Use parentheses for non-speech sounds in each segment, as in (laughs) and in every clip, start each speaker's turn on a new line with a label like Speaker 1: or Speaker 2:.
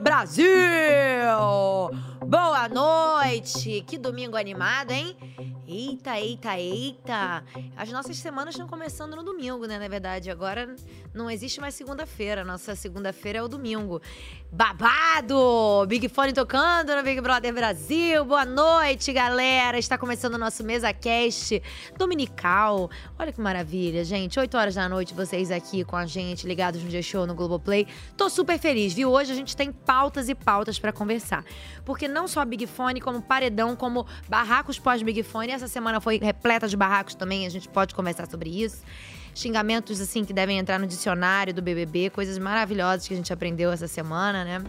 Speaker 1: Brasil! Boa noite! Que domingo animado, hein? Eita, eita, eita! As nossas semanas estão começando no domingo, né? Na verdade, agora não existe mais segunda-feira. Nossa segunda-feira é o domingo. Babado! Big Fone tocando no Big Brother Brasil. Boa noite, galera! Está começando o nosso Mesa Cast dominical. Olha que maravilha, gente. 8 horas da noite, vocês aqui com a gente, ligados no G-Show, no Globoplay. Tô super feliz, viu? Hoje a gente tem pautas e pautas para conversar. Porque não só Big Fone, como Paredão, como barracos pós-Big Fone. Essa semana foi repleta de barracos também, a gente pode conversar sobre isso xingamentos assim que devem entrar no dicionário do BBB, coisas maravilhosas que a gente aprendeu essa semana, né?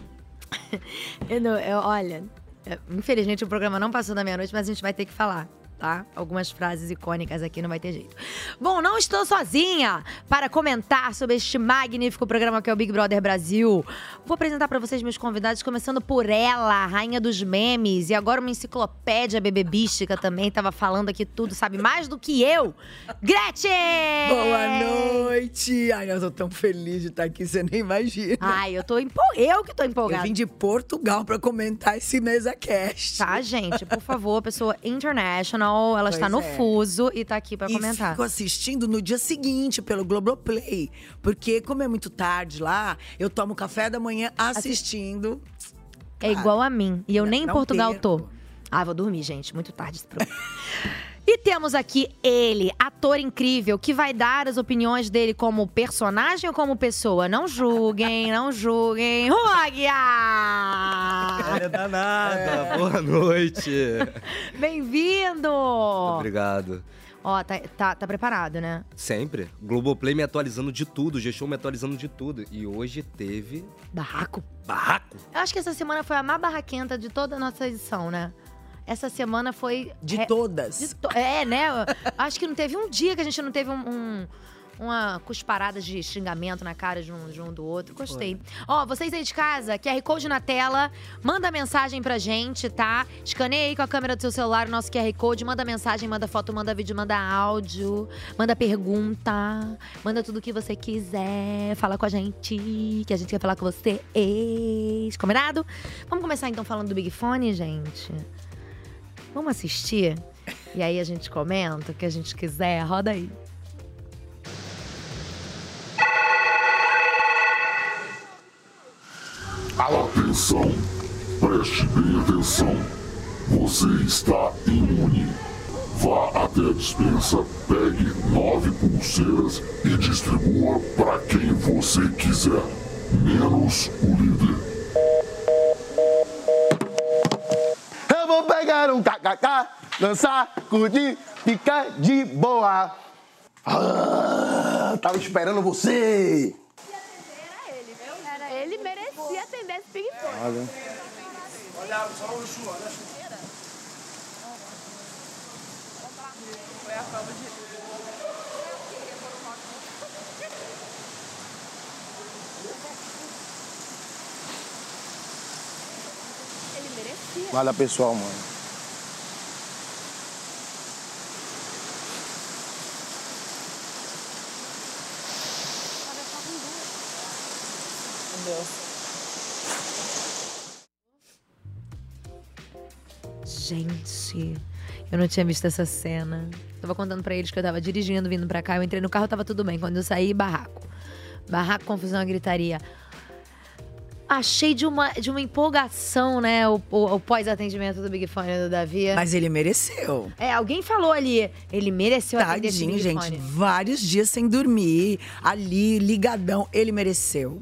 Speaker 1: (laughs) Eu não- eu- olha, é, infelizmente o programa não passou da meia-noite, mas a gente vai ter que falar. Tá? Algumas frases icônicas aqui, não vai ter jeito. Bom, não estou sozinha para comentar sobre este magnífico programa que é o Big Brother Brasil. Vou apresentar para vocês meus convidados, começando por ela, a rainha dos memes. E agora uma enciclopédia bebebística também, tava falando aqui tudo, sabe? Mais do que eu. Gretchen!
Speaker 2: Boa noite! Ai, eu tô tão feliz de estar aqui, você nem imagina.
Speaker 1: Ai, eu tô empolgada. Eu que tô
Speaker 2: eu
Speaker 1: empolgada.
Speaker 2: vim de Portugal pra comentar esse mesa cast.
Speaker 1: Tá, gente? Por favor, pessoa international. Ela está
Speaker 2: Pois
Speaker 1: no
Speaker 2: é.
Speaker 1: fuso e tá aqui pra
Speaker 2: (laughs) E
Speaker 1: comentar.
Speaker 2: fico assistindo no dia seguinte pelo Globoplay. Porque, como é muito tarde lá, eu tomo café da manhã assistindo.
Speaker 1: É igual a mim. E eu
Speaker 2: Não-
Speaker 1: nem em
Speaker 2: não
Speaker 1: Portugal tô.
Speaker 2: perco.
Speaker 1: Ah, vou dormir, gente. Muito tarde esse programa. (laughs) E temos aqui ele, ator incrível, que vai dar as opiniões dele como personagem ou como pessoa. Não julguem, não julguem. Ruagia!
Speaker 3: É danada,
Speaker 1: É.
Speaker 3: boa noite.
Speaker 1: Bem-vindo!
Speaker 3: Obrigado.
Speaker 1: Ó, tá, tá, tá preparado, né?
Speaker 3: Sempre. Globoplay me atualizando de tudo, G-Show me atualizando de tudo. E hoje teve
Speaker 1: Barraco.
Speaker 3: barraco.
Speaker 1: Eu acho que essa semana foi a mais barraquenta de toda a nossa edição, né? Essa semana foi.
Speaker 2: De
Speaker 1: re-
Speaker 2: todas.
Speaker 1: de to- É, né? acho que não teve um dia que a gente não teve um. um- Uma cusparada de xingamento na cara de um, de um do outro. Gostei. Ó, vocês aí de casa, QR Code na tela, manda mensagem pra gente, tá? Escaneia aí com a câmera do seu celular o nosso QR Code, manda mensagem, manda foto, manda vídeo, manda áudio, manda pergunta, manda tudo que você quiser. Fala com a gente, que a gente quer falar com vocês. Combinado? Vamos começar então falando do Big Fone, gente? Vamos assistir? E aí a gente comenta o que a gente quiser. Roda aí.
Speaker 4: Atenção, preste bem atenção. Você está imune. Vá até a dispensa, pegue nove pulseiras e distribua para quem você quiser, menos um. o líder.
Speaker 5: Eu vou pegar um kkk, dançar, curtir, ficar de boa. Ah, tava esperando você.
Speaker 6: Era ele, viu? Era ele merecia
Speaker 7: tipo,
Speaker 6: atender esse
Speaker 7: É.
Speaker 6: Big Fone. Ele merecia.
Speaker 5: Olha pessoal, mano.
Speaker 1: Gente, eu não tinha visto essa cena. Tava contando pra eles que eu tava dirigindo, vindo pra cá. Eu entrei no carro, tava tudo bem. Quando eu saí, barraco. Barraco, confusão, gritaria. Achei de uma, de uma empolgação, né? O, o- o pós-atendimento do Big Fone do Davi.
Speaker 2: Mas ele mereceu.
Speaker 1: É, alguém falou ali. Ele mereceu atender esse
Speaker 2: Tadinho,
Speaker 1: Big
Speaker 2: gente.
Speaker 1: Fone.
Speaker 2: Vários dias sem dormir, ali, ligadão. Ele mereceu.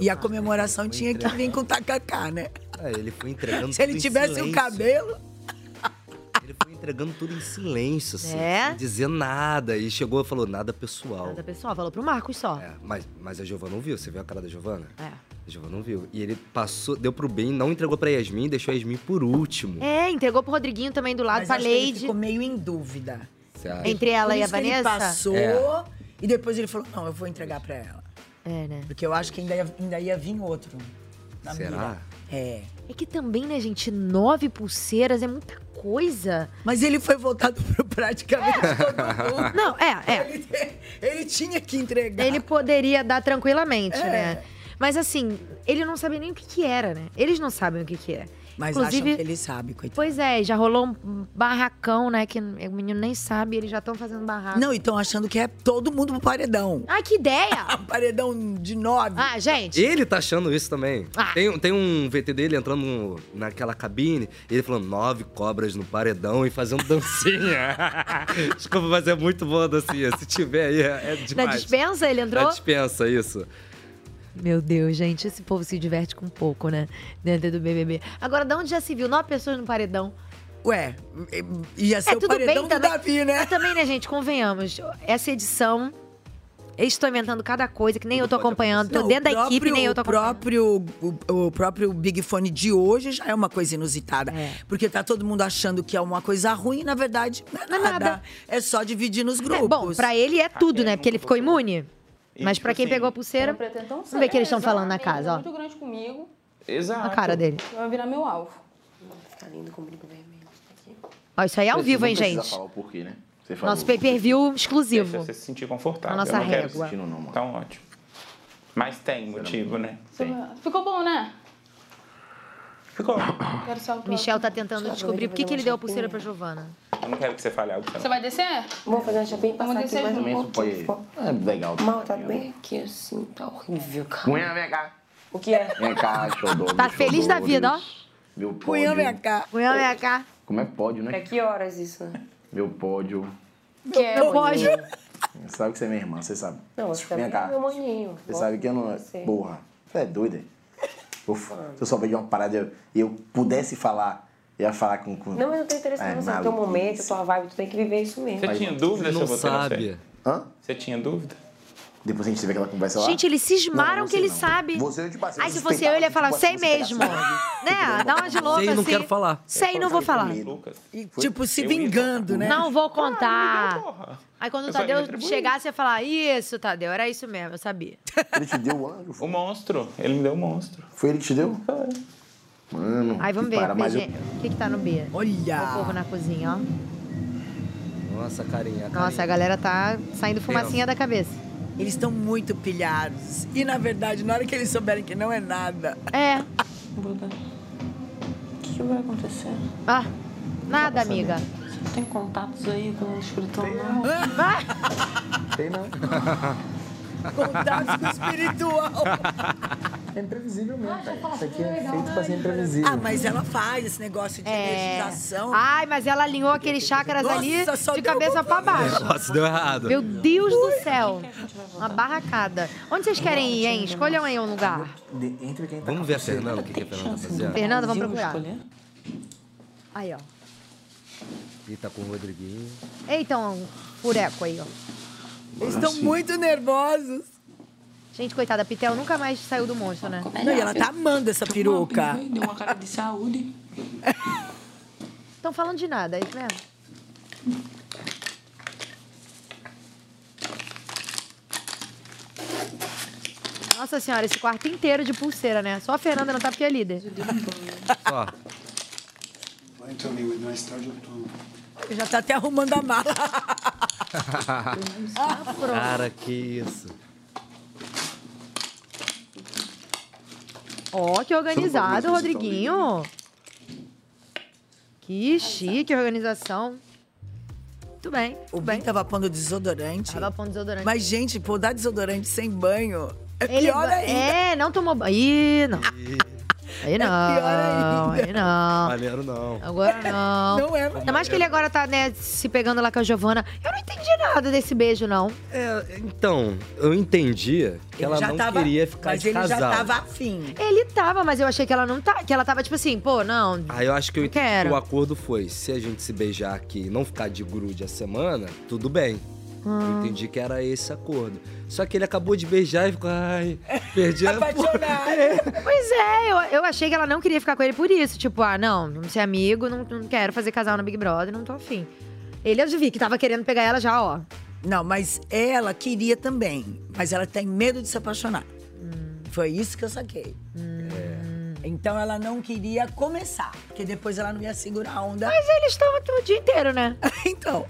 Speaker 2: E a comemoração tinha que vir com tacacá, né?
Speaker 3: É, ele foi
Speaker 1: (laughs)
Speaker 3: entregando
Speaker 2: Se ele
Speaker 3: tudo em
Speaker 1: um
Speaker 2: tivesse o
Speaker 3: silêncio.
Speaker 2: cabelo.
Speaker 3: Ele foi entregando tudo em silêncio, assim.
Speaker 1: É?
Speaker 3: Sem dizer nada. E chegou e falou nada pessoal.
Speaker 1: Nada, pessoal, falou pro Marcos só.
Speaker 3: É, mas, mas a Giovana não viu. Você viu a cara da Giovana?
Speaker 1: É.
Speaker 3: A Giovana não viu. E ele passou, deu pro bem, não entregou pra Yasmin, deixou a Yasmin por último.
Speaker 1: É, entregou pro Rodriguinho também do lado,
Speaker 2: Mas
Speaker 1: pra
Speaker 2: acho que ele
Speaker 1: Leide.
Speaker 2: ficou meio em dúvida.
Speaker 3: Você acha? (laughs)
Speaker 1: Entre ela
Speaker 2: Por
Speaker 1: e a
Speaker 2: isso que Ele
Speaker 1: Vanessa?
Speaker 2: passou
Speaker 3: É.
Speaker 2: e depois ele falou: não, eu vou entregar pra ela.
Speaker 1: É, né?
Speaker 2: Porque eu acho que ainda ia, ainda ia vir outro. na
Speaker 3: Será?
Speaker 2: mira. É.
Speaker 1: É que também, né, gente, nove pulseiras é muita coisa.
Speaker 2: Mas ele foi voltado pro praticamente todo
Speaker 1: (laughs)
Speaker 2: mundo.
Speaker 1: Não, é, é.
Speaker 2: Ele, ele tinha que entregar.
Speaker 1: Ele poderia dar tranquilamente,
Speaker 2: É.
Speaker 1: né? Mas assim, ele não sabia nem o que, que era, né? Eles não sabem o que, que é.
Speaker 2: Mas acham que ele sabe, coitado.
Speaker 1: Pois é, já rolou um barracão, né? Que o menino nem sabe, eles já estão fazendo barraco.
Speaker 2: Não, e estão achando que é todo mundo pro paredão.
Speaker 1: Ai, que ideia!
Speaker 2: (laughs) Um paredão de nove.
Speaker 1: ah, gente.
Speaker 3: Ele tá achando isso também.
Speaker 1: Ah.
Speaker 3: Tem, tem um VT dele entrando no- naquela cabine, ele falando nove cobras no paredão e fazendo dancinha. (laughs) Desculpa, mas é muito boa a dancinha. Se tiver aí, é é
Speaker 1: Na
Speaker 3: demais.
Speaker 1: dispensa ele entrou?
Speaker 3: Na dispensa, isso.
Speaker 1: Meu Deus, gente, esse povo se diverte com pouco, né? Dentro do BBB. Agora, de onde já se viu? Nove pessoas no paredão.
Speaker 2: Ué, ia ser
Speaker 1: é,
Speaker 2: o
Speaker 1: tudo bem
Speaker 2: paredão do
Speaker 1: também.
Speaker 2: Davi, né?
Speaker 1: Mas também, né, gente, convenhamos. Essa edição, eles estão inventando cada coisa que nem eu tô
Speaker 3: pode
Speaker 1: acompanhando. Tô
Speaker 2: Não,
Speaker 1: dentro
Speaker 2: o
Speaker 1: da equipe,
Speaker 2: próprio-
Speaker 1: nem eu tô
Speaker 2: o
Speaker 1: acompanhando.
Speaker 2: próprio, o, o próprio Big Fone de hoje já é uma coisa inusitada.
Speaker 1: É.
Speaker 2: Porque tá todo mundo achando que é uma coisa ruim, e, na verdade, não é
Speaker 1: Não é
Speaker 2: nada.
Speaker 1: nada.
Speaker 2: É só dividir nos grupos.
Speaker 1: É, bom, pra ele é tudo, né? Porque ele ficou imune.
Speaker 8: E,
Speaker 1: Mas
Speaker 8: tipo
Speaker 1: pra quem
Speaker 8: assim,
Speaker 1: pegou a pulseira,
Speaker 9: Vamos
Speaker 1: ver o que eles tão falando na casa,
Speaker 7: é
Speaker 1: ó.
Speaker 9: muito grande comigo,
Speaker 8: Exato.
Speaker 1: a cara dele.
Speaker 9: vai virar meu alvo.
Speaker 1: Ó, isso aí é ao
Speaker 8: Você
Speaker 1: vivo,
Speaker 8: não
Speaker 1: hein,
Speaker 8: precisa
Speaker 1: gente?
Speaker 8: falar o porquê, né? Você falou
Speaker 1: Nosso
Speaker 8: o
Speaker 1: pay per view
Speaker 8: porquê. Se
Speaker 1: exclusivo.
Speaker 8: você se sentir confortável.
Speaker 1: A nossa
Speaker 8: eu não quero
Speaker 1: régua.
Speaker 8: sentir no namoro.
Speaker 10: Tá
Speaker 8: Então, ótimo. Mas tem motivo, né? Tem.
Speaker 9: Ficou bom, né?
Speaker 8: Ficou.
Speaker 9: Quero seu autógrafo.
Speaker 1: Michel tá tentando descobrir por que, que ele deu a pulseira pra Giovana.
Speaker 8: Eu não quero que você fale algo. que
Speaker 9: Você vai descer?
Speaker 7: Vou fazer uma chapinha e passar
Speaker 9: Vamos
Speaker 7: aqui
Speaker 9: descer
Speaker 7: mais um
Speaker 8: Também isso pode...
Speaker 7: pouquinho. Ficou
Speaker 8: É legal.
Speaker 7: Mal, tá bem aqui assim, tá horrível, cara.
Speaker 8: Cunha, vem cá.
Speaker 7: O que é?
Speaker 8: Vem cá, xodó.
Speaker 1: Tá feliz da vida, ó.
Speaker 8: Meu pódio.
Speaker 2: Cunha, vem cá.
Speaker 1: Cunhão é cá.
Speaker 8: Como é pódio,
Speaker 7: Pra
Speaker 8: né?
Speaker 7: que horas isso? né?
Speaker 8: Meu pódio.
Speaker 9: Que é,
Speaker 1: Eu posso.
Speaker 8: Você sabe que você é minha irmã, você sabe.
Speaker 7: Não, você tá
Speaker 8: Vem cá.
Speaker 7: bem meu maninho.
Speaker 8: Você sabe que eu não. é
Speaker 7: Você.
Speaker 8: Porra, você é doida. hein? Eu f- se eu souber de uma parada e eu, e eu pudesse falar, eu ia falar com. com...
Speaker 7: Não, mas eu tô interessada
Speaker 8: É,
Speaker 7: no teu
Speaker 8: maluquice.
Speaker 7: momento, tua vibe, tu tem que viver isso mesmo. (laughs)
Speaker 10: Você tinha dúvida
Speaker 3: Ele
Speaker 10: se
Speaker 3: não
Speaker 10: eu vou ter
Speaker 3: sabe.
Speaker 8: Hã?
Speaker 10: Você tinha dúvida?
Speaker 8: Depois a gente teve aquela conversa lá.
Speaker 1: Gente, eles cismaram
Speaker 8: Não, não
Speaker 1: que
Speaker 8: sei
Speaker 1: ele
Speaker 8: não.
Speaker 1: sabe.
Speaker 8: Você, é eu te passei,
Speaker 1: Ai,
Speaker 8: eu
Speaker 1: se fosse
Speaker 8: suspeitava
Speaker 1: eu, ele ia
Speaker 8: que
Speaker 1: falar,
Speaker 8: você
Speaker 1: sei
Speaker 8: fosse pegar
Speaker 1: mesmo.
Speaker 8: sangue.
Speaker 1: né? Dá uma de louca
Speaker 3: Sei, não
Speaker 1: assim.
Speaker 3: quero falar.
Speaker 1: Sei, não vou falar.
Speaker 8: Medo.
Speaker 10: Lucas.
Speaker 2: E, tipo, se
Speaker 10: Eu ia-
Speaker 2: vingando, né?
Speaker 1: Não vou
Speaker 8: né?
Speaker 1: contar.
Speaker 2: Ah,
Speaker 10: Porra.
Speaker 1: Aí quando o
Speaker 10: Eu só ia
Speaker 1: Tadeu
Speaker 10: retribuir.
Speaker 1: chegasse, ia falar, isso, Tadeu, era isso mesmo, eu sabia.
Speaker 8: Ele te deu o anjo.
Speaker 10: O monstro. Ele me deu o monstro.
Speaker 8: Foi ele que te deu? Mano.
Speaker 1: Aí vamos
Speaker 8: que
Speaker 1: ver,
Speaker 8: para, mas eu-
Speaker 1: PG, o que que tá no B? O povo
Speaker 2: Olha!
Speaker 1: na cozinha, ó.
Speaker 3: Nossa, carinha. (laughs)
Speaker 1: Nossa, a galera tá saindo fumacinha da cabeça.
Speaker 2: Eles estão muito pilhados. E, na verdade, na hora que eles souberem que não é nada,
Speaker 1: É.
Speaker 9: Buda. O que, que vai acontecer?
Speaker 1: Ah, nada, amiga.
Speaker 9: Você tem contatos aí com o espiritual? Não.
Speaker 8: Tem não.
Speaker 2: contato com o espiritual.
Speaker 8: É imprevisível
Speaker 9: Ah,
Speaker 8: mesmo, cara. Isso aqui é
Speaker 9: né?
Speaker 8: feito pra ser imprevisível.
Speaker 2: Ah, mas ela faz esse negócio de
Speaker 1: É.
Speaker 2: energização.
Speaker 1: Ai, mas ela alinhou aqueles chakras
Speaker 2: Nossa,
Speaker 1: ali
Speaker 2: só
Speaker 1: de
Speaker 2: deu
Speaker 1: cabeça pra baixo.
Speaker 3: Nossa, deu errado.
Speaker 1: Meu Deus do céu.
Speaker 9: A gente vai voltar.
Speaker 1: Uma barracada. Onde vocês querem ir, hein? Escolham aí um lugar.
Speaker 8: De- Entre quem tá
Speaker 3: Vamos
Speaker 8: com
Speaker 3: ver a
Speaker 8: você.
Speaker 3: Fernanda, o que, que a Fernanda tá
Speaker 9: chance,
Speaker 3: fazendo.
Speaker 1: Fernanda, vamos
Speaker 9: Eu vou
Speaker 1: procurar.
Speaker 9: escolher?
Speaker 1: Aí, ó.
Speaker 3: E tá com o Rodriguinho.
Speaker 1: Eita, um fureco aí, ó.
Speaker 2: Eles estão muito nervosos.
Speaker 1: Gente, coitada, a Pitel nunca mais saiu do monstro, né?
Speaker 2: Não, e ela tá amando essa peruca.
Speaker 9: Deu uma cara de saúde.
Speaker 1: Estão falando de nada, é isso mesmo? Nossa senhora, esse quarto inteiro de pulseira, né? Só a Fernanda não tá porque é líder.
Speaker 3: Ó,
Speaker 11: então,
Speaker 2: Já tá até arrumando a mala.
Speaker 3: cara, que isso.
Speaker 1: Ó, que organizado, Rodriguinho. (laughs) Que chique organização. Muito bem,
Speaker 2: O
Speaker 1: muito
Speaker 2: Ben
Speaker 1: bem.
Speaker 2: tava pondo desodorante.
Speaker 1: Tava pondo desodorante.
Speaker 2: Mas, gente, pô, dar desodorante sem banho é
Speaker 1: Ele
Speaker 2: pior
Speaker 1: ba-
Speaker 2: ainda.
Speaker 1: É, não tomou banho. Ih, não.
Speaker 8: É
Speaker 1: Aí não,
Speaker 2: ainda.
Speaker 1: aí não.
Speaker 3: Maneiro não.
Speaker 2: (laughs)
Speaker 1: Agora não.
Speaker 2: Não é.
Speaker 1: Ainda mais que ele agora tá, né, se pegando lá com a Giovana. Eu não entendi nada desse beijo, não.
Speaker 3: É, então, eu entendia que ela
Speaker 2: Ele já
Speaker 3: não
Speaker 2: tava-
Speaker 3: queria ficar
Speaker 2: Mas
Speaker 3: de
Speaker 2: ele
Speaker 3: casal.
Speaker 2: já tava afim.
Speaker 1: Ele tava, mas eu achei que ela não tá. Que ela tava tipo assim, pô, não.
Speaker 3: Aí eu acho que eu
Speaker 1: Não
Speaker 3: entendi
Speaker 1: quero.
Speaker 3: que o acordo foi, se a gente se beijar aqui e não ficar de grude a semana, tudo bem.
Speaker 1: Ah.
Speaker 3: Eu entendi que era esse acordo. Só que ele acabou de beijar e ficou, ai, perdi a... (laughs)
Speaker 2: (laughs) Apaixonado.
Speaker 1: (laughs) Pois é, eu, eu achei que ela não queria ficar com ele por isso. Tipo, ah, não, vamos ser amigo, não, não quero fazer casal no Big Brother, não tô afim. Ele, eu vi que tava querendo pegar ela já, ó.
Speaker 2: Não, mas é ela queria também. Mas ela tem medo de se apaixonar. Foi isso que eu saquei.
Speaker 1: Hum.
Speaker 2: Então ela não queria começar, porque depois ela não ia segurar a onda.
Speaker 1: Mas eles estão aqui o dia inteiro, né?
Speaker 2: (laughs) Então,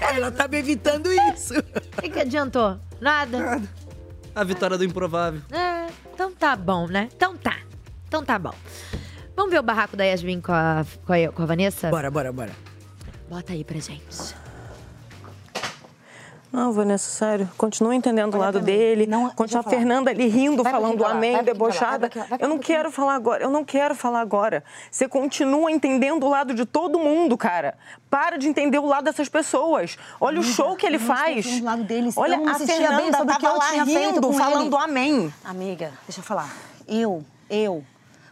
Speaker 2: ela
Speaker 1: (laughs)
Speaker 2: tava evitando isso.
Speaker 1: O que, que adiantou? Nada.
Speaker 3: A vitória do improvável.
Speaker 1: É. Então tá bom, né? Então tá. Então tá bom. Vamos ver o barraco da Yasmin com a, com a, com a Vanessa?
Speaker 2: Bora, bora, bora.
Speaker 1: Bota aí pra gente.
Speaker 12: (laughs) Não, Vanessa, sério. Continua entendendo o lado dele. Continua a
Speaker 13: falar.
Speaker 12: Fernanda ali rindo,
Speaker 13: Vai pra
Speaker 12: falando
Speaker 13: quem falar, vai
Speaker 12: amém,
Speaker 13: pra quem falar,
Speaker 12: debochada.
Speaker 13: vai pra quem- vai pra
Speaker 12: Eu não
Speaker 13: quem-
Speaker 12: quero falar agora, eu não quero falar agora. Você continua entendendo o lado de todo mundo, cara. Para de entender o lado dessas pessoas. Olha o show que ele faz.
Speaker 13: tá Do lado dele.
Speaker 12: Olha,
Speaker 13: eu não me
Speaker 12: a
Speaker 13: sentia
Speaker 12: Fernanda
Speaker 13: bem sobre o que eu
Speaker 12: tava lá
Speaker 13: tinha feito
Speaker 12: rindo,
Speaker 13: com
Speaker 12: falando
Speaker 13: ele.
Speaker 12: amém.
Speaker 13: Amiga, deixa eu falar. Eu, eu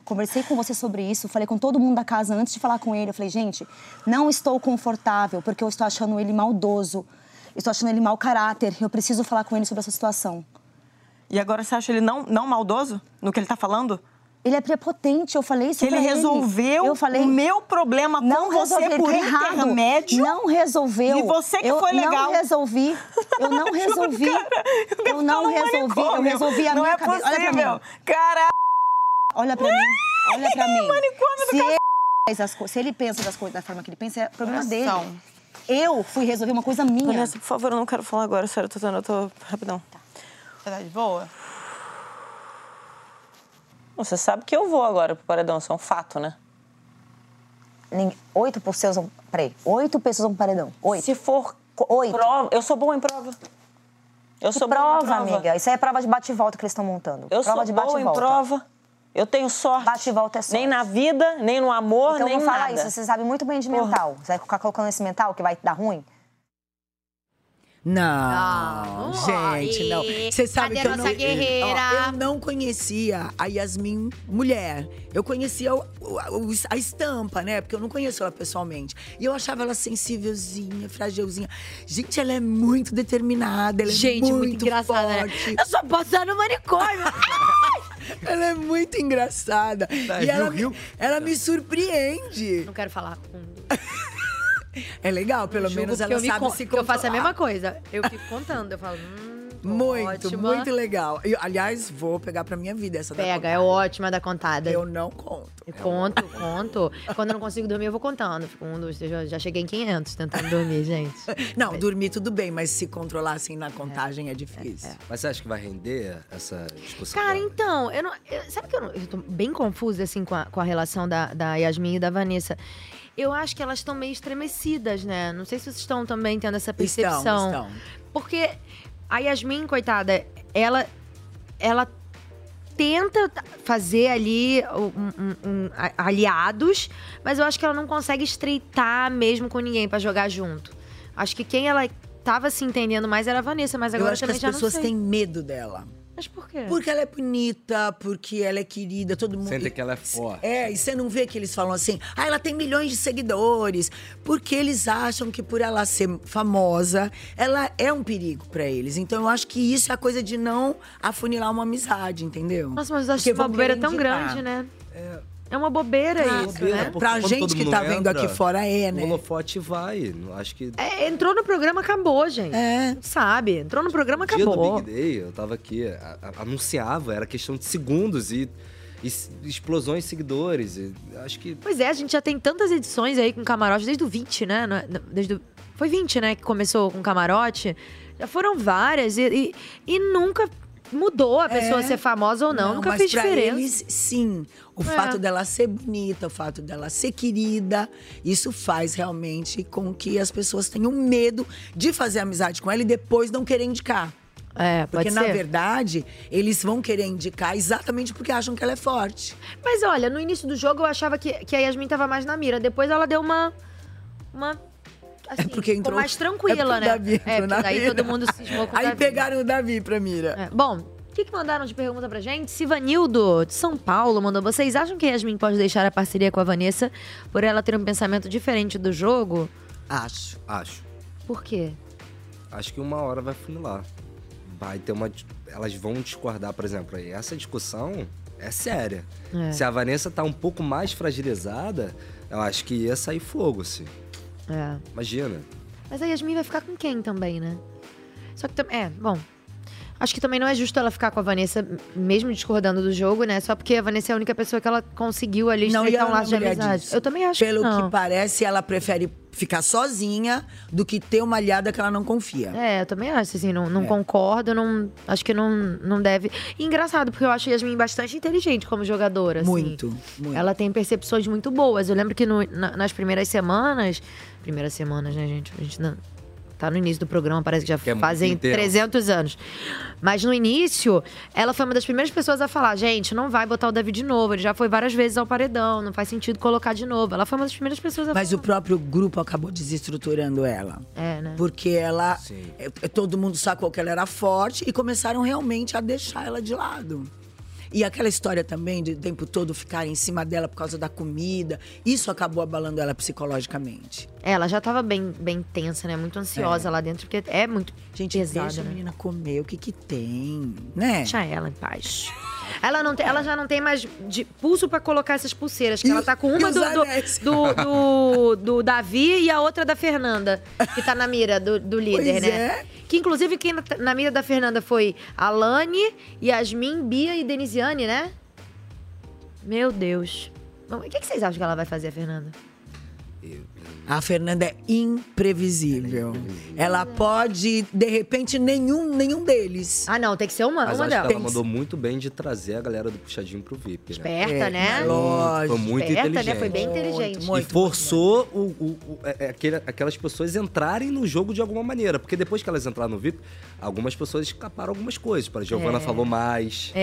Speaker 13: conversei com você sobre isso, falei com todo mundo da casa antes de falar com ele. Eu falei, gente, não estou confortável porque eu estou achando ele maldoso. Estou achando ele mau caráter. Eu preciso falar com ele sobre essa situação.
Speaker 12: E agora você acha ele não, não maldoso no que ele tá falando?
Speaker 13: Ele é prepotente, eu falei isso
Speaker 12: Ele
Speaker 13: pra
Speaker 12: resolveu
Speaker 13: Eu falei,
Speaker 12: o meu problema com
Speaker 13: não
Speaker 12: você
Speaker 13: resolvi,
Speaker 12: por
Speaker 13: tá errado.
Speaker 12: intermédio.
Speaker 13: Não resolveu.
Speaker 12: E você que
Speaker 13: eu
Speaker 12: foi legal.
Speaker 13: não resolvi.
Speaker 12: (laughs)
Speaker 13: Eu não resolvi. eu, não resolvi. Eu
Speaker 12: manicômio.
Speaker 13: resolvi a
Speaker 12: Não
Speaker 13: minha
Speaker 12: é
Speaker 13: cabeça. Olha pra
Speaker 12: possível.
Speaker 13: mim.
Speaker 12: Cara.
Speaker 13: Olha pra mim. Olha
Speaker 12: (laughs)
Speaker 13: pra mim. Se ele, faz as co- se ele pensa das coisas da forma que ele pensa, é problema dele.
Speaker 12: Coração.
Speaker 13: Eu fui resolver uma coisa minha.
Speaker 12: Vanessa, por favor, eu não quero falar agora, sério, eu tô, tendo- eu tô rapidão.
Speaker 13: Tá de boa?
Speaker 12: Você sabe que eu vou agora pro paredão, isso é um fato, né?
Speaker 13: Ninguém- Oito por seus. Peraí. Oito pessoas vão pro paredão. Oito.
Speaker 12: Se for
Speaker 13: Oito.
Speaker 12: prova, eu sou boa em prova. Eu
Speaker 13: Que
Speaker 12: sou
Speaker 13: prova,
Speaker 12: boa em prova.
Speaker 13: amiga. Isso aí é prova de bate e volta que eles estão montando.
Speaker 12: Eu
Speaker 13: prova
Speaker 12: sou
Speaker 13: de bate
Speaker 12: boa
Speaker 13: e
Speaker 12: em
Speaker 13: volta.
Speaker 12: prova. Eu tenho sorte. Bate e volta é sorte. Nem na vida, nem no amor,
Speaker 13: Então
Speaker 12: nem
Speaker 13: não fala
Speaker 12: nada.
Speaker 13: isso, você sabe muito bem de mental. Você vai ficar colocando esse mental que vai dar ruim?
Speaker 1: Então,
Speaker 2: Não, gente, não.
Speaker 1: Ah, aí.
Speaker 2: Você sabe
Speaker 1: Cadê
Speaker 2: que eu
Speaker 1: nossa
Speaker 2: não,
Speaker 1: guerreira?
Speaker 2: Ó, eu não conhecia a Yasmin mulher. Eu conhecia o- o- o- a estampa, né? Porque eu não conheço ela pessoalmente. E eu achava ela sensívelzinha, fragilzinha. Gente, ela é muito determinada, ela é
Speaker 1: Gente, muito engraçada, né?
Speaker 2: forte.
Speaker 1: Eu só posso dar no manicômio.
Speaker 2: (laughs) ela é muito engraçada.
Speaker 1: Tá, viu, Tá.
Speaker 2: e ela, me, ela me surpreende.
Speaker 1: Não quero falar com
Speaker 2: É legal, pelo
Speaker 1: julgo,
Speaker 2: menos
Speaker 1: porque
Speaker 2: ela
Speaker 1: eu me
Speaker 2: sabe
Speaker 1: con-
Speaker 2: se
Speaker 1: porque Eu faço a
Speaker 2: controlar.
Speaker 1: mesma coisa. Eu fico contando, eu falo. Hum,
Speaker 2: Muito,
Speaker 1: Ótima.
Speaker 2: muito legal. E, aliás, vou pegar pra minha vida essa da
Speaker 1: Pega, é ótima da contada. Eu
Speaker 2: não conto.
Speaker 1: Eu conto, conto. Quando eu não consigo dormir, eu vou contando. Fico um, dois, três, já- já cheguei em 500 tentando dormir, (laughs) gente.
Speaker 2: (laughs) Não, dormir tudo bem, mas se controlar assim na contagem é, difícil.
Speaker 3: Mas você acha que vai render essa discussão?
Speaker 1: Cara, então, eu não. eu- sabe que eu, não, eu tô bem confusa, assim, com a, com a relação da, da Yasmin e da Vanessa. Eu acho que elas estão meio estremecidas, né? Não sei se vocês estão também tendo essa percepção.
Speaker 2: estão.
Speaker 1: Porque a Yasmin, coitada, ela. Ela tenta t- fazer ali um- um- um a- aliados, mas eu acho que ela não consegue estreitar mesmo com ninguém pra jogar junto. Acho que quem ela tava se entendendo mais era a Vanessa, mas agora
Speaker 2: eu acho que
Speaker 1: também
Speaker 2: as
Speaker 1: já
Speaker 2: pessoas
Speaker 1: não sei.
Speaker 2: têm medo dela.
Speaker 1: Mas por quê?
Speaker 2: Porque ela é bonita, porque ela é querida, todo mundo.
Speaker 3: Sente que ela é forte.
Speaker 2: É, e você não vê que eles falam assim, ah, ela tem milhões de seguidores, porque eles acham que por ela ser famosa, ela é um perigo pra eles. Então eu acho que isso é a coisa de não afunilar uma amizade, entendeu?
Speaker 1: Nossa, mas eu acho
Speaker 2: Porque
Speaker 1: que uma
Speaker 2: vão
Speaker 1: bobeira
Speaker 2: querer
Speaker 1: tão
Speaker 2: indicar.
Speaker 1: grande, né? É uma bobeira isso, né?
Speaker 2: Pra gente que tá vendo aqui fora, é, né?
Speaker 3: O holofote vai. não- Acho que.
Speaker 1: É, entrou no programa, acabou, gente.
Speaker 2: É.
Speaker 1: Sabe? Entrou no programa,
Speaker 3: dia
Speaker 1: acabou.
Speaker 3: do Big Day, eu tava aqui, a- a- anunciava, era questão de segundos e, e s- explosões de seguidores. e acho que.
Speaker 1: Pois é, a gente já tem tantas edições aí com camarote, desde o 20, né? Não é- não, Desde o- Foi 20, né, que começou com camarote. Já foram várias e, e, e nunca mudou a pessoa
Speaker 2: É.
Speaker 1: ser famosa ou não. nunca
Speaker 2: mas
Speaker 1: fez
Speaker 2: pra
Speaker 1: diferença.
Speaker 2: Eles, sim. O
Speaker 1: É.
Speaker 2: fato dela ser bonita, o fato dela ser querida, isso faz realmente com que as pessoas tenham medo de fazer amizade com ela e depois não querer indicar.
Speaker 1: É, pode
Speaker 2: Porque, na
Speaker 1: ser.
Speaker 2: verdade, eles vão querer indicar exatamente porque acham que ela é forte.
Speaker 1: Mas olha, no início do jogo eu achava que, que a Yasmin tava mais na mira. Depois ela deu uma. Uma. Assim,
Speaker 2: (laughs) Porque entrou.
Speaker 1: ficou mais tranquila,
Speaker 2: é
Speaker 1: né?
Speaker 2: porque o Davi
Speaker 1: é,
Speaker 2: entrou
Speaker 1: porque
Speaker 2: na
Speaker 1: daí
Speaker 2: mira.
Speaker 1: todo mundo cismou com o
Speaker 2: Aí
Speaker 1: Davi.
Speaker 2: pegaram o Davi pra mira.
Speaker 1: É, Bom, o que, que mandaram de pergunta pra gente? Sivanildo, de São Paulo, mandou. Vocês acham que a Yasmin pode deixar a parceria com a Vanessa por ela ter um pensamento diferente do jogo?
Speaker 2: Acho.
Speaker 3: Acho.
Speaker 1: Por quê?
Speaker 3: Acho que uma hora vai funilar. Vai ter uma. di- Elas vão discordar, por exemplo, aí. Essa discussão é séria.
Speaker 1: É.
Speaker 3: Se a Vanessa tá um pouco mais fragilizada, eu acho que ia sair fogo, assim.
Speaker 1: É.
Speaker 3: Imagina.
Speaker 1: Mas a Yasmin vai ficar com quem também, né? Só que também. É, bom. Acho que também não é justo ela ficar com a Vanessa, mesmo discordando do jogo, né? Só porque a Vanessa é a única pessoa que ela conseguiu ali
Speaker 2: Não, e
Speaker 1: estreitar um
Speaker 2: ela
Speaker 1: laço de
Speaker 2: não é mulher
Speaker 1: amizade.
Speaker 2: disso.
Speaker 1: Eu também acho
Speaker 2: Pelo
Speaker 1: que não.
Speaker 2: parece, ela prefere ficar sozinha do que ter uma aliada que ela não confia.
Speaker 1: É, eu também acho, assim, não, não concordo, não, acho que não, não deve. E engraçado, porque eu acho a Yasmin bastante inteligente como jogadora, assim.
Speaker 2: Muito, muito.
Speaker 1: Ela tem percepções muito boas. Eu lembro que no- na- nas primeiras semanas. Primeiras semanas, né, gente? A gente não, tá no início do programa, parece que já
Speaker 14: é muito
Speaker 1: fazem
Speaker 14: intenso.
Speaker 1: 300 anos. Mas no início, ela foi uma das primeiras pessoas a falar: gente, não vai botar o Davi de novo. Ele já foi várias vezes ao paredão, não faz sentido colocar de novo. Ela foi uma das primeiras pessoas a
Speaker 2: Mas o próprio grupo acabou desestruturando ela.
Speaker 1: É, né?
Speaker 2: Porque ela. é, é, Todo mundo sacou que ela era forte e começaram realmente a deixar ela de lado. E aquela história também de o tempo todo ficar em cima dela por causa da comida, isso acabou abalando ela psicologicamente.
Speaker 1: Ela já tava bem, bem tensa, né? Muito ansiosa lá dentro, porque é muito Gente, pesado,
Speaker 2: deixa a
Speaker 1: né?
Speaker 2: menina comer, o que que tem, né?
Speaker 1: Deixa ela em paz. Ela, não tem- ela já não tem mais de pulso pra colocar essas pulseiras, que ela tá com
Speaker 2: e
Speaker 1: uma
Speaker 2: os
Speaker 1: do, do,
Speaker 2: anéis?
Speaker 1: do, do- do Davi e a outra da Fernanda, que tá na mira do, do líder,
Speaker 2: Pois
Speaker 1: né?
Speaker 2: é.
Speaker 1: Que inclusive quem na, na mira da Fernanda foi Alane, Yasmin, Bia e Denisiane, né? Meu Deus. Bom, O que, que vocês acham que ela vai fazer, a Fernanda?
Speaker 2: A Fernanda é
Speaker 3: É
Speaker 2: imprevisível. Ela pode, de repente, nenhum, nenhum deles.
Speaker 1: Ah, não, tem que ser uma,
Speaker 3: Mas
Speaker 1: uma
Speaker 3: acho
Speaker 1: delas.
Speaker 3: que ela mandou muito bem de trazer a galera do Puxadinho pro VIP, né?
Speaker 1: Esperta, É, né?
Speaker 3: Foi
Speaker 1: lógico.
Speaker 3: muito
Speaker 1: Esperta, né?
Speaker 3: inteligente.
Speaker 1: Foi bem inteligente. Muito,
Speaker 3: e
Speaker 1: muito,
Speaker 3: forçou o- o- o- é- é aquele- aquelas pessoas entrarem no jogo de alguma maneira. Porque depois que elas entraram no VIP, algumas pessoas escaparam algumas coisas. Para Giovana
Speaker 1: É.
Speaker 3: falou mais. A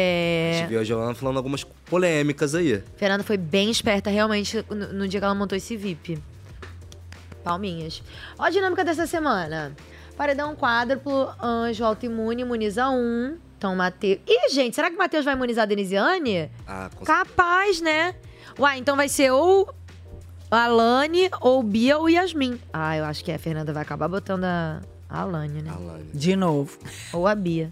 Speaker 3: gente
Speaker 1: É.
Speaker 3: viu a Giovana falando algumas polêmicas aí.
Speaker 1: Fernanda foi bem esperta, realmente, no, no dia que ela montou esse VIP. Palminhas. Ó a dinâmica dessa semana. Paredão quádruplo, anjo autoimune, imuniza um. Então, Matheus... Ih, gente, será que o Matheus vai imunizar a Denisiane?
Speaker 3: Ah, com
Speaker 1: Capaz, né? Uai, então vai ser ou Alane, ou Bia, ou Yasmin. Ah, eu acho que a Fernanda vai acabar botando a a Alane, né?
Speaker 3: Alane.
Speaker 2: De novo.
Speaker 1: Ou a Bia.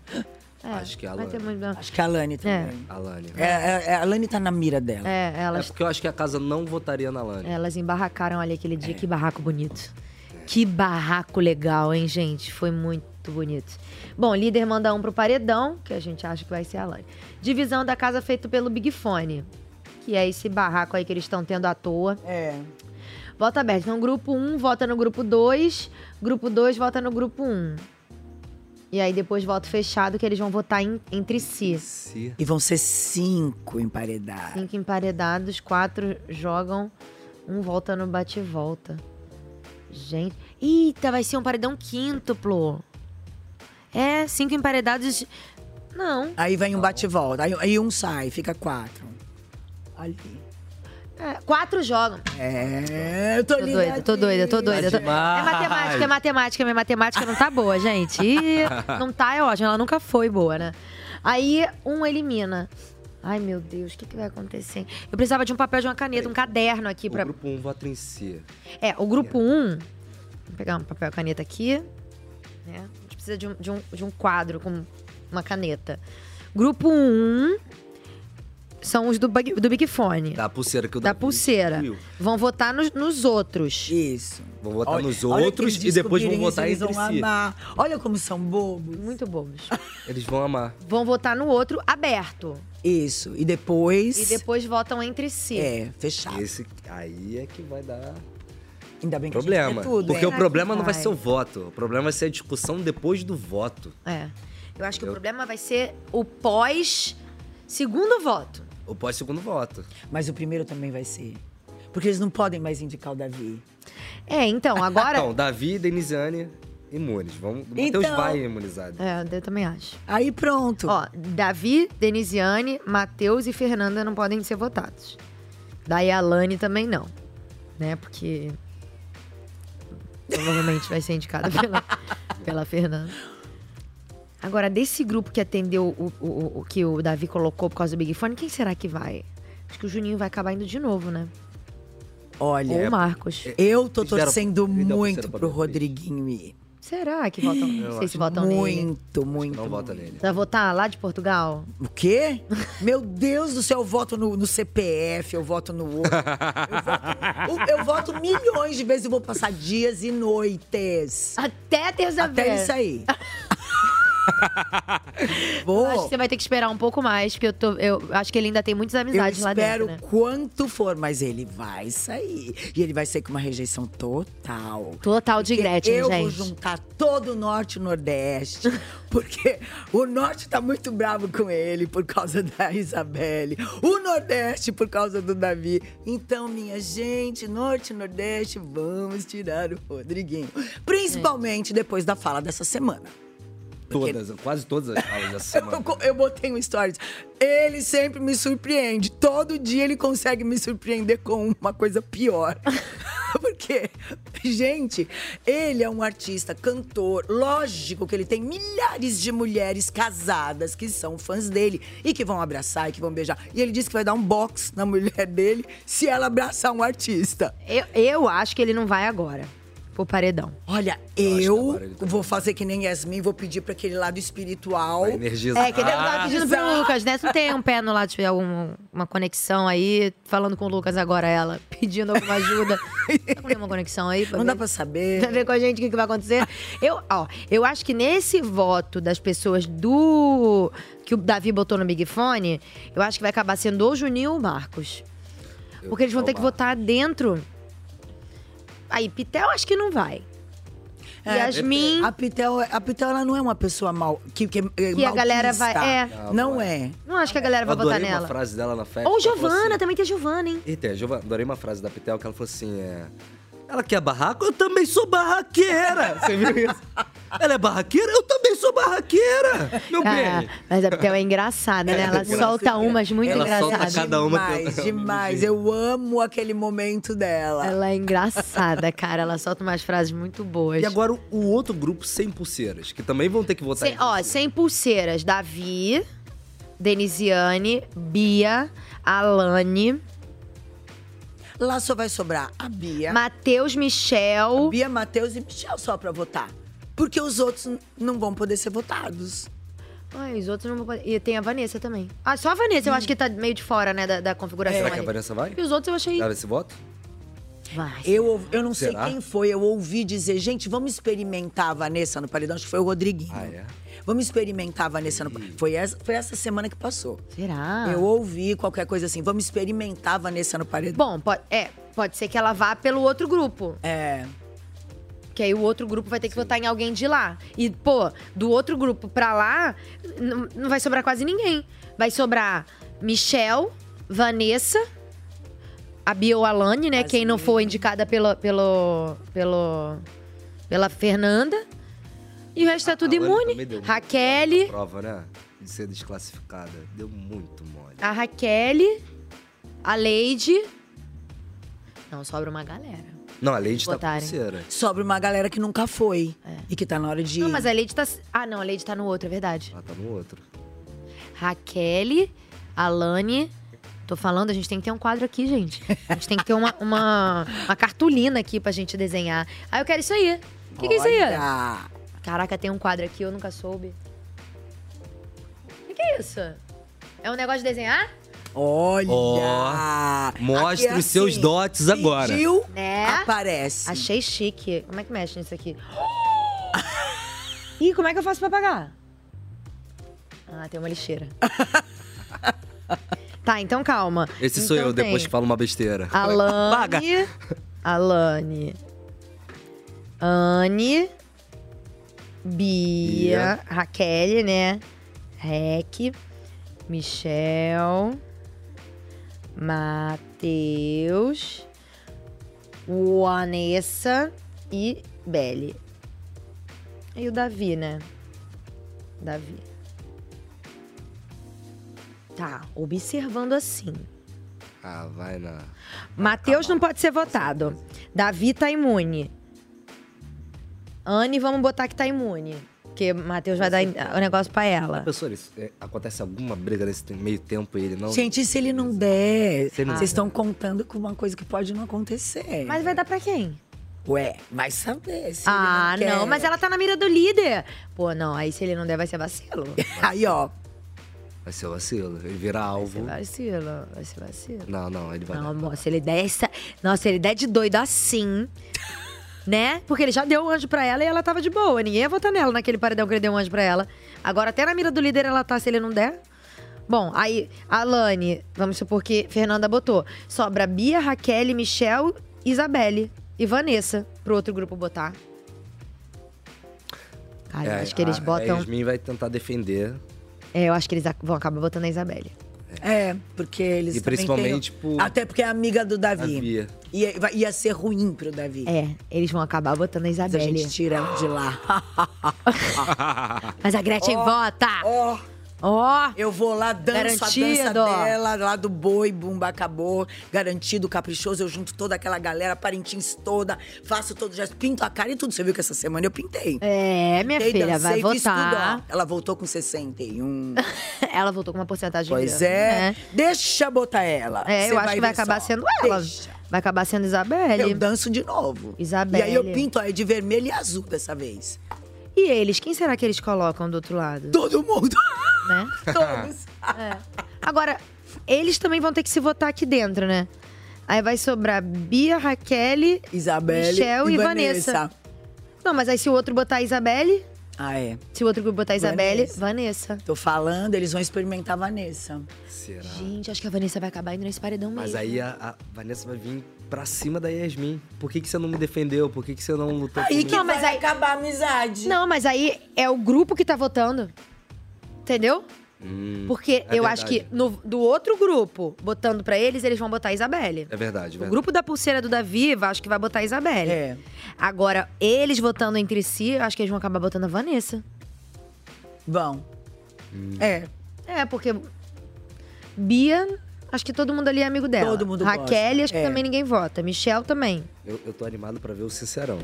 Speaker 1: É,
Speaker 3: Acho que é a
Speaker 1: vai ter
Speaker 3: Alane.
Speaker 1: muito-
Speaker 2: Acho que a Lani também.
Speaker 3: A Lani. né?
Speaker 2: É, é, é, a Lani tá na mira dela.
Speaker 1: É,
Speaker 3: É
Speaker 1: elas É.
Speaker 3: porque eu acho que a casa não votaria na Lani.
Speaker 1: Elas embarracaram ali aquele dia. Que barraco bonito. Que barraco legal, hein, gente? Foi muito bonito. Bom, líder manda um pro paredão, que a gente acha que vai ser a Lani. Divisão da casa feito pelo Big Fone. Que é esse barraco aí que eles estão tendo à toa.
Speaker 2: É.
Speaker 1: Vota aberta. Então, grupo 1 vota no grupo 2. Grupo 2 vota no grupo 1. E aí, depois, voto fechado, que eles vão votar em- entre si.
Speaker 2: E vão ser cinco emparedados.
Speaker 1: Cinco emparedados, quatro jogam, um volta no bate-volta. Gente. Eita, vai ser um paredão quíntuplo. É, cinco emparedados. Não.
Speaker 2: Aí vem um
Speaker 3: Tá
Speaker 2: bate-volta. Aí, aí um sai, fica quatro. Ali.
Speaker 1: É, quatro jogam.
Speaker 2: É, eu tô,
Speaker 1: Tô doida, tô doida, tô doida. tô- É matemática, é matemática. Minha matemática não tá boa, gente.
Speaker 3: (laughs)
Speaker 1: Ih, não tá, é ótimo. Ela nunca foi boa, né? Aí, um elimina. Ai, meu Deus, o que, que vai acontecer? Eu precisava de um papel, de uma caneta, um caderno aqui pra.
Speaker 3: O grupo 1 vota em si.
Speaker 1: É, o grupo 1. Um, vou pegar um papel e caneta aqui. Né? A gente precisa de um, de um, de um quadro com uma caneta. Grupo 1 um, são os do, bug- do Big Fone.
Speaker 3: Da pulseira que eu
Speaker 1: Da pulseira. Vão votar nos, nos outros.
Speaker 2: Isso.
Speaker 3: Vão votar
Speaker 1: Olha-
Speaker 3: nos
Speaker 1: olha que
Speaker 3: outros e
Speaker 1: eles
Speaker 3: depois vão
Speaker 1: descobrirem
Speaker 3: votar
Speaker 1: isso,
Speaker 3: entre
Speaker 1: eles vão
Speaker 3: si.
Speaker 1: amar.
Speaker 2: Olha como são bobos.
Speaker 1: Muito bobos.
Speaker 3: Eles vão amar.
Speaker 1: Vão votar no outro aberto.
Speaker 2: Isso. E depois.
Speaker 1: E depois votam entre si.
Speaker 2: É, fechado.
Speaker 3: Esse aí é que vai dar.
Speaker 2: Ainda bem que a gente
Speaker 3: Problema.
Speaker 2: vê tudo,
Speaker 3: porque
Speaker 2: hein?
Speaker 3: o
Speaker 1: É,
Speaker 3: problema não vai ser o voto. O problema vai ser a discussão depois do voto.
Speaker 1: É. Eu acho que
Speaker 3: Eu-
Speaker 1: o problema vai ser o pós segundo voto.
Speaker 3: O pós-segundo voto.
Speaker 2: Mas o primeiro também vai ser. Porque eles não podem mais indicar o Davi.
Speaker 1: É, então,
Speaker 3: (laughs)
Speaker 1: agora.
Speaker 3: Então, Davi, Denisiane, imunes. Vamos, o Matheus
Speaker 1: Então-
Speaker 3: vai imunizado.
Speaker 1: É, eu também acho.
Speaker 2: Aí pronto.
Speaker 1: Ó, Davi, Denisiane, Matheus e Fernanda não podem ser votados. Daí a Lani também não. Né? Porque. Provavelmente vai ser indicada (laughs) pela, pela Fernanda. Agora, desse grupo que atendeu o, o- o- o que o Davi colocou por causa do Big Fone, quem será que vai? Acho que o Juninho vai acabar indo de novo, né?
Speaker 2: Olha.
Speaker 1: Ou o Marcos.
Speaker 3: É,
Speaker 2: Eu tô
Speaker 1: Eles deram-
Speaker 2: torcendo
Speaker 1: eles deram
Speaker 2: muito
Speaker 1: pulseira pra
Speaker 2: pro
Speaker 1: Beatriz.
Speaker 2: Rodriguinho ir.
Speaker 1: Será que votam? Não sei se votam nele.
Speaker 2: Muito, muito.
Speaker 3: Não vota nele.
Speaker 1: Vai votar lá de Portugal?
Speaker 2: O quê? Meu Deus do céu, eu voto no, no CPF, eu voto no
Speaker 4: (laughs)
Speaker 2: outro. Eu, eu voto milhões de vezes e vou passar dias e noites. Então é
Speaker 1: Até terça-feira.
Speaker 2: Até isso aí.
Speaker 1: Eu acho que você vai ter que esperar um pouco mais, porque eu, tô, eu acho que ele ainda tem muitas amizades
Speaker 2: eu
Speaker 1: lá
Speaker 2: espero
Speaker 1: dentro. né?
Speaker 2: quanto for, mas ele vai sair. E ele vai ser com uma rejeição total.
Speaker 1: Total de
Speaker 2: Porque
Speaker 1: Gretchen,
Speaker 2: eu vou
Speaker 1: gente.
Speaker 2: juntar todo o Norte e o Nordeste. (laughs) Porque o Norte tá muito bravo com ele por causa da Isabelle. O Nordeste por causa do Davi. Então, minha gente, Norte e Nordeste, vamos tirar o Rodriguinho. Principalmente depois da fala dessa semana.
Speaker 3: Todas, quase todas as falas
Speaker 1: (laughs)
Speaker 3: dessa
Speaker 2: Eu,
Speaker 3: semana.
Speaker 2: co- eu botei um stories. Ele sempre me surpreende. Todo dia ele consegue me surpreender com uma coisa pior. (laughs) Porque, gente, ele é um artista, cantor. Lógico que ele tem milhares de mulheres casadas que são fãs dele e que vão abraçar e que vão beijar. E ele disse que vai dar um box na mulher dele se ela abraçar um artista.
Speaker 1: Eu, eu acho que ele não vai agora. Pro paredão.
Speaker 2: Olha, eu vou fazer que nem Yasmin, vou pedir para aquele lado espiritual.
Speaker 3: energizar.
Speaker 1: É, que ele
Speaker 3: Ah,
Speaker 1: tá pedindo pro
Speaker 2: Energizar.
Speaker 1: Lucas, né? Se não tem um pé no lado, tiver algum- uma conexão aí, falando com o Lucas agora, ela, pedindo alguma ajuda. Tá com nenhuma conexão aí? Não dá
Speaker 2: pra saber.
Speaker 1: Pra ver com a gente o que, que vai acontecer. Eu, ó, eu acho que nesse voto das pessoas do. que o Davi botou no Big Fone, eu acho que vai acabar sendo ou o Juninho ou o Marcos. Porque eles vão ter que votar dentro. Aí, Pitel acho que não vai.
Speaker 2: É,
Speaker 1: Yasmin.
Speaker 2: A Pitel, a Pitel ela não é uma pessoa mal. Que, é, que,
Speaker 1: Que a galera vai- é.
Speaker 2: Não é.
Speaker 1: Não acho que a galera
Speaker 3: Eu
Speaker 1: vai votar
Speaker 3: adorei uma
Speaker 1: nela.
Speaker 3: frase dela na festa.
Speaker 1: Ou
Speaker 3: ela falou
Speaker 1: Giovana, também tem a Giovana, hein?
Speaker 3: assim- Eita, Giovana, adorei uma frase da Pitel que ela falou assim: é. Ela quer barraco? Eu também sou
Speaker 1: (laughs)
Speaker 3: barraqueira! Você viu isso? Ela é barraqueira? Eu também sou barraqueira! Meu
Speaker 1: Ah,
Speaker 3: bem!
Speaker 1: mas a Pitel é engraçada, né? Ela
Speaker 3: Engraçada.
Speaker 1: solta umas muito
Speaker 3: Ela solta
Speaker 1: engraçadas.
Speaker 3: cada uma pelo-
Speaker 2: Demais, demais. Eu amo aquele momento dela.
Speaker 1: Ela é engraçada, cara. Ela solta umas frases muito boas.
Speaker 3: E agora o outro grupo sem pulseiras, que também vão ter que votar.
Speaker 1: Sem, ó, sem pulseiras, Davi, Denisiane, Bia, Alane,
Speaker 2: Lá só vai sobrar a Bia.
Speaker 1: Matheus, Michel.
Speaker 2: Bia, Matheus e Michel só pra votar. Porque os outros n- não vão poder ser votados.
Speaker 1: Ai, os outros não vão poder. E tem a Vanessa também. Ah, só a Vanessa,
Speaker 2: Hum.
Speaker 1: eu acho que tá meio de fora, né, da, da
Speaker 2: É.
Speaker 1: configuração.
Speaker 3: Será que a
Speaker 1: ali.
Speaker 3: Vanessa vai?
Speaker 1: E os outros eu achei.
Speaker 3: Dá esse voto?
Speaker 2: Eu, eu não
Speaker 3: Será?
Speaker 2: sei quem foi, eu ouvi dizer, gente, vamos experimentar a Vanessa no paredão, acho que foi o Rodriguinho. Ah, é? Vamos experimentar a Vanessa no paredão. Foi essa, foi essa semana que passou.
Speaker 1: Será?
Speaker 2: Eu ouvi qualquer coisa assim, vamos experimentar a Vanessa no paredão.
Speaker 1: Bom, pode, é, pode ser que ela vá pelo outro grupo.
Speaker 2: É.
Speaker 1: Que aí o outro grupo vai ter que votar em alguém de lá. E, pô, do outro grupo pra lá, n- não vai sobrar quase ninguém. Vai sobrar Michel, Vanessa, a Bia ou Alane, né? Quem não for indicada pela, pelo, pelo, pela Fernanda. E o resto é tudo
Speaker 3: Ah, Alane
Speaker 1: imune.
Speaker 3: também deu.
Speaker 1: Raquel,
Speaker 3: Prova, né? De ser desclassificada. Deu muito mole.
Speaker 1: a Raquel, a Leide. Não, sobra uma galera.
Speaker 3: Não, a Lady tá com
Speaker 1: Votarem.
Speaker 3: pulseira.
Speaker 2: Sobre uma galera que nunca foi e que tá na hora de.
Speaker 1: Não, mas a Leide tá. Ah, não, a Leide tá no outro, é verdade.
Speaker 3: Ela tá no outro.
Speaker 1: Raquel, Alane. Tô falando, a gente tem que ter um quadro aqui, gente. A gente tem que ter uma, uma, uma cartolina aqui pra gente desenhar. Ah, eu quero isso aí. O que, que é isso aí?
Speaker 2: Olha!
Speaker 1: Caraca, tem um quadro aqui, eu nunca soube. O que, que é isso? É um negócio de desenhar?
Speaker 2: Olha!
Speaker 3: mostra
Speaker 1: Aqui é
Speaker 3: os seus
Speaker 1: assim,
Speaker 3: dotes agora.
Speaker 2: pediu,
Speaker 1: Né?
Speaker 2: Aparece.
Speaker 1: Achei chique. Como é que mexe nisso aqui? Ih, como é que eu faço pra pagar? Ah, tem uma lixeira. tá, então calma.
Speaker 3: Esse sou
Speaker 1: Então
Speaker 3: eu, depois
Speaker 1: tem
Speaker 3: que falo uma besteira.
Speaker 1: Alane.
Speaker 3: Paga!
Speaker 1: (laughs) Alane. Anne.
Speaker 3: Bia.
Speaker 1: Bia. Raquel, né? Rec. Michel. Matheus. Vanessa e Belle. E o Davi, né? Davi. Tá, observando assim.
Speaker 3: Ah, vai na.
Speaker 1: Matheus não pode ser votado. Davi tá imune. Anne, vamos botar que tá imune. Porque Matheus vai dar o negócio pra ela.
Speaker 3: Professor, isso, é, acontece alguma briga nesse meio tempo e ele não.
Speaker 2: Gente, e se ele não der?
Speaker 3: Se ele não
Speaker 2: Vocês
Speaker 3: der.
Speaker 2: estão contando com uma coisa que pode não acontecer.
Speaker 1: Mas vai dar pra quem?
Speaker 2: Ué, vai
Speaker 1: um
Speaker 2: saber. É, se ele
Speaker 1: Ah,
Speaker 2: quer.
Speaker 1: não, mas ela tá na mira do líder. Pô, não, aí se ele não der, vai ser vacilo.
Speaker 2: (laughs) Aí, ó.
Speaker 3: Vai ser um vacilo. Ele vira alvo.
Speaker 1: um Vacilo, vai ser vacilo.
Speaker 3: Não, não, ele vai.
Speaker 1: Não, amor, se ele der essa. Nossa, se ele der de doido assim. né? Porque ele já deu um anjo pra ela e ela tava de boa. Ninguém ia votar nela naquele paredão que ele deu um anjo pra ela. Agora, até na mira do líder ela tá, se ele não der. Bom, aí, Alane, vamos supor que Fernanda botou. Sobra Bia, Raquel, Michel, Isabelle e Vanessa pro outro grupo botar. Cara, eu acho que eles
Speaker 3: É, a-
Speaker 1: botam.
Speaker 3: A Yasmin vai tentar defender.
Speaker 1: É, eu acho que eles ac- vão acabar botando a Isabelle.
Speaker 2: É, porque eles
Speaker 3: E
Speaker 2: também têm-
Speaker 3: principalmente por-
Speaker 2: Até porque é amiga do Davi.
Speaker 3: Davi.
Speaker 2: Ia, vai- ia ser ruim pro Davi.
Speaker 1: É, eles vão acabar botando a
Speaker 2: Se a
Speaker 1: Isabelle.
Speaker 2: gente tira ela de lá.
Speaker 1: Mas a Gretchen vota!
Speaker 2: Ó!
Speaker 1: Ó!
Speaker 2: Eu vou lá, danço a dança
Speaker 1: Garantido.
Speaker 2: dela, lá do boi, bumba, acabou. Garantido, caprichoso, eu junto toda aquela galera, parentins toda, faço todo o gesto, pinto a cara e tudo. Você viu que essa semana eu pintei.
Speaker 1: É, minha
Speaker 2: Pintei,
Speaker 1: filha, vai
Speaker 2: dancei, fiz
Speaker 1: votar.
Speaker 2: tudo, ó. Ela voltou com 61.
Speaker 1: (laughs) ela voltou com uma porcentagem
Speaker 2: Pois
Speaker 1: grande,
Speaker 2: é.
Speaker 1: né?
Speaker 2: Deixa botar ela.
Speaker 1: É,
Speaker 2: Você
Speaker 1: eu acho que vai
Speaker 2: ver
Speaker 1: acabar
Speaker 2: só.
Speaker 1: sendo ela. Vai acabar sendo Isabelle.
Speaker 2: Eu danço de novo.
Speaker 1: Isabelle.
Speaker 2: E aí eu pinto ó, é de vermelho e azul dessa vez.
Speaker 1: E eles? Quem será que eles colocam do outro lado?
Speaker 2: Todo mundo!
Speaker 1: (laughs) Né?
Speaker 2: (laughs) Todos.
Speaker 1: É. Agora, eles também vão ter que se votar aqui dentro, né? Aí vai sobrar Bia, Raquel,
Speaker 2: Isabelle
Speaker 1: Michel e
Speaker 2: e
Speaker 1: Vanessa.
Speaker 2: Vanessa.
Speaker 1: Não, mas aí se o outro botar a Isabelle,
Speaker 2: Ah, é.
Speaker 1: se o outro grupo botar a Isabelle, Vanessa.
Speaker 2: Tô falando, eles vão experimentar a Vanessa.
Speaker 3: Será?
Speaker 1: Gente, acho que a Vanessa vai acabar indo nesse paredão mesmo.
Speaker 3: Mas aí a, a Vanessa vai vir pra cima da Yasmin. Por que, que você não me defendeu? Por que, que você não lutou comigo?
Speaker 1: Não, mas aí-
Speaker 2: acabar a amizade.
Speaker 1: Não, mas aí é o grupo que tá votando. Entendeu?
Speaker 3: Hum,
Speaker 1: Porque
Speaker 3: é
Speaker 1: eu acho que
Speaker 3: verdade.
Speaker 1: no- do outro grupo, botando pra eles, eles vão botar a Isabelle.
Speaker 3: É verdade,
Speaker 1: O
Speaker 3: verdade.
Speaker 1: grupo da pulseira do Davi, eu acho que vai botar a Isabelle.
Speaker 2: É.
Speaker 1: Agora, eles votando entre si, eu acho que eles vão acabar botando a Vanessa.
Speaker 2: Vão. É.
Speaker 1: É, porque Bia, acho que todo mundo ali é amigo dela.
Speaker 3: Todo mundo
Speaker 1: Raquel,
Speaker 3: gosta,
Speaker 1: acho que
Speaker 3: é.
Speaker 1: também ninguém vota. Michel também.
Speaker 3: Eu, eu tô animado pra ver o Sincerão.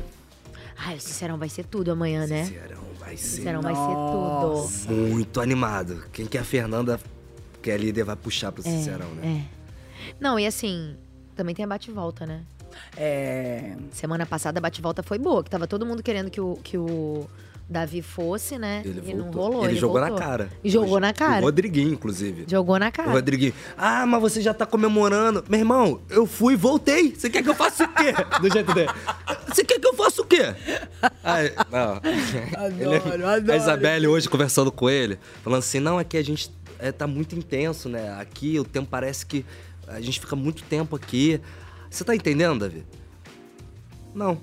Speaker 1: Ai, o Sincerão vai ser tudo amanhã, né?
Speaker 3: Sincerão vai ser.
Speaker 1: Sincerão vai ser tudo.
Speaker 3: Muito animado. Quem que é a Fernanda, que é líder, vai puxar pro
Speaker 1: É,
Speaker 3: Sincerão, né?
Speaker 1: Não, e assim, também tem a bate-volta, né?
Speaker 2: É.
Speaker 1: Semana passada a bate-volta foi boa, que tava todo mundo querendo que o, que o Davi fosse, né?
Speaker 3: Ele
Speaker 1: e não
Speaker 3: voltou.
Speaker 1: rolou.
Speaker 3: Ele jogou na
Speaker 1: voltou.
Speaker 3: cara.
Speaker 1: E jogou na
Speaker 3: O
Speaker 1: cara.
Speaker 3: Rodriguinho, inclusive.
Speaker 1: Jogou na cara.
Speaker 3: O Rodriguinho. Ah, mas você já tá comemorando. Meu irmão, eu fui e voltei. Você quer que eu faça o quê? (laughs) Do jeito dele. Você quer que eu faça o quê? Ai, não.
Speaker 1: (laughs)
Speaker 3: é
Speaker 2: Adoro,
Speaker 3: A
Speaker 2: adoro.
Speaker 3: Isabelle hoje conversando com ele, falando assim, não, é que a gente é, tá muito intenso, né? Aqui o tempo parece que a gente fica muito tempo aqui. Você tá entendendo, Davi? Não.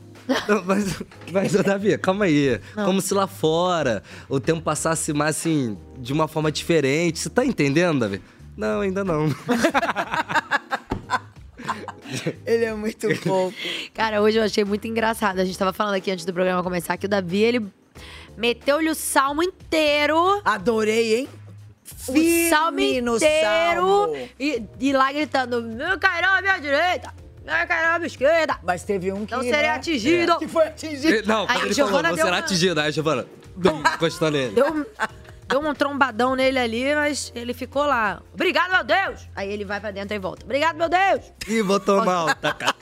Speaker 3: Não, Mas, mas ô, Davi, calma aí. Como se lá fora o tempo passasse mais assim, de uma forma diferente. Você tá entendendo, Davi? Não, ainda não.
Speaker 2: Ele é muito fofo.
Speaker 1: (laughs) Cara, hoje eu achei muito engraçado. A gente tava falando aqui antes do programa começar que o Davi, ele meteu-lhe o salmo inteiro.
Speaker 2: Adorei, hein?
Speaker 1: o salmo
Speaker 2: Firme no
Speaker 1: inteiro.
Speaker 2: salmo.
Speaker 1: E, e lá gritando: meu carão à minha direita, meu carão à minha esquerda.
Speaker 2: Mas teve um que.
Speaker 1: Não serei
Speaker 2: né?
Speaker 1: É Então atingido.
Speaker 2: Que foi atingido.
Speaker 3: Eh, Não,
Speaker 1: Aí
Speaker 3: quando ele falou,
Speaker 1: Giovana
Speaker 3: não
Speaker 1: deu
Speaker 3: será
Speaker 1: uma-
Speaker 3: atingido. Aí, Giovana,
Speaker 1: (laughs)
Speaker 3: dum, encostou nele.
Speaker 1: Deu um, deu um trombadão nele ali, mas ele ficou lá. Obrigado, meu Deus! Aí ele vai pra dentro e volta. Obrigado, meu Deus!
Speaker 3: Ih, botou
Speaker 1: (laughs)
Speaker 3: mal. Tá, tá.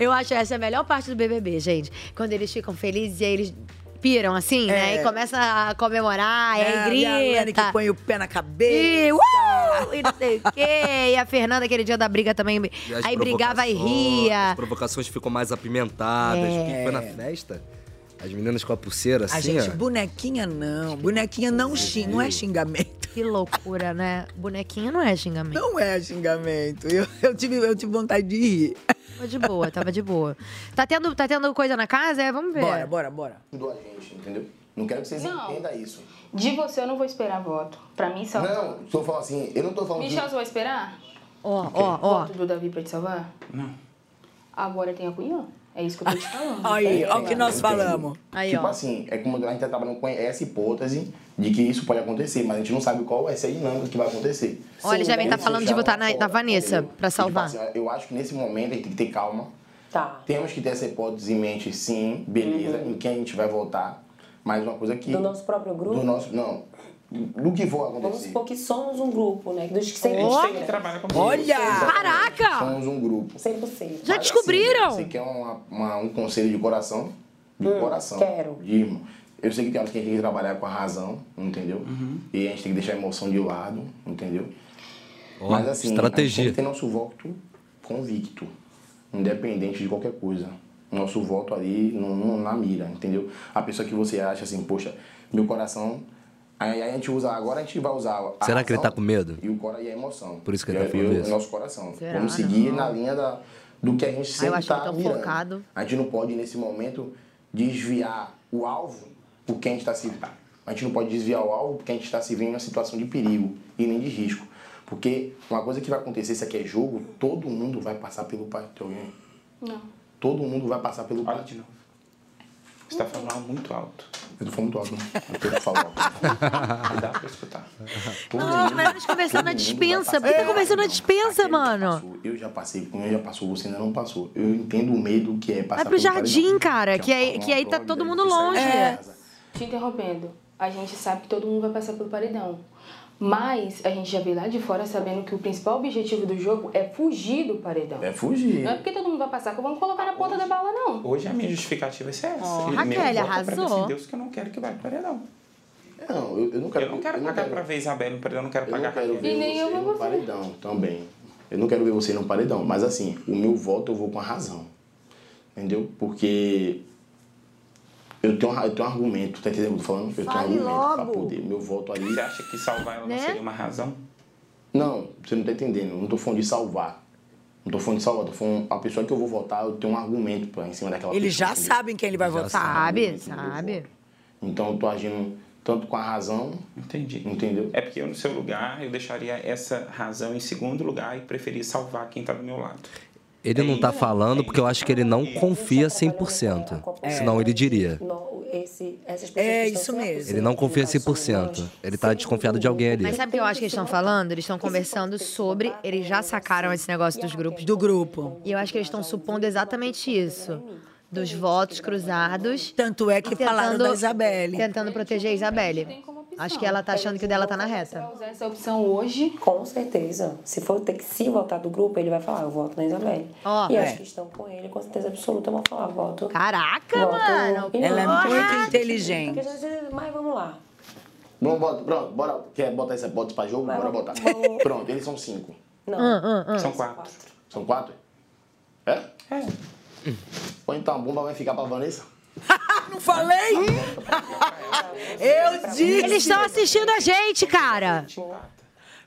Speaker 1: Eu acho essa a melhor parte do BBB, gente. Quando eles ficam felizes e aí eles piram assim, né?
Speaker 2: É.
Speaker 1: E começa a comemorar, e
Speaker 2: É,
Speaker 1: aí
Speaker 2: e a Lene
Speaker 1: Ah, grita.
Speaker 2: que põe o pé na cabeça.
Speaker 1: E, uh, e não sei o quê. E a Fernanda, aquele dia da briga também.
Speaker 3: E as
Speaker 1: Aí brigava e
Speaker 3: provocações- As
Speaker 1: ria.
Speaker 3: provocações ficam mais apimentadas.
Speaker 1: É.
Speaker 3: Foi na festa? As meninas com a pulseira,
Speaker 2: A
Speaker 3: assim,
Speaker 2: gente,
Speaker 3: ó.
Speaker 2: bonequinha não. Bonequinha não, xing, não é xingamento.
Speaker 1: Que loucura, né? Bonequinha não é xingamento.
Speaker 2: Não é xingamento. Eu, eu tive, eu tive vontade de rir.
Speaker 1: Tava de boa, tava de boa. Tá tendo, tá tendo coisa na casa? É, vamos ver.
Speaker 2: (laughs) Bora, bora, bora.
Speaker 8: Ajudou a gente, entendeu? Não quero que vocês
Speaker 7: Não.
Speaker 8: entendam isso.
Speaker 7: De você eu não vou esperar voto. Pra mim, só.
Speaker 8: Não, tô falando assim, eu não tô falando
Speaker 7: Michel,
Speaker 8: de...
Speaker 7: você vai esperar?
Speaker 1: Ó, ó, ó.
Speaker 7: Voto do Davi pra te salvar?
Speaker 8: Não.
Speaker 7: Agora tem a Cunhã. É isso que eu tô te falando.
Speaker 2: Aí,
Speaker 7: É,
Speaker 2: ó o que
Speaker 7: cara.
Speaker 2: nós falamos.
Speaker 1: Aí,
Speaker 8: tipo
Speaker 1: ó.
Speaker 8: assim, é como a gente tá trabalhando com essa hipótese de que isso pode acontecer, mas a gente não sabe qual vai ser a dinâmica que vai acontecer.
Speaker 1: Ó, ele já vem tá
Speaker 8: Isso
Speaker 1: falando de
Speaker 8: já é
Speaker 1: botar
Speaker 8: lá
Speaker 1: na,
Speaker 8: fora,
Speaker 1: na Vanessa
Speaker 8: entendeu?
Speaker 1: pra
Speaker 8: E, tipo
Speaker 1: salvar.
Speaker 8: assim, eu acho que nesse momento a gente tem que ter calma.
Speaker 7: Tá.
Speaker 8: Temos que ter essa hipótese em mente, sim, beleza, em quem a gente vai votar. Mas uma coisa que.
Speaker 14: Do nosso próprio grupo?
Speaker 8: Do nosso. Não. Do que for acontecer.
Speaker 14: Vamos supor que somos um grupo, né? Dos que
Speaker 8: A
Speaker 14: sempre
Speaker 8: gente tem que trabalhar como Olha!
Speaker 1: Caraca!
Speaker 8: Somos um grupo.
Speaker 14: 100%.
Speaker 1: Já
Speaker 8: Mas,
Speaker 1: descobriram?
Speaker 8: Assim, você quer uma- uma- um conselho de coração?
Speaker 7: Hum?
Speaker 8: De coração.
Speaker 14: quero.
Speaker 8: De irmão. Eu sei que tem horas que a gente tem que trabalhar com a razão, entendeu?
Speaker 3: Uhum.
Speaker 8: E a gente tem que deixar a emoção de lado, entendeu?
Speaker 3: Ó,
Speaker 8: Mas assim,
Speaker 3: estratégia.
Speaker 8: a gente tem que ter nosso voto convicto. independente de qualquer coisa. Nosso voto ali não, não- na mira, entendeu? A pessoa que você acha assim, poxa, meu coração. Aí a gente usa, agora a gente vai usar. A
Speaker 3: Será que ele tá
Speaker 8: razão
Speaker 3: com medo?
Speaker 8: E o cora e a emoção.
Speaker 3: Por isso que
Speaker 8: E
Speaker 3: ele tá
Speaker 8: o-
Speaker 3: falando
Speaker 8: e o
Speaker 3: isso.
Speaker 8: nosso coração.
Speaker 1: Será,
Speaker 8: Vamos
Speaker 14: né?
Speaker 8: seguir
Speaker 1: não?
Speaker 8: na linha da, do que a gente
Speaker 1: Ah, eu
Speaker 8: sempre
Speaker 1: acho que
Speaker 8: está
Speaker 1: tão
Speaker 8: mirando.
Speaker 1: focado.
Speaker 8: tá A gente não pode, nesse momento, desviar o alvo porque a gente está se. A gente não pode desviar o alvo porque a gente está se vendo em uma situação de perigo e nem de risco. Porque uma coisa que vai acontecer, se aqui é jogo, todo mundo vai passar pelo patrão.
Speaker 7: Não.
Speaker 8: Todo mundo vai passar pelo patrão.
Speaker 10: Você tá falando muito alto.
Speaker 8: Eu tô falando muito alto, né? Eu tô falando
Speaker 10: alto. (laughs) Dá pra escutar.
Speaker 2: Ah,
Speaker 1: Não, os meninos conversando na dispensa. Por que tá conversando na dispensa, mano?
Speaker 8: Eu já passei, como já passou, você ainda não passou. Eu entendo o medo que é passar
Speaker 1: Vai pro
Speaker 8: pelo paredão.
Speaker 1: jardim, cara, que aí, que aí tá todo mundo longe.
Speaker 7: É. Te interrompendo, a gente sabe que todo mundo vai passar pelo paredão. Mas a gente já veio lá de fora sabendo que o principal objetivo do jogo é fugir do paredão.
Speaker 10: É fugir.
Speaker 7: Não é porque todo mundo vai passar que vamos colocar na ponta da bala, não.
Speaker 10: Hoje a minha justificativa é essa.
Speaker 7: Ó,
Speaker 10: E
Speaker 7: Raquel,
Speaker 10: meu voto é pra
Speaker 7: arrasou.
Speaker 10: ver se Deus que eu não quero que vá pro paredão.
Speaker 8: Não, eu, não quero.
Speaker 10: Eu não quero pagar pra ver Isabelle no paredão, eu não quero pagar
Speaker 8: quero
Speaker 10: Raquel.
Speaker 8: ver E nem você eu vou no ver. paredão. Também. Eu não quero ver você no paredão, mas assim, o meu voto eu vou com a razão. Entendeu? Porque eu tenho, um ra- eu tenho um argumento, tá entendendo o que eu tô falando? Eu tenho um
Speaker 10: Fale
Speaker 8: argumento pra
Speaker 10: logo.
Speaker 8: poder. Meu voto ali.
Speaker 10: Você acha que salvar ela
Speaker 8: Né?
Speaker 10: não seria uma razão?
Speaker 8: Não, você não tá entendendo. Eu Não tô falando de salvar. Não tô falando de salvar, tô falando a pessoa que eu vou votar, eu tenho um argumento pra, em cima daquela
Speaker 2: Eles
Speaker 8: pessoa.
Speaker 2: já
Speaker 8: entendeu?
Speaker 2: sabem quem ele vai
Speaker 8: Já
Speaker 2: votar.
Speaker 1: Sabe, sabe.
Speaker 8: Então eu tô agindo tanto com a razão.
Speaker 10: Entendi.
Speaker 8: Entendeu?
Speaker 10: É porque eu, no seu lugar, eu deixaria essa razão em segundo lugar e preferia salvar quem tá do meu lado.
Speaker 3: Ele não tá falando porque eu acho que ele não confia 100%. É.
Speaker 1: É.
Speaker 3: Senão ele diria.
Speaker 14: Não, esse, essas pessoas
Speaker 2: É,
Speaker 14: que estão
Speaker 2: isso
Speaker 14: sem a
Speaker 2: mesmo.
Speaker 3: Ele não confia 100%. Ele tá desconfiado de alguém ali.
Speaker 1: Mas sabe o que eu acho que eles estão falando? Eles estão conversando sobre. Eles já sacaram esse negócio dos grupos.
Speaker 2: Do grupo.
Speaker 1: E eu acho que eles estão supondo exatamente isso. Dos votos cruzados.
Speaker 2: Tanto é que falaram da
Speaker 1: Isabelle. Tentando proteger a Isabelle. Acho que ela tá achando que o dela tá na reta.
Speaker 7: usar essa opção hoje?
Speaker 14: Com certeza. Se for ter que se votar do grupo, ele vai falar, eu voto na Isabelle.
Speaker 1: Ó,
Speaker 14: e
Speaker 1: é.
Speaker 14: as que estão com ele, com certeza absoluta, vão falar, voto.
Speaker 1: Caraca, mano,
Speaker 2: Ela é muito porra!
Speaker 8: inteligente.
Speaker 14: Mas é vamos lá.
Speaker 8: Vamos, bota, pronto, bora. Quer botar essa bota pra jogo? Bora botar. Pronto, eles são cinco.
Speaker 14: Não.
Speaker 1: Ah,
Speaker 10: São quatro.
Speaker 8: São quatro? É? É. Põe então a bomba, vai ficar pra Vanessa?
Speaker 2: Não falei? Eu disse.
Speaker 1: Eles estão assistindo a gente, cara.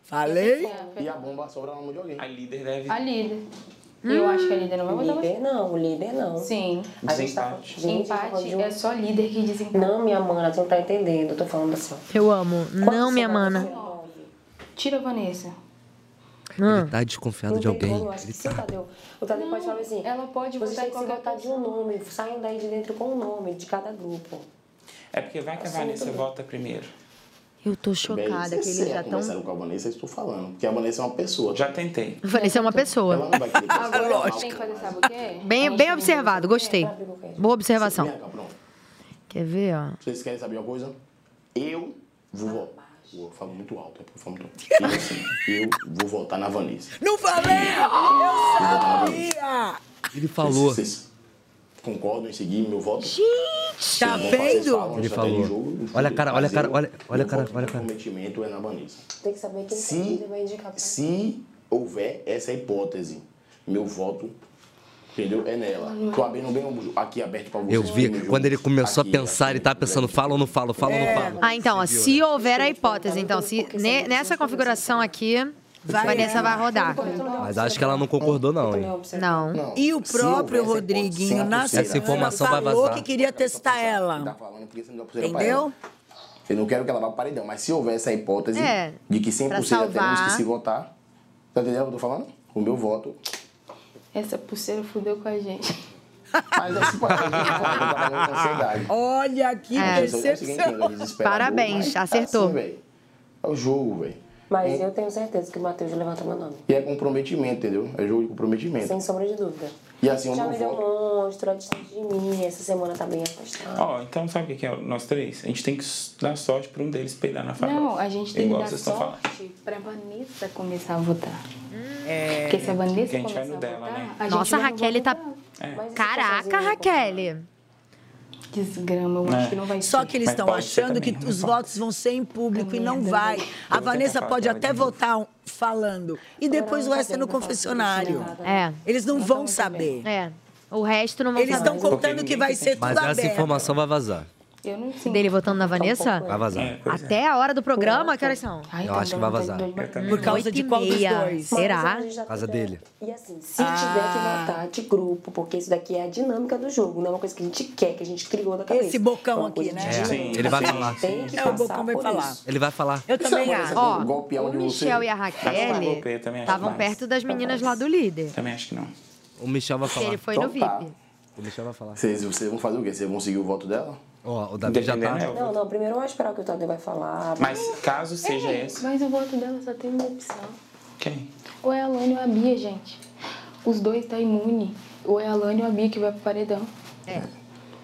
Speaker 2: Falei?
Speaker 8: E a bomba sobra na mão de alguém.
Speaker 10: A líder deve.
Speaker 7: A líder.
Speaker 1: Hum.
Speaker 7: Eu acho que a líder não vai votar
Speaker 14: Líder não, líder não.
Speaker 7: Sim.
Speaker 14: A gente tá falando- gente, tá falando de
Speaker 7: Empate
Speaker 14: um-
Speaker 7: é só líder que desempata.
Speaker 14: Não, minha mana, você não tá entendendo. Eu tô falando assim, ó.
Speaker 1: Eu amo. Não, minha mana.
Speaker 7: Tira a Vanessa.
Speaker 3: Ele tá desconfiado de alguém. tá-
Speaker 14: Eu acho que sim,
Speaker 15: tá
Speaker 14: Tadeu. O Tadeu pode falar assim.
Speaker 7: Ela pode
Speaker 14: vocês
Speaker 7: votar em
Speaker 14: têm que se
Speaker 7: qualquer
Speaker 14: votar de um nome. Saiam daí de dentro com o nome de cada grupo.
Speaker 10: É porque vai que a
Speaker 14: Assunto,
Speaker 10: Vanessa
Speaker 14: né?
Speaker 10: vota primeiro.
Speaker 1: Eu tô
Speaker 8: Bem,
Speaker 1: chocada que
Speaker 8: se
Speaker 1: eles
Speaker 8: você
Speaker 1: já
Speaker 8: já
Speaker 1: estão.
Speaker 8: conversaram com a Vanessa, eu estou falando. Porque a Vanessa é uma pessoa.
Speaker 10: Já tentei.
Speaker 1: Vanessa é uma pessoa.
Speaker 8: Ah,
Speaker 7: Agora tem que fazer, sabe o quê?
Speaker 1: Bem, bem observado, gostei. Boa observação.
Speaker 8: Vem cá, pronto.
Speaker 1: Quer ver, ó?
Speaker 8: Vocês querem saber uma coisa? Eu vou votar. Eu falo muito alto, é porque eu falo muito alto. Eu, assim, eu vou votar na Vanessa.
Speaker 2: Não falei! Eu sabia!
Speaker 3: Ele falou.
Speaker 8: Vocês concordam em seguir meu voto?
Speaker 2: Gente! Tá
Speaker 8: Vocês vão fazer
Speaker 2: vendo?
Speaker 8: falam,
Speaker 3: Ele
Speaker 8: estratégia de
Speaker 3: falou.
Speaker 8: tá jogo,
Speaker 3: Olha a cara, olha a
Speaker 8: mas
Speaker 3: cara,
Speaker 8: eu-
Speaker 3: olha, olha a cara,
Speaker 8: meu
Speaker 3: olha
Speaker 8: voto
Speaker 3: a cara.
Speaker 8: de comprometimento é na Vanessa.
Speaker 14: Tem que saber quem
Speaker 8: Se-
Speaker 14: tá líder vai indicar pra
Speaker 8: Se houver essa hipótese, meu voto, entendeu? É nela. Tô abrindo bem o aqui aberto pra vocês.
Speaker 3: Eu vi, quando ele começou a pensar, ele tava pensando, falo ou não falo, falo ou não falo.
Speaker 1: Ah, então, ó,
Speaker 2: né?
Speaker 1: se houver a hipótese, então, se ne- nessa configuração aqui, Vanessa vai rodar.
Speaker 3: Mas acho que ela não concordou, não, hein?
Speaker 1: Não.
Speaker 2: E o próprio Rodriguinho na
Speaker 3: Essa
Speaker 2: semana
Speaker 3: informação vai
Speaker 2: falou
Speaker 3: vazar.
Speaker 2: que queria
Speaker 1: Ah!
Speaker 2: testar ela. Entendeu?
Speaker 8: Eu não quero que ela vá pro paredão, mas se houver essa hipótese
Speaker 2: É,
Speaker 8: de que 100%
Speaker 2: pra
Speaker 8: já temos
Speaker 2: salvar.
Speaker 8: que se votar, tá entendendo o que eu tô falando? O meu voto. (laughs)
Speaker 7: Essa pulseira fudeu com a gente.
Speaker 8: Mas é tipo, ansiedade.
Speaker 2: Olha que
Speaker 8: É. decepção. desesperador, Parabéns, mas tá acertou. assim, velho. É o jogo, velho.
Speaker 14: Mas eu tenho certeza que o Matheus levanta meu nome.
Speaker 8: E é comprometimento, entendeu? É jogo de comprometimento.
Speaker 14: Sem sombra de dúvida.
Speaker 8: E assim, o
Speaker 14: Já
Speaker 8: meu
Speaker 14: me deu
Speaker 8: voto.
Speaker 14: um monstro, a distância de mim. Essa semana tá bem afastada.
Speaker 10: Ó, então sabe o que que é nós três? A gente tem que s- dar sorte pra um deles peirar na farofa.
Speaker 7: Não, a gente tem
Speaker 10: É Igual
Speaker 7: que dar
Speaker 10: vocês estão falando.
Speaker 7: sorte pra Vanessa começar a votar.
Speaker 10: É.
Speaker 7: Porque se a Vanessa
Speaker 10: a gente vai
Speaker 7: começar
Speaker 10: no
Speaker 7: a
Speaker 10: dela, né? É.
Speaker 7: A gente
Speaker 1: Nossa,
Speaker 7: vai no
Speaker 1: Raquel tá.
Speaker 7: tá
Speaker 1: Caraca, Raquel.
Speaker 7: Desgrama,
Speaker 10: É.
Speaker 7: eu acho que não vai
Speaker 2: Só que eles
Speaker 7: É. Mas
Speaker 2: estão
Speaker 7: pode ser
Speaker 2: achando que
Speaker 7: também, não
Speaker 2: os
Speaker 7: pode.
Speaker 2: votos vão ser em público e não
Speaker 7: merda,
Speaker 2: vai.
Speaker 7: né?
Speaker 2: A
Speaker 7: Eu vou
Speaker 2: Vanessa
Speaker 7: tentar
Speaker 2: pode
Speaker 7: falar
Speaker 2: até votar um- falando. E depois o resto é no confessionário.
Speaker 1: É.
Speaker 2: Eles não vão saber.
Speaker 1: É. O resto não vão
Speaker 2: Eles estão
Speaker 1: saber.
Speaker 2: contando que vai ser
Speaker 3: Mas
Speaker 2: tudo
Speaker 3: essa
Speaker 2: aberto.
Speaker 3: informação vai vazar.
Speaker 7: Eu não um
Speaker 1: sei. Dele votando na Vanessa?
Speaker 3: Vai vazar.
Speaker 10: é.
Speaker 1: Até a hora do programa, que horas são?
Speaker 3: Eu acho que vai vazar.
Speaker 1: Por causa de qual dos dois? Será?
Speaker 3: Por causa
Speaker 15: tá
Speaker 3: dele.
Speaker 14: E tá assim, se tiver que
Speaker 2: Ah.
Speaker 14: votar de grupo, porque isso daqui é a dinâmica do jogo, não é uma coisa que a gente quer, que a gente criou na cabeça.
Speaker 2: Esse bocão
Speaker 14: É uma
Speaker 2: aqui,
Speaker 14: coisa
Speaker 2: né?
Speaker 14: de
Speaker 3: É,
Speaker 14: dinâmica.
Speaker 3: ele vai
Speaker 14: A gente
Speaker 3: falar.
Speaker 14: Tem que
Speaker 2: É, o
Speaker 14: passar
Speaker 2: bocão vai
Speaker 14: por
Speaker 2: falar.
Speaker 14: isso.
Speaker 3: Ele vai falar.
Speaker 2: Eu também acho.
Speaker 1: Ó,
Speaker 10: golpe é um
Speaker 1: o
Speaker 10: onde você-
Speaker 1: Michel e a
Speaker 10: Acho que
Speaker 1: Raquel
Speaker 10: não. Golpe, eu também acho
Speaker 1: estavam
Speaker 10: demais.
Speaker 1: perto das meninas
Speaker 10: é
Speaker 1: lá do líder.
Speaker 10: Também acho que não.
Speaker 7: um-
Speaker 3: O Michel vai falar.
Speaker 1: Ele foi no
Speaker 10: Então tá.
Speaker 1: VIP.
Speaker 3: O Michel vai falar.
Speaker 8: Vocês, vocês vão fazer o quê? Vocês vão seguir o voto dela?
Speaker 3: Ó, o Davi já
Speaker 8: É,
Speaker 3: tá.
Speaker 8: né?
Speaker 14: Não, não, primeiro vamos esperar o que o Tadeu vai falar.
Speaker 10: Mas caso seja
Speaker 7: Ei,
Speaker 10: esse.
Speaker 7: Mas o voto dela só tem uma opção.
Speaker 10: Quem?
Speaker 7: Ou é a Alane ou a Bia, gente. Os dois tá imune. Ou é a Alane ou a Bia que vai pro paredão. É.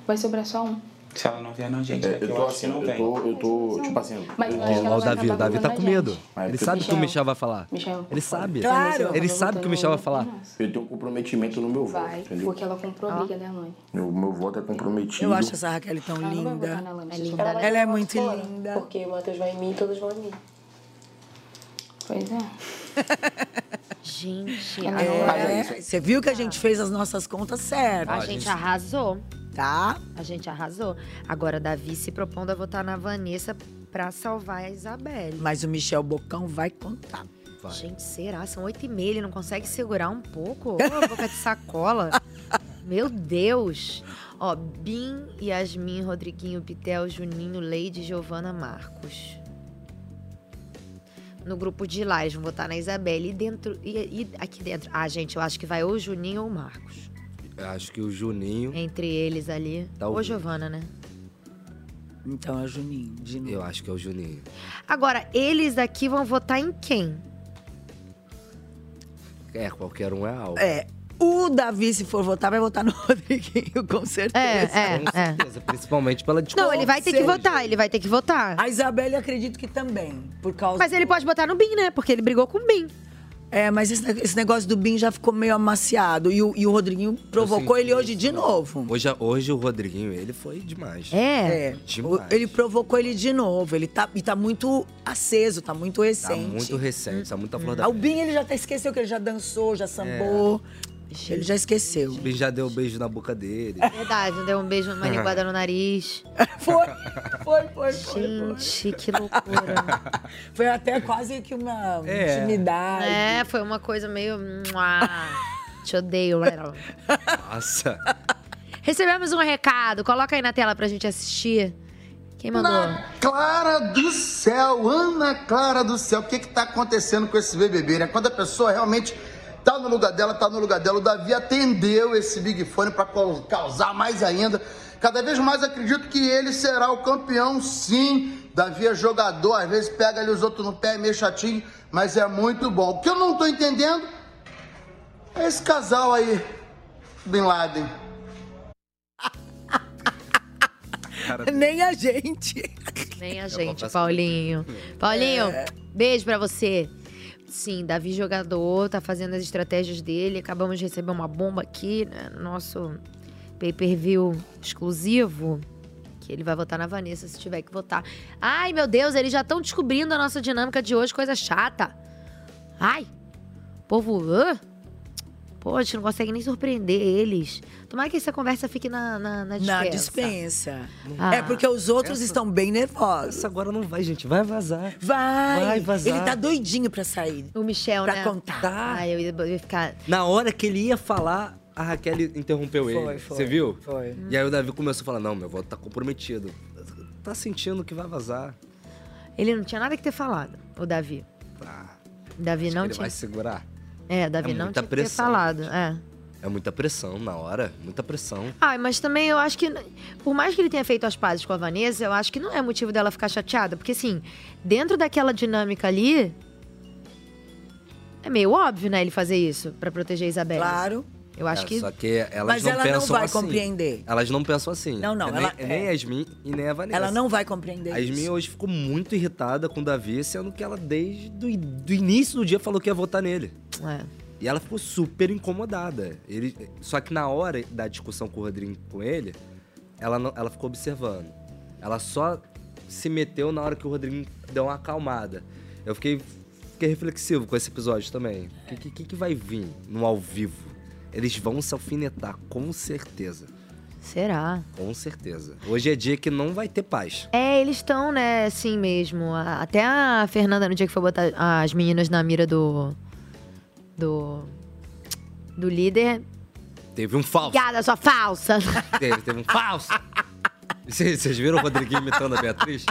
Speaker 7: Vai sobrar só um.
Speaker 10: Se ela não vier, não, gente.
Speaker 8: É,
Speaker 10: daqui
Speaker 8: eu
Speaker 10: eu,
Speaker 8: tô
Speaker 10: acho que
Speaker 8: assim,
Speaker 10: não
Speaker 8: eu
Speaker 10: vem.
Speaker 8: tô- eu tô, tipo assim,
Speaker 7: Mas eu acho que
Speaker 3: Ó,
Speaker 7: ela
Speaker 3: ó, o
Speaker 7: vai
Speaker 3: Davi, o
Speaker 7: acabar
Speaker 3: Davi tá com
Speaker 7: votando a
Speaker 3: medo.
Speaker 7: gente.
Speaker 3: Ele sabe que o Michel vai falar.
Speaker 7: Michel.
Speaker 3: Ele sabe.
Speaker 7: Claro.
Speaker 3: Ele sabe que o Michel vai falar.
Speaker 8: Eu tenho um comprometimento no meu voto,
Speaker 7: Vai,
Speaker 8: entendeu?
Speaker 7: porque ela comprou a briga da Alane.
Speaker 8: Meu, meu voto é comprometido.
Speaker 2: Eu
Speaker 3: assim.
Speaker 2: acho essa Raquel
Speaker 8: Ah,
Speaker 2: tão linda. Ela, é muito linda.
Speaker 14: Porque o Matheus vai em mim e todos vão em mim.
Speaker 7: Pois é.
Speaker 1: Gente,
Speaker 10: Então,
Speaker 2: É,
Speaker 1: agora.
Speaker 2: Você viu que a gente fez as nossas contas certas.
Speaker 1: A gente arrasou.
Speaker 2: Tá?
Speaker 1: A gente arrasou. Agora, Davi se propondo a votar na Vanessa pra salvar a Isabelle.
Speaker 2: Mas o Michel Bocão vai contar.
Speaker 1: Gente, será? São oito e meia, ele não consegue segurar um pouco? Ô, boca de
Speaker 3: (laughs)
Speaker 1: sacola. Meu Deus. Ó, Bim, Yasmin, Rodriguinho, Pitel, Juninho, Leide, Giovana, Marcos. No grupo de lá, eles vão votar na Isabelle. E dentro, e, e aqui dentro? Ah, gente, eu acho que vai ou Juninho ou Marcos.
Speaker 3: Eu Acho que é o Juninho.
Speaker 1: Entre eles ali.
Speaker 3: Tá
Speaker 1: ou
Speaker 3: ouvindo.
Speaker 1: Giovana, né?
Speaker 2: Então é o Juninho, de novo.
Speaker 3: Eu acho que é o Juninho.
Speaker 1: Agora, eles daqui vão votar em quem?
Speaker 3: É, qualquer um é alvo.
Speaker 2: É. O Davi, se for votar, vai votar no (laughs) Rodriguinho, com certeza.
Speaker 1: É,
Speaker 3: Com certeza, principalmente pela discussão.
Speaker 1: Não, ele vai ter que votar, ele vai ter que votar.
Speaker 2: Tipo, A Isabelle, eu acredito que também, por causa...
Speaker 1: Mas ele pode botar no BIM, né? Porque ele brigou com o BIM.
Speaker 2: É, mas esse, ne- esse negócio do Bim já ficou meio amaciado. E o, e o Rodriguinho provocou ele hoje de novo.
Speaker 3: Hoje, hoje o Rodriguinho, ele foi demais.
Speaker 2: É.
Speaker 3: Demais.
Speaker 2: O- Ele provocou ele de novo. Ele tá, e tá muito aceso, tá muito
Speaker 3: Tá
Speaker 2: recente.
Speaker 3: muito recente, tá muita flor da
Speaker 2: Ah, o Bim, ele já até esqueceu que ele já dançou,
Speaker 3: É.
Speaker 2: já sambou. Ele já esqueceu.
Speaker 3: O Bin já deu um beijo na boca dele.
Speaker 1: Verdade, deu um beijo, uma linguada no (laughs) nariz.
Speaker 2: Foi, foi, foi, foi.
Speaker 1: Gente, que (laughs) loucura.
Speaker 2: Foi até quase que uma
Speaker 1: É.
Speaker 2: intimidade.
Speaker 1: É, foi uma coisa meio. "Mua, Te odeio, Lerol.
Speaker 3: Nossa.
Speaker 1: (laughs) Recebemos um recado, coloca aí na tela pra gente assistir. Quem mandou?
Speaker 16: Ana Clara do céu, Ana Clara do céu, o que que tá acontecendo com esse BBB, né? Quando a pessoa realmente tá no lugar dela, tá no lugar dela, o Davi atendeu esse Big Fone pra cau- causar mais ainda. Cada vez mais acredito que ele será o campeão, sim. Davi é jogador, às vezes pega ali os outros no pé, é meio chatinho, mas é muito bom. O que eu não tô entendendo é esse casal aí, Bin Laden.
Speaker 2: (laughs) Nem a gente.
Speaker 1: Nem a gente, Paulinho. Paulinho,
Speaker 2: É.
Speaker 1: beijo pra você. Sim, Davi jogador, tá fazendo as estratégias dele. Acabamos de receber uma bomba aqui, né, no nosso pay-per-view exclusivo. Que ele vai votar na Vanessa se tiver que votar. Ai, meu Deus, eles já estão descobrindo a nossa dinâmica de hoje, coisa chata. Ai, povo. hã? Pô, a gente não consegue nem surpreender eles. Tomara que essa conversa fique na, na, na dispensa.
Speaker 2: Na dispensa.
Speaker 1: Ah.
Speaker 2: É porque os outros estão bem nervosos.
Speaker 3: Essa agora não vai, gente. Vai vazar.
Speaker 2: Vai.
Speaker 3: Vai vazar. Tá.
Speaker 2: Ele tá doidinho pra sair.
Speaker 1: O Michel,
Speaker 2: pra
Speaker 1: né?
Speaker 2: contar.
Speaker 1: Ai, eu ia, eu ia ficar.
Speaker 3: Na hora que ele ia falar, a Raquel interrompeu
Speaker 2: Foi,
Speaker 3: ele.
Speaker 2: foi,
Speaker 3: Você viu?
Speaker 2: foi.
Speaker 3: E aí o Davi começou a falar: não, meu voto tá comprometido. Tá sentindo que vai vazar.
Speaker 1: Ele não tinha nada que ter falado, o Davi. Davi não
Speaker 3: Tá. ele
Speaker 1: tinha.
Speaker 3: vai segurar.
Speaker 1: É, Davi
Speaker 3: É
Speaker 1: não
Speaker 3: muita
Speaker 1: tinha que ter
Speaker 3: pressão,
Speaker 1: falado. É.
Speaker 3: É muita pressão na hora, muita pressão.
Speaker 1: Ai, mas também eu acho que. Por mais que ele tenha feito as pazes com a Vanessa, eu acho que não é motivo dela ficar chateada. Porque, assim, dentro daquela dinâmica ali. É meio óbvio, né, ele fazer isso pra proteger a Isabela.
Speaker 2: Claro.
Speaker 1: Eu acho
Speaker 3: É,
Speaker 1: que.
Speaker 3: Só que elas
Speaker 2: Mas
Speaker 3: não
Speaker 2: ela não
Speaker 3: pensam
Speaker 2: vai
Speaker 3: assim.
Speaker 2: compreender.
Speaker 3: Elas não pensam assim.
Speaker 2: Não, não,
Speaker 3: Nem,
Speaker 2: ela-
Speaker 3: nem
Speaker 2: é.
Speaker 3: a Yasmin e nem a Vanessa.
Speaker 2: Ela não vai compreender
Speaker 3: A Yasmin
Speaker 2: isso.
Speaker 3: hoje ficou muito irritada com o Davi, sendo que ela desde do, i- do início do dia falou que ia votar nele.
Speaker 1: É.
Speaker 3: E ela ficou super incomodada. Ele, só que na hora da discussão com o Rodrigo com ele, ela, não- ela ficou observando. Ela só se meteu na hora que o Rodrigo deu uma acalmada. Eu fiquei fiquei reflexivo com esse episódio também. O que, que, que vai vir no ao vivo? Eles vão se alfinetar, com certeza.
Speaker 1: Será?
Speaker 3: Com certeza. Hoje é dia que não vai ter paz.
Speaker 1: É, eles estão, né, assim mesmo. A- Até a Fernanda, no dia que foi botar as meninas na mira do. do. do líder.
Speaker 3: Teve um falso.
Speaker 1: Obrigada, sua
Speaker 2: (laughs)
Speaker 1: falsa!
Speaker 3: Teve, teve um falso. Vocês vocês viram o Rodriguinho imitando a Beatriz?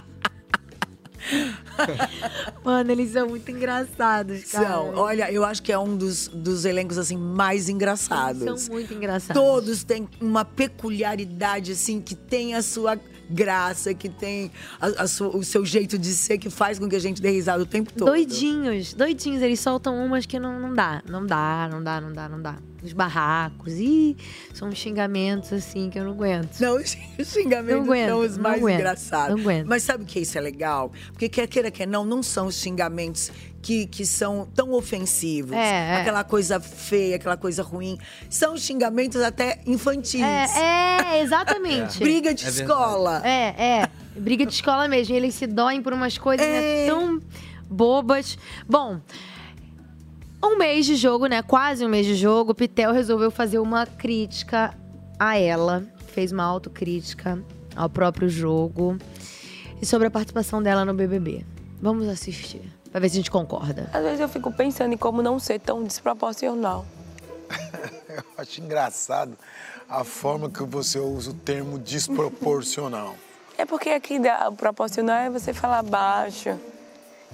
Speaker 1: Mano, eles são muito engraçados, cara.
Speaker 2: São. Olha, eu acho que é um dos, dos elencos assim mais engraçados.
Speaker 1: Eles são muito engraçados.
Speaker 2: Todos têm uma peculiaridade assim que tem a sua graça, que tem a- a sua- o seu jeito de ser que faz com que a gente dê risada o tempo todo.
Speaker 1: Doidinhos, doidinhos. Eles soltam umas que não, não dá. Não dá, não dá, não dá, não dá. Os barracos. Ih, são uns xingamentos assim que eu não aguento.
Speaker 2: Não, (laughs) os xingamentos
Speaker 1: não aguento,
Speaker 2: são os
Speaker 1: não
Speaker 2: mais
Speaker 1: aguento,
Speaker 2: engraçados.
Speaker 1: Não aguento.
Speaker 2: Mas sabe o que isso é legal? Porque quer queira, quer não, não são os xingamentos que, que são tão ofensivos.
Speaker 1: É, é.
Speaker 2: Aquela coisa feia, aquela coisa ruim. São xingamentos até infantis.
Speaker 1: É, é, exatamente.
Speaker 2: (laughs) Briga de escola.
Speaker 1: É, é. Briga de escola mesmo. E eles se doem por umas coisas né,
Speaker 2: É.
Speaker 1: tão bobas. Bom. Um mês de jogo, né? Quase um mês de jogo, o Pitel resolveu fazer uma crítica a ela. Fez uma autocrítica ao próprio jogo. E sobre a participação dela no BBB. Vamos assistir, pra ver se a gente concorda.
Speaker 11: Às vezes eu fico pensando em como não ser tão desproporcional.
Speaker 17: (laughs) Eu acho engraçado a forma que você usa o termo
Speaker 11: (laughs)
Speaker 17: desproporcional.
Speaker 11: É porque aqui dá- o proporcional é você falar baixo,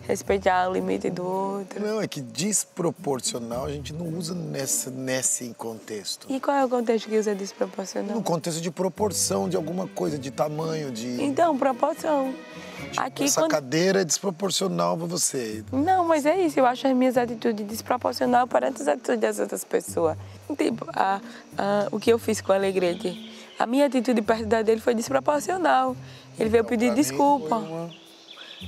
Speaker 11: respeitar o limite do outro.
Speaker 17: Não, é que desproporcional a gente não usa nessa, nesse contexto.
Speaker 11: E qual é o contexto que usa desproporcional?
Speaker 17: No contexto de proporção de alguma coisa, de tamanho, de.
Speaker 11: Então, proporção. Aqui
Speaker 17: Essa
Speaker 11: quando...
Speaker 17: cadeira é desproporcional pra você.
Speaker 11: Não, mas é isso. Eu acho as minhas atitudes desproporcionais perante as atitudes das outras pessoas. Tipo, a- a- o que eu fiz com o Alegrete. A minha atitude perto da dele foi desproporcional. Ele veio pedir
Speaker 17: Então, pra mim
Speaker 11: desculpa.
Speaker 17: foi uma-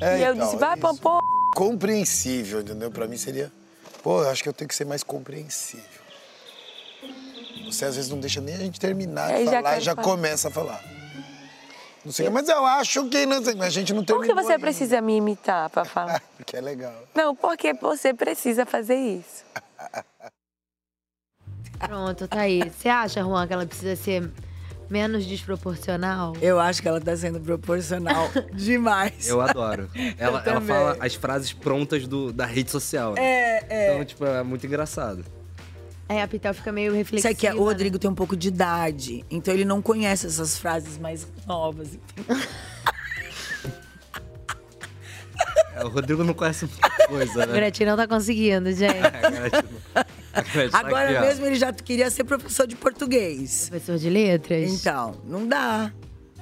Speaker 17: É,
Speaker 11: e eu
Speaker 17: então,
Speaker 11: disse,
Speaker 17: é
Speaker 11: vai pra um
Speaker 17: isso.
Speaker 11: porra.
Speaker 17: Compreensível, entendeu? Pra mim seria. Pô, eu acho que eu tenho que ser mais compreensível. Você às vezes não deixa nem a gente terminar de
Speaker 11: Aí já
Speaker 17: falar e
Speaker 11: quero
Speaker 17: já
Speaker 11: falar.
Speaker 17: começa a falar. Não sei, mas eu acho que não sei, mas a gente não
Speaker 11: Por
Speaker 17: terminou.
Speaker 11: que você precisa me imitar pra falar?
Speaker 17: Porque é legal.
Speaker 11: Não, porque você precisa fazer isso.
Speaker 1: Pronto, tá aí. Você acha, Juan, que ela precisa ser menos desproporcional?
Speaker 2: Eu acho que ela tá sendo proporcional (laughs) demais.
Speaker 3: Eu
Speaker 1: (laughs)
Speaker 3: adoro. Ela, ela
Speaker 2: também.
Speaker 3: fala as frases prontas do, da rede social. né?
Speaker 2: (laughs) É, é.
Speaker 3: Então, tipo, é muito engraçado.
Speaker 1: É, a Pitel fica meio reflexiva. né?
Speaker 2: Sabe que o Rodrigo tem um pouco de idade, então ele não conhece essas frases mais novas.
Speaker 1: (laughs)
Speaker 3: É, O Rodrigo não conhece muita coisa,
Speaker 1: O
Speaker 3: né? (laughs)
Speaker 1: Gretchen não tá conseguindo, gente.
Speaker 3: tá
Speaker 2: Agora mesmo ele já queria ser professor de português.
Speaker 1: Professor de letras?
Speaker 2: Então, não dá.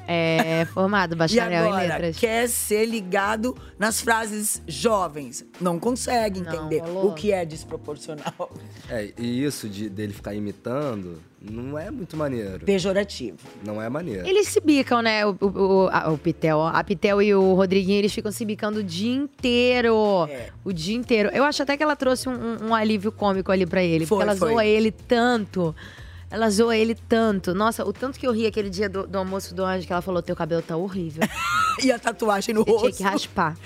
Speaker 1: É formado, bacharel
Speaker 2: (laughs) e
Speaker 1: em
Speaker 2: agora,
Speaker 1: letras.
Speaker 2: quer ser ligado nas frases jovens. Não consegue entender
Speaker 1: rolou.
Speaker 2: o que é desproporcional.
Speaker 3: É, e isso de, dele ficar imitando não é muito maneiro.
Speaker 2: Pejorativo.
Speaker 3: Não é maneiro.
Speaker 1: Eles se bicam, né? O, o, o- a- o Pitel, ó. a Pitel e o Rodriguinho, eles ficam se bicando o dia inteiro.
Speaker 2: É.
Speaker 1: O dia inteiro. Eu acho até que ela trouxe um- um, um alívio cômico ali pra ele.
Speaker 15: Foi,
Speaker 1: porque ela
Speaker 15: foi.
Speaker 1: zoa ele tanto. Ela zoa ele tanto. Nossa, o tanto que eu ri aquele dia do, do almoço do anjo, que ela falou: teu cabelo tá horrível.
Speaker 2: (laughs) e a tatuagem no
Speaker 1: Você Tinha
Speaker 2: rosto.
Speaker 1: que
Speaker 2: (laughs)
Speaker 1: raspar.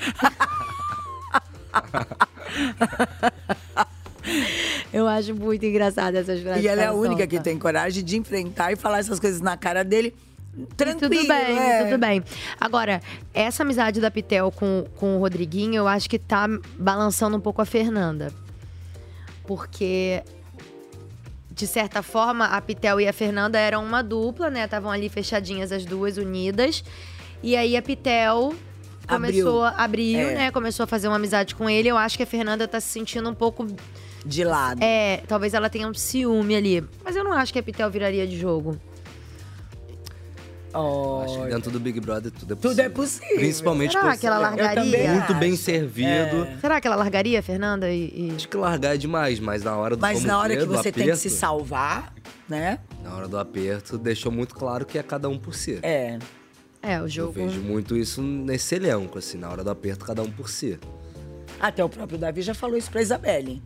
Speaker 1: Eu acho muito engraçado essas frases.
Speaker 2: E ela é a
Speaker 1: que
Speaker 2: única
Speaker 1: solta.
Speaker 2: que tem coragem de enfrentar e falar essas coisas na cara dele. Tranquilo,
Speaker 1: Tudo bem,
Speaker 2: é.
Speaker 1: tudo bem. Agora, essa amizade da Pitel com, com o Rodriguinho, eu acho que tá balançando um pouco a Fernanda. Porque, de certa forma, a Pitel e a Fernanda eram uma dupla, né? Estavam ali fechadinhas as duas, unidas. E aí a Pitel começou a abrir,
Speaker 2: É.
Speaker 1: né? Começou a fazer uma amizade com ele. Eu acho que a Fernanda tá se sentindo um pouco.
Speaker 2: De lado.
Speaker 1: É, talvez ela tenha um ciúme ali. Mas eu não acho que a Pitel viraria de jogo.
Speaker 3: Acho que dentro do Big Brother tudo é possível.
Speaker 1: Tudo é possível.
Speaker 3: Principalmente
Speaker 1: Será
Speaker 3: por
Speaker 1: que ela
Speaker 3: ser
Speaker 1: largaria? Eu também É.
Speaker 3: muito bem
Speaker 1: acho.
Speaker 3: servido.
Speaker 1: Será que ela largaria, Fernanda? E, e-
Speaker 3: Acho que largar é demais, mas na hora do
Speaker 1: Mas
Speaker 3: vamos
Speaker 1: na hora
Speaker 3: ver,
Speaker 1: que
Speaker 3: do
Speaker 1: você
Speaker 2: Você tem que se
Speaker 3: aperto,
Speaker 2: salvar, né?
Speaker 3: Na hora do aperto, deixou muito claro que é cada um por si.
Speaker 2: É.
Speaker 1: É, o
Speaker 3: Eu
Speaker 1: jogo.
Speaker 3: vejo muito isso nesse elenco, assim, na hora do aperto, cada um por si.
Speaker 2: Até o próprio Davi já falou isso pra Isabelle.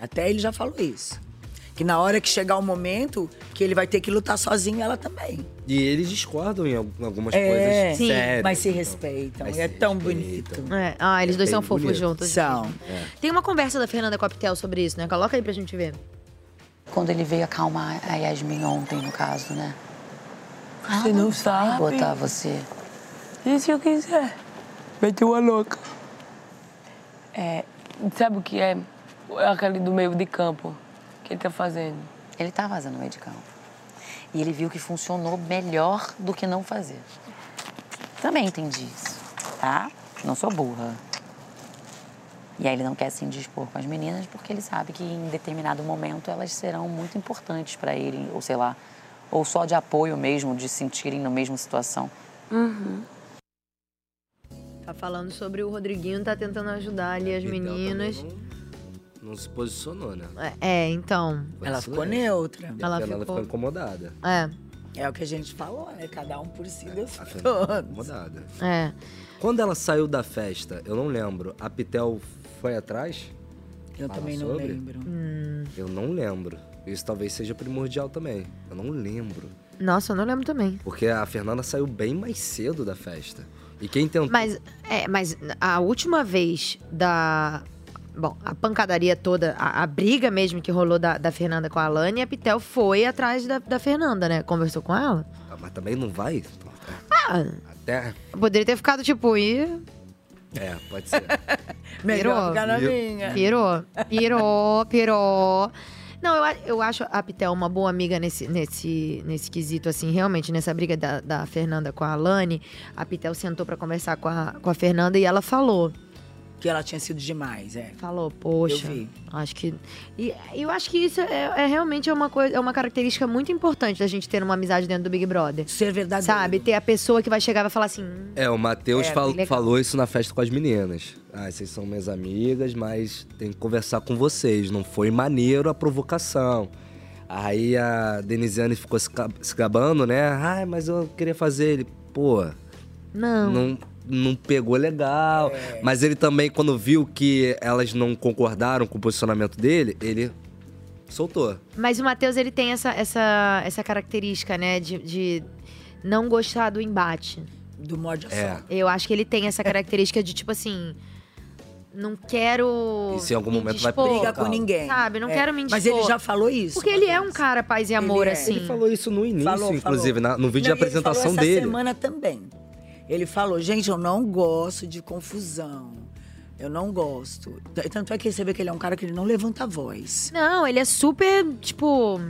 Speaker 2: Até ele já falou isso. Que na hora que chegar o momento, que ele vai ter que lutar sozinho, ela também.
Speaker 3: E eles discordam em al- algumas
Speaker 2: é,
Speaker 3: coisas sérias.
Speaker 2: mas se respeitam.
Speaker 3: Mas
Speaker 2: é
Speaker 3: se
Speaker 2: tão bonito.
Speaker 1: É, ah, eles dois são fofos juntos.
Speaker 2: São.
Speaker 3: É.
Speaker 1: Tem uma conversa da Fernanda Coptel sobre isso, né? Coloca aí pra gente ver.
Speaker 9: Quando ele veio acalmar a Yasmin ontem, no caso, né? Ah,
Speaker 11: Você não sabe.
Speaker 9: Botar você.
Speaker 11: Diz o que eu quiser. Meti uma louca. É, sabe o que é? Aquele do meio (laughs) de campo que ele tá fazendo.
Speaker 9: Ele tá fazendo meio de campo. E ele viu que funcionou melhor do que não fazer. Também entendi isso, tá? Não sou burra. E aí ele não quer se indispor com as meninas porque ele sabe que em determinado momento elas serão muito importantes pra ele, ou sei lá, ou só de apoio mesmo, de se sentirem na mesma situação.
Speaker 1: Tá falando sobre o Rodriguinho, tá tentando ajudar ali as meninas.
Speaker 3: Não se posicionou, né?
Speaker 1: É, então.
Speaker 2: Ela ficou neutra.
Speaker 3: E a Fernanda ficou incomodada.
Speaker 1: É.
Speaker 2: É o que a gente falou, né? Cada um por si, Deus por
Speaker 3: Ficou
Speaker 2: todos.
Speaker 3: incomodada.
Speaker 1: É.
Speaker 3: Quando ela saiu da festa, eu não lembro, a Pitel foi atrás?
Speaker 2: Eu
Speaker 3: Fala
Speaker 2: também não
Speaker 3: sobre?
Speaker 2: lembro.
Speaker 1: Hum,
Speaker 3: Eu não lembro. Isso talvez seja primordial também. Eu não lembro.
Speaker 1: Nossa, eu não lembro também.
Speaker 3: Porque a Fernanda saiu bem mais cedo da festa. E quem tentou.
Speaker 1: Mas, é, mas a última vez da. Bom, a pancadaria toda, a, a briga mesmo que rolou da, da Fernanda com a Alane, a Pitel foi atrás da, da Fernanda, né? Conversou com ela.
Speaker 3: Ah, Mas também não vai?
Speaker 1: Ah,
Speaker 3: Até.
Speaker 1: poderia ter ficado tipo, e.
Speaker 3: É, pode (laughs) ser.
Speaker 1: Pirou. Pirou. Pirou, pirou. Não, eu, a- eu acho a Pitel uma boa amiga nesse, nesse, nesse quesito, assim, realmente, nessa briga da, da Fernanda com a Alane. A Pitel sentou pra conversar com a, com a Fernanda e ela falou.
Speaker 2: Que ela tinha sido demais, é.
Speaker 1: Falou, poxa.
Speaker 2: Eu vi.
Speaker 1: Acho que. E eu acho que isso é, é realmente uma coisa, é uma característica muito importante da gente ter uma amizade dentro do Big Brother.
Speaker 2: Ser verdadeiro.
Speaker 1: Sabe? Ter a pessoa que vai chegar e vai falar assim. "Hum,
Speaker 3: É, o Matheus
Speaker 1: É,
Speaker 3: fal-
Speaker 1: bem legal.
Speaker 3: falou isso na festa com as meninas. Ah, vocês são minhas amigas, mas tem que conversar com vocês. Não foi maneiro a provocação. Aí a Denisiane ficou se, ca- se gabando, né? Ai, mas eu queria fazer ele. Pô,
Speaker 1: Não.
Speaker 3: não, não pegou legal. Mas ele também, quando viu que elas não concordaram com o posicionamento dele, ele soltou.
Speaker 1: Mas o Matheus, ele tem essa, essa, essa característica, né? De, de não gostar do embate.
Speaker 2: Do morde a
Speaker 3: É.
Speaker 1: Eu acho que ele tem essa característica de, tipo assim. Não quero.
Speaker 3: Isso em algum
Speaker 1: me
Speaker 3: momento vai
Speaker 1: dispor,
Speaker 3: brigar com ninguém.
Speaker 1: Sabe? Não
Speaker 3: É.
Speaker 1: quero me
Speaker 2: Mas
Speaker 1: indispor.
Speaker 2: ele já falou isso, né?
Speaker 1: Porque ele é um cara paz e amor,
Speaker 2: Ele é.
Speaker 1: assim.
Speaker 2: Ele
Speaker 3: falou isso no início,
Speaker 2: Falou,
Speaker 3: inclusive, né? na- no vídeo
Speaker 2: Não,
Speaker 3: de
Speaker 2: e ele falou
Speaker 3: apresentação
Speaker 2: essa
Speaker 3: dele.
Speaker 2: semana também. Ele falou, gente, eu não gosto de confusão. Eu não gosto. T- Tanto é que você vê que ele é um cara que ele não levanta a voz.
Speaker 1: Não, ele é super, tipo.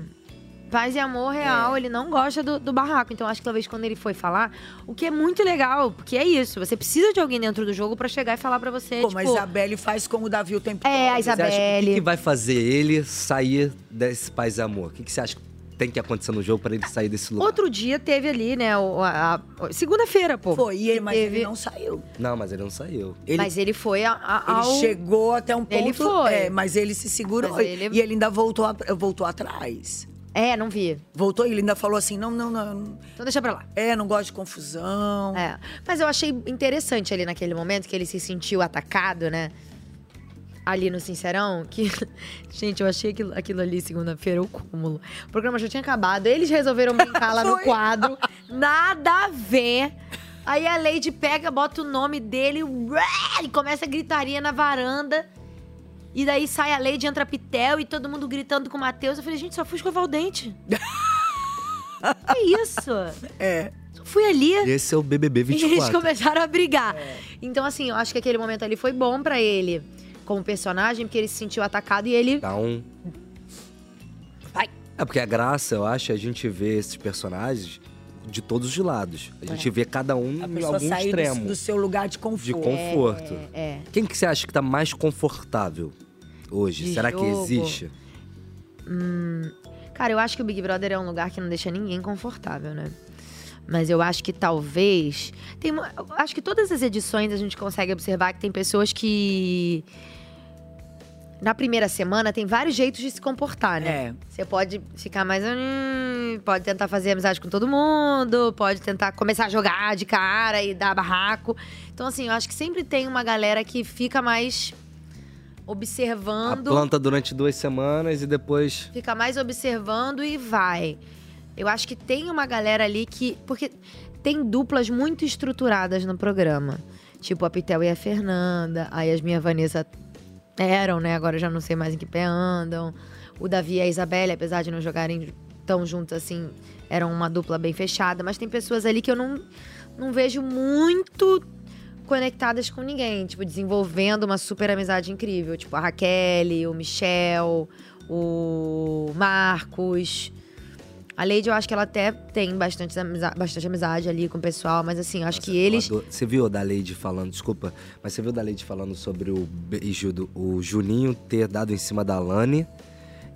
Speaker 1: Paz e amor
Speaker 2: É.
Speaker 1: real, ele não gosta do, do barraco. Então, acho que talvez quando ele foi falar, o que é muito legal, porque é isso. Você precisa de alguém dentro do jogo pra chegar e falar pra você.
Speaker 2: Como a
Speaker 1: tipo,
Speaker 2: Isabelle faz com o Davi o tempo
Speaker 1: É, a
Speaker 2: todo.
Speaker 3: Você acha que- o que, que
Speaker 1: Isabelle.
Speaker 3: vai fazer ele sair desse paz e amor? O que, que você acha que tem que acontecer no jogo pra ele sair desse lugar?
Speaker 1: Outro dia teve ali, né? o- a- a- Segunda-feira, pô.
Speaker 2: Foi, e ele- mas
Speaker 1: teve-
Speaker 2: ele não saiu.
Speaker 3: Não, mas ele não saiu.
Speaker 1: Mas ele foi a- a-
Speaker 2: Ele
Speaker 1: ao.
Speaker 2: chegou até um ponto.
Speaker 1: Ele foi.
Speaker 2: é, mas ele se segurou.
Speaker 1: Mas ele-
Speaker 2: E ele ainda voltou, a- voltou atrás.
Speaker 1: É, não vi.
Speaker 2: Voltou e ele ainda falou assim: não, não, não.
Speaker 1: Então deixa pra lá.
Speaker 2: É, não gosto de confusão.
Speaker 1: É. Mas eu achei interessante ali naquele momento que ele se sentiu atacado, né? Ali no Sincerão, que. (laughs) Gente, eu achei aquilo, aquilo ali segunda-feira o cúmulo. O programa já tinha acabado, eles resolveram brincar lá no
Speaker 2: (laughs) Foi.
Speaker 1: quadro. Nada a ver. Aí a Lady pega, bota o nome dele ué, e começa a gritaria na varanda. E daí sai a Lady, entra a Pitel e todo mundo gritando com o Matheus. Eu falei, gente, só fui escovar o
Speaker 2: (laughs)
Speaker 1: dente. que isso?
Speaker 2: É.
Speaker 1: Só fui ali.
Speaker 3: Esse é o
Speaker 2: (laughs)
Speaker 3: BBB
Speaker 1: E eles
Speaker 3: 24.
Speaker 1: começaram a brigar. Então, assim, eu acho que aquele momento ali foi bom pra ele como personagem, porque ele se sentiu atacado e ele.
Speaker 3: Dá um. É porque a graça, eu acho, é a gente ver esses personagens de todos os lados. A gente
Speaker 2: É.
Speaker 3: vê cada um
Speaker 2: A
Speaker 3: em
Speaker 2: pessoa
Speaker 3: algum
Speaker 2: sair do-
Speaker 3: extremo.
Speaker 2: do, seu lugar de conforto.
Speaker 3: De conforto.
Speaker 1: É.
Speaker 3: Quem que você acha que tá mais confortável hoje?
Speaker 1: De
Speaker 3: Será que
Speaker 1: jogo.
Speaker 3: existe?
Speaker 1: Hum, cara, eu acho que o Big Brother é um lugar que não deixa ninguém confortável, né? Mas eu acho que talvez. Tem, uma- eu acho que todas as edições a gente consegue observar que tem pessoas que. Na primeira semana tem vários jeitos de se comportar, né?
Speaker 2: É.
Speaker 1: Você pode ficar mais. "Hum", pode tentar fazer amizade com todo mundo, pode tentar começar a jogar de cara e dar barraco. Então, assim, eu acho que sempre tem uma galera que fica mais observando.
Speaker 3: Planta durante duas semanas e depois.
Speaker 1: fica mais observando e vai. Eu acho que tem uma galera ali que. Porque tem duplas muito estruturadas no programa. Tipo a Pitel e a Fernanda, a Yasmin e a Vanessa eram, né? Agora eu já não sei mais em que pé andam. O Davi e a Isabelle, apesar de não jogarem tão juntos assim, eram uma dupla bem fechada. Mas tem pessoas ali que eu não, não vejo muito conectadas com ninguém, tipo, desenvolvendo uma super amizade incrível. Tipo, a Raquel, o Michel, o Marcos. A Lady, eu acho que ela até tem bastante, amiza- bastante amizade ali com o pessoal, mas assim, eu acho que eles.
Speaker 3: Eu adoro- Você viu da Lady falando, desculpa, mas você viu da Lady falando sobre o beijo do o Juninho ter dado em cima da Alane.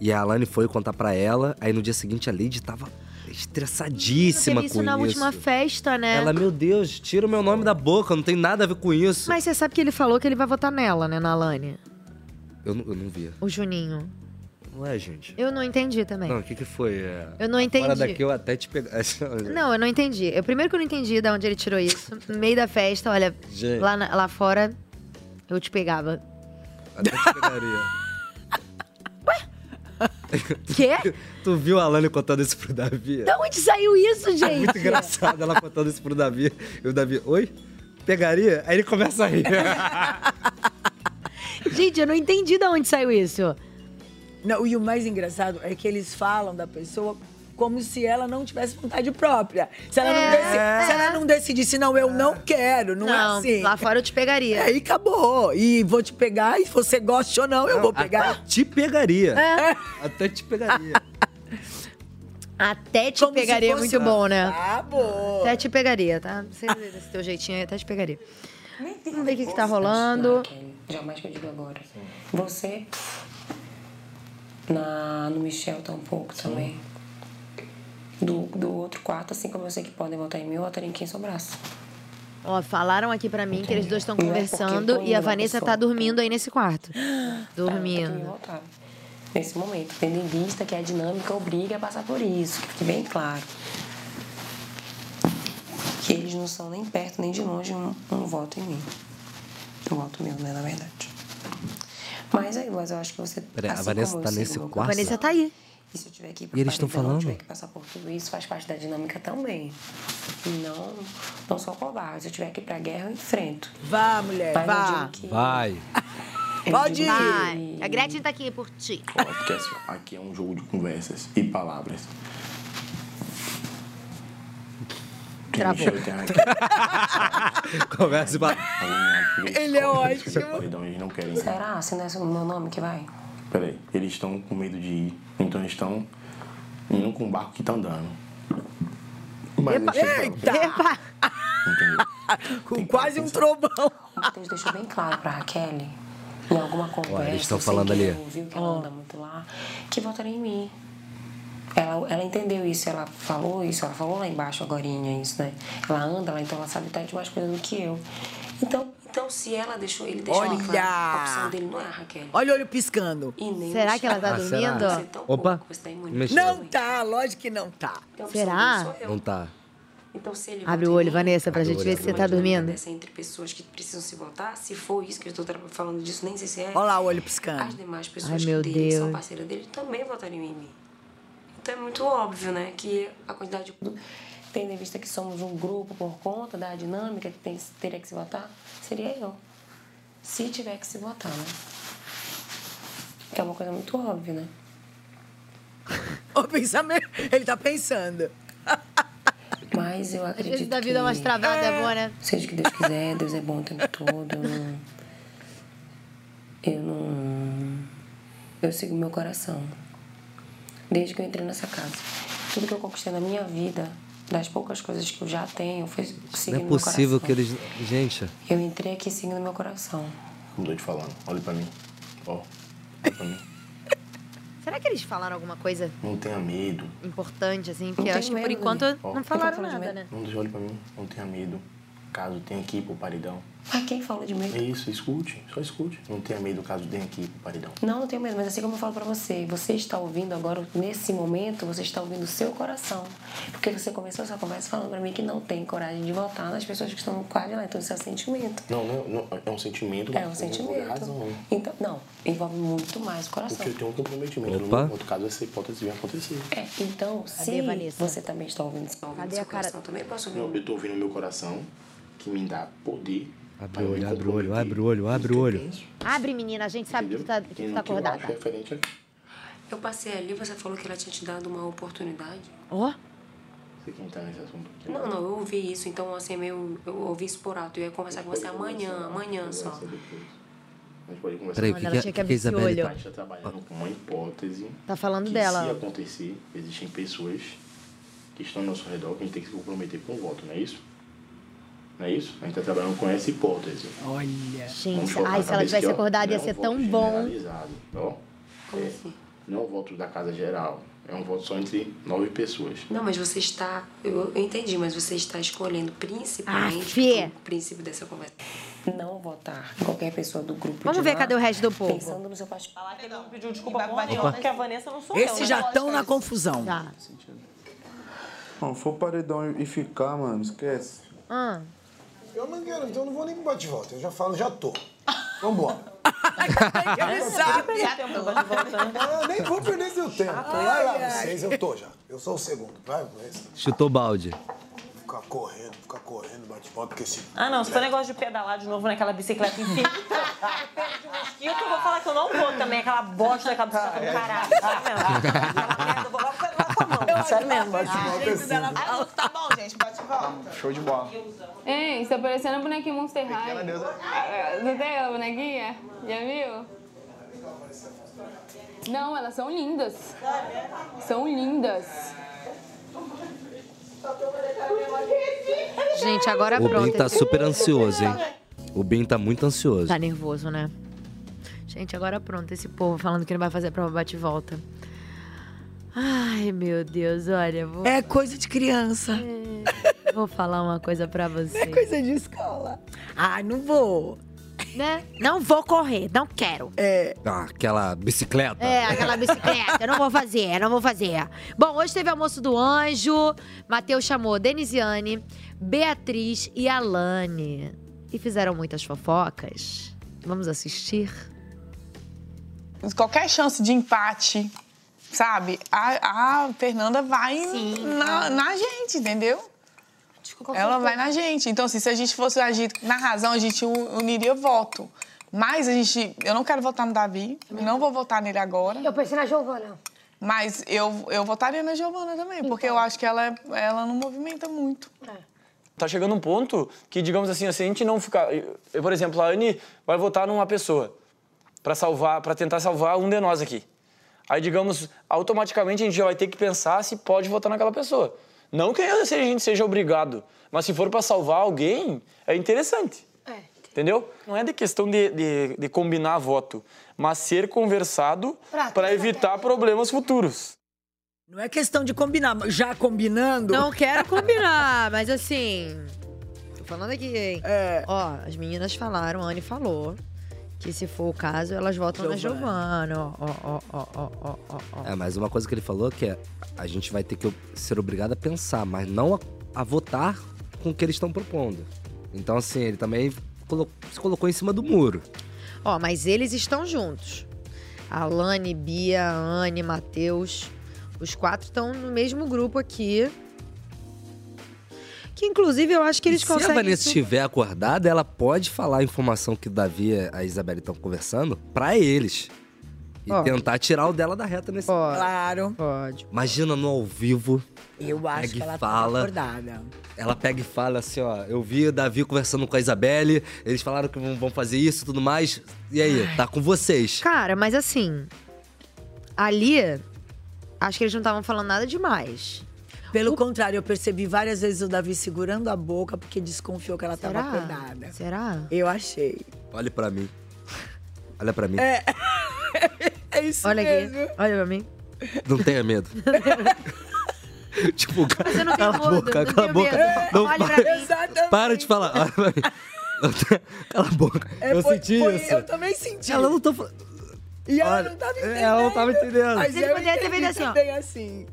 Speaker 3: E a Alane foi contar pra ela. Aí no dia seguinte a Lady tava estressadíssima
Speaker 1: Teve isso
Speaker 3: com
Speaker 1: na
Speaker 3: isso.
Speaker 1: última festa, né?
Speaker 3: Ela, meu Deus, tira o meu nome da boca, não tem nada a ver com isso.
Speaker 1: Mas você sabe que ele falou que ele vai votar nela, né, na Alane?
Speaker 3: Eu, não- eu não via.
Speaker 1: O Juninho.
Speaker 3: Ué, gente.
Speaker 1: Eu não entendi também.
Speaker 3: Não, o que que foi? É,
Speaker 1: Eu não
Speaker 3: Fora
Speaker 1: entendi.
Speaker 3: daqui eu (laughs) até te pegar.
Speaker 1: Não, eu não entendi. Eu, primeiro que eu não entendi de onde ele tirou isso. No meio da festa, olha,
Speaker 3: Gente.
Speaker 1: lá, na- lá fora eu te pegava.
Speaker 3: Até te pegaria. (laughs)
Speaker 1: Quê?
Speaker 3: tu viu a Alane contando isso pro Davi?
Speaker 1: Da onde saiu isso,
Speaker 3: É
Speaker 1: gente?
Speaker 3: (laughs) muito engraçado ela contando isso pro Davi. E o Davi, oi? Pegaria? Aí ele começa a
Speaker 1: (laughs)
Speaker 3: rir.
Speaker 1: Gente, eu não entendi de onde saiu isso.
Speaker 2: Não, e o mais engraçado é que eles falam da pessoa como se ela não tivesse vontade própria. Se ela, não,
Speaker 1: É.
Speaker 2: deci- se ela não decidisse, não, eu não quero, não,
Speaker 1: Não,
Speaker 2: é assim.
Speaker 1: lá fora eu te pegaria.
Speaker 2: Aí acabou. E vou te pegar, e se você gosta ou não, eu vou pegar.
Speaker 3: Te pegaria.
Speaker 1: É.
Speaker 3: Até te pegaria.
Speaker 1: Até te
Speaker 2: Como se
Speaker 1: pegaria é
Speaker 2: fosse-
Speaker 1: muito bom, né?
Speaker 2: Ah, boa.
Speaker 1: Até te pegaria, tá? Você desse teu jeitinho aí, até te pegaria. Vamos ver o que, que tá rolando.
Speaker 15: Jamais que eu digo agora. Você, na, no Michel tampouco também. Do, do outro quarto, assim como eu sei que podem votar em mim, eu votaria em quem sobrasse.
Speaker 1: Ó, falaram aqui pra mim que eles dois estão
Speaker 15: Não é porque eu tô
Speaker 1: conversando e
Speaker 15: indo na
Speaker 1: a
Speaker 15: pessoa.
Speaker 1: Vanessa
Speaker 15: Ah, tá, então
Speaker 1: tá dormindo aí nesse quarto.
Speaker 15: Pra mim
Speaker 1: Dormindo.
Speaker 15: votar. Nesse momento, tendo em vista que a dinâmica obriga a passar por isso, que fique bem claro. Que eles não são nem perto nem de longe um, um voto em mim. Um voto meu, né, na verdade. Mas aí, mas eu acho que você.
Speaker 3: Pera, a
Speaker 15: assim
Speaker 3: Vanessa
Speaker 15: como eu
Speaker 3: tá
Speaker 15: sigo
Speaker 3: nesse
Speaker 15: meu
Speaker 3: quarto?
Speaker 15: coração,
Speaker 3: Vanessa
Speaker 1: tá aí.
Speaker 15: E se eu tiver que ir
Speaker 3: E eles
Speaker 15: paredão,
Speaker 3: tão
Speaker 15: eu
Speaker 3: falando?
Speaker 15: tiver que passar por tudo isso, faz parte da dinâmica também. E não, não sou covarde. Se eu tiver que ir pra guerra, eu enfrento.
Speaker 2: Vá, mulher,
Speaker 15: Mas eu
Speaker 2: vá.
Speaker 15: digo
Speaker 3: Vai.
Speaker 15: que- eu
Speaker 2: Pode
Speaker 15: digo
Speaker 1: Ai, a Gretchen tá aqui por ti.
Speaker 8: Porque assim, ó, aqui é um jogo de conversas e palavras. Quem
Speaker 1: Travou.
Speaker 8: Michel tem aqui.
Speaker 3: (laughs) Conversa e
Speaker 2: Ele é ótimo.
Speaker 8: Perdão, eles não querem.
Speaker 15: Será? Se não é o meu nome que vai?
Speaker 8: Peraí, eles estão com medo de ir, então eles estão indo com o barco que tá andando. Mas eles chegaram.
Speaker 2: Com quase um trovão.
Speaker 15: O Matheus deixou bem claro pra Raquel, em alguma conversa.
Speaker 3: eles estão
Speaker 15: eu sei
Speaker 3: falando
Speaker 15: que
Speaker 3: ali.
Speaker 15: ele ouviu que ela anda muito lá, que votaria em mim. Ela, ela entendeu isso, ela falou isso, ela falou lá embaixo agorinha isso, né? Ela anda lá, então ela sabe até de mais coisa do que eu. Então, então se ela deixou, ele deixou bem claro, a opção dele não é a Raquel.
Speaker 2: (laughs) Olha o olho piscando.
Speaker 15: Será que ela tá Ah, será? dormindo?
Speaker 3: Opa. Mexeu.
Speaker 2: Não tá, lógico que não tá.
Speaker 1: Será?
Speaker 3: Não tá.
Speaker 15: Então, se ele
Speaker 1: Abre o
Speaker 15: vota em
Speaker 1: olho,
Speaker 15: mim,
Speaker 1: Vanessa, pra gente ver se você tá dormindo.
Speaker 15: dessa é entre pessoas que precisam se votar, se for isso que eu estou tra- falando disso, nem sei se é.
Speaker 2: Olha lá o olho piscando.
Speaker 15: As demais pessoas
Speaker 1: Ai,
Speaker 15: que
Speaker 1: meu
Speaker 15: dele, são
Speaker 1: Deus.
Speaker 15: parceiras dele também votariam em mim. Então é muito óbvio, né, que a quantidade de... Tendo em vista que somos um grupo por conta da dinâmica que tem- teria que se votar, seria eu. Se tiver que se votar, né? Que é uma coisa muito óbvia,
Speaker 1: (laughs)
Speaker 15: né?
Speaker 2: O pensamento, ele tá pensando.
Speaker 15: Mas eu acredito
Speaker 1: vezes da vida
Speaker 15: que...
Speaker 1: umas travadas é boa, né?
Speaker 15: Seja o que Deus quiser, Deus é bom o tempo todo. Eu não... Eu não... Eu sigo meu coração. Desde que eu entrei nessa casa. Tudo que eu conquistei na minha vida, das poucas coisas que eu já tenho, foi seguindo
Speaker 3: Não é possível
Speaker 15: meu coração.
Speaker 3: que eles. Gente,
Speaker 15: Eu entrei aqui seguindo meu coração.
Speaker 8: Não tô te falando. Olha pra mim. Ó. Olha pra mim.
Speaker 1: Será que eles falaram alguma coisa
Speaker 8: Não tenha medo.
Speaker 1: importante, assim?
Speaker 15: Não
Speaker 1: Porque eu
Speaker 15: tem
Speaker 1: acho que por
Speaker 15: medo,
Speaker 1: enquanto
Speaker 15: né?
Speaker 1: não
Speaker 8: Ó.
Speaker 1: falaram nada, né?
Speaker 8: Não deixa olha pra mim. Não tenha medo. Caso tenha que ir pro paredão, É
Speaker 15: Mas quem fala de medo?
Speaker 8: Isso, escute, só escute. Não tenha medo caso tenha aqui pro paredão.
Speaker 15: Não, não tenho medo, mas assim como eu falo pra você, você está ouvindo agora, nesse momento, você está ouvindo o seu coração. Porque você começou essa conversa falando pra mim que não tem coragem de votar nas pessoas que estão quase lá, então isso é um sentimento.
Speaker 8: Não, não, não, é um sentimento.
Speaker 15: É um
Speaker 8: mas
Speaker 15: sentimento.
Speaker 8: Não é razão.
Speaker 15: Então, não, envolve muito mais o coração.
Speaker 8: Porque eu tenho um comprometimento.
Speaker 3: Opa.
Speaker 8: No outro caso, essa hipótese vem acontecer.
Speaker 15: É, então, se você também está ouvindo esse
Speaker 8: Cadê
Speaker 15: seu coração, também posso ouvir.
Speaker 8: Não, eu tô ouvindo o meu coração, que me dá poder.
Speaker 3: Abre o olho, abre o olho, abre o olho, abre o olho.
Speaker 1: Abre, menina, a gente sabe que tu tá, que tu tá acordada.
Speaker 8: referente
Speaker 15: Eu passei ali, você falou que ela tinha te dado uma oportunidade.
Speaker 1: Ó.
Speaker 8: Sei quem tá nesse assunto.
Speaker 15: Não, não, eu ouvi isso, então assim, meio, eu ouvi isso por alto. Eu ia conversar com você amanhã, amanhã só.
Speaker 8: A gente pode conversar
Speaker 3: Peraí, o
Speaker 8: mais
Speaker 3: que, é
Speaker 8: tarde.
Speaker 3: que, que, que a Isabelle...
Speaker 8: A gente tá é trabalhando com uma hipótese.
Speaker 1: Tá falando
Speaker 8: que
Speaker 1: dela.
Speaker 8: Se acontecer, existem pessoas que estão ao nosso redor que a gente tem que se comprometer com o voto, não é isso? Não é isso? A gente tá trabalhando com essa hipótese.
Speaker 2: Olha.
Speaker 1: Gente,
Speaker 8: colocar
Speaker 1: ai,
Speaker 8: na
Speaker 1: se
Speaker 8: cabeça
Speaker 1: ela tivesse
Speaker 8: que, ó,
Speaker 1: acordado ia
Speaker 8: não é um
Speaker 1: ser
Speaker 8: voto
Speaker 1: tão bom. assim?
Speaker 8: generalizado, ó. É, Não é um voto da casa geral. É um voto só entre nove pessoas.
Speaker 15: Não, mas você está. Eu eu entendi, mas você está escolhendo
Speaker 1: Ah,
Speaker 15: principalmente
Speaker 1: Fê.
Speaker 15: o princípio dessa conversa. Não votar em qualquer pessoa do grupo.
Speaker 1: Vamos
Speaker 15: de
Speaker 1: ver
Speaker 15: lá,
Speaker 1: cadê o resto do povo.
Speaker 15: Pensando no seu partido.
Speaker 12: Falar que ele não pediu desculpa por nenhuma,
Speaker 2: Opa.
Speaker 12: porque a Vanessa não sou eu.
Speaker 2: Esses
Speaker 12: né?
Speaker 2: já estão na confusão.
Speaker 5: Não, for paredão e ficar, mano, esquece.
Speaker 11: Ah.
Speaker 18: Eu não quero, então eu não vou nem pro bate-volta. Eu já falo, já tô.
Speaker 11: (laughs)
Speaker 18: Vambora.
Speaker 12: Ele
Speaker 17: (laughs)
Speaker 12: sabe. Tempo, vai de volta, né?
Speaker 18: Eu nem vou perder seu tempo. Vai lá, vocês, eu tô já. Eu sou o segundo. Vai, vocês.
Speaker 3: Chutou balde.
Speaker 18: Ficar correndo, ficar correndo, bate-volta, porque esse.
Speaker 12: Ah, não, se for negócio de pedalar de novo naquela bicicleta infinita, perto de mosquito, eu vou falar que eu não vou também, aquela bosta daquela bicicleta do caralho.
Speaker 11: Sério mesmo.
Speaker 19: Tá bom, gente, bate e volta.
Speaker 5: Show de bola.
Speaker 7: Hein, está parecendo a bonequinha Monster High.
Speaker 5: Pequena deusa.
Speaker 7: Ah, Não tem aquela bonequinha? Já viu? Não, elas são lindas. São lindas.
Speaker 1: Gente, agora
Speaker 3: O
Speaker 1: pronto.
Speaker 3: Bin tá super ansioso, hein? O Bin tá muito ansioso.
Speaker 1: Tá nervoso, né? Gente, agora pronto. Esse povo falando que não vai fazer a prova bate-volta. Ai, meu Deus, olha. Vou... É,
Speaker 2: É coisa de criança.
Speaker 1: Vou falar uma coisa pra você.
Speaker 2: É coisa de escola. Ai, não vou.
Speaker 1: Né? Não vou correr, não quero.
Speaker 2: É.
Speaker 3: Ah, aquela bicicleta.
Speaker 1: É, aquela bicicleta. Eu não vou fazer, eu não vou fazer. Bom, hoje teve almoço do anjo. Matheus chamou Denisiane, Beatriz e Alane. E fizeram muitas fofocas. Vamos assistir?
Speaker 19: Qualquer chance de empate, sabe? A, a Fernanda vai na, na gente, entendeu? Ela vai na gente. Então, assim, se a gente fosse agir na razão, a gente un- uniria voto. Mas a gente. Eu não quero votar no Davi. Não vou votar nele agora. Eu pensei na Giovana. Então. Mas eu, eu votaria na Giovana também, porque eu acho que ela, é- ela não movimenta muito.
Speaker 20: Tá chegando um ponto que, digamos assim, se a gente não ficar. eu- eu, por exemplo, a Anne vai votar numa pessoa para salvar, para tentar salvar um de nós aqui. Aí, digamos, automaticamente a gente já vai ter que pensar se pode votar naquela pessoa. Não que a gente seja obrigado, mas se for para salvar alguém, é interessante. Entendeu? Não é de questão de, de, de combinar voto, mas ser conversado para evitar problemas futuros.
Speaker 2: Não é questão de combinar, mas já combinando.
Speaker 1: Não quero combinar, mas assim. Tô falando aqui, hein?
Speaker 2: É.
Speaker 1: Ó, as meninas falaram, a Anne falou. Que se for o caso, elas votam na Giovana. Ó, ó, ó, ó, ó, ó, ó.
Speaker 3: É, mas uma coisa que ele falou que é a gente vai ter que ser obrigado a pensar, mas não a, a votar com o que eles estão propondo. Então, assim, ele também colo- se colocou em cima do muro.
Speaker 1: Ó, mas eles estão juntos. Alane, Bia, Anne, Matheus. Os quatro estão no mesmo grupo aqui. Que inclusive eu acho que eles
Speaker 3: Se a
Speaker 1: conseguem.
Speaker 3: Vanessa
Speaker 1: su-
Speaker 3: estiver acordada, ela pode falar a informação que o Davi e a Isabelle estão conversando pra eles. E
Speaker 2: Ó.
Speaker 3: tentar tirar o dela da reta nesse.
Speaker 2: Claro.
Speaker 1: Pode.
Speaker 3: Imagina no ao vivo.
Speaker 2: Eu acho
Speaker 3: Pega e
Speaker 2: que ela
Speaker 3: fala.
Speaker 2: tá acordada.
Speaker 3: Ela pega e fala assim, ó, eu vi o Davi conversando com a Isabelle, eles falaram que vão vão fazer isso e tudo mais. E aí, tá com vocês.
Speaker 1: Cara, mas assim. Ali, acho que eles não estavam falando nada demais.
Speaker 2: Pelo contrário, (laughs) eu percebi várias vezes o Davi segurando a boca porque desconfiou que ela estava
Speaker 1: Será?
Speaker 2: acordada.
Speaker 1: Será?
Speaker 2: Eu achei.
Speaker 3: Olhe pra mim. Olha pra mim.
Speaker 2: É. É isso
Speaker 1: Olha
Speaker 2: mesmo.
Speaker 1: aqui, olha pra mim.
Speaker 3: Não tenha medo. (laughs) tipo,
Speaker 1: Você não tem
Speaker 3: cala a boca,
Speaker 1: medo, não
Speaker 3: cala a
Speaker 1: tenho
Speaker 3: boca.
Speaker 1: medo.
Speaker 3: Não,
Speaker 1: Olha pra
Speaker 3: para,
Speaker 1: mim.
Speaker 3: para de falar. Olha pra mim. Cala a boca.
Speaker 2: É,
Speaker 3: eu
Speaker 2: foi-
Speaker 3: senti
Speaker 2: foi-
Speaker 3: isso.
Speaker 2: Eu também senti.
Speaker 3: Ela não tá falando.
Speaker 2: E ela
Speaker 3: Olha,
Speaker 2: não tava entendendo.
Speaker 3: É, ela não tava entendendo.
Speaker 2: Mas
Speaker 1: Ele
Speaker 2: eu
Speaker 1: poderia ter
Speaker 2: entendi
Speaker 1: feito assim, ó.
Speaker 2: também assim.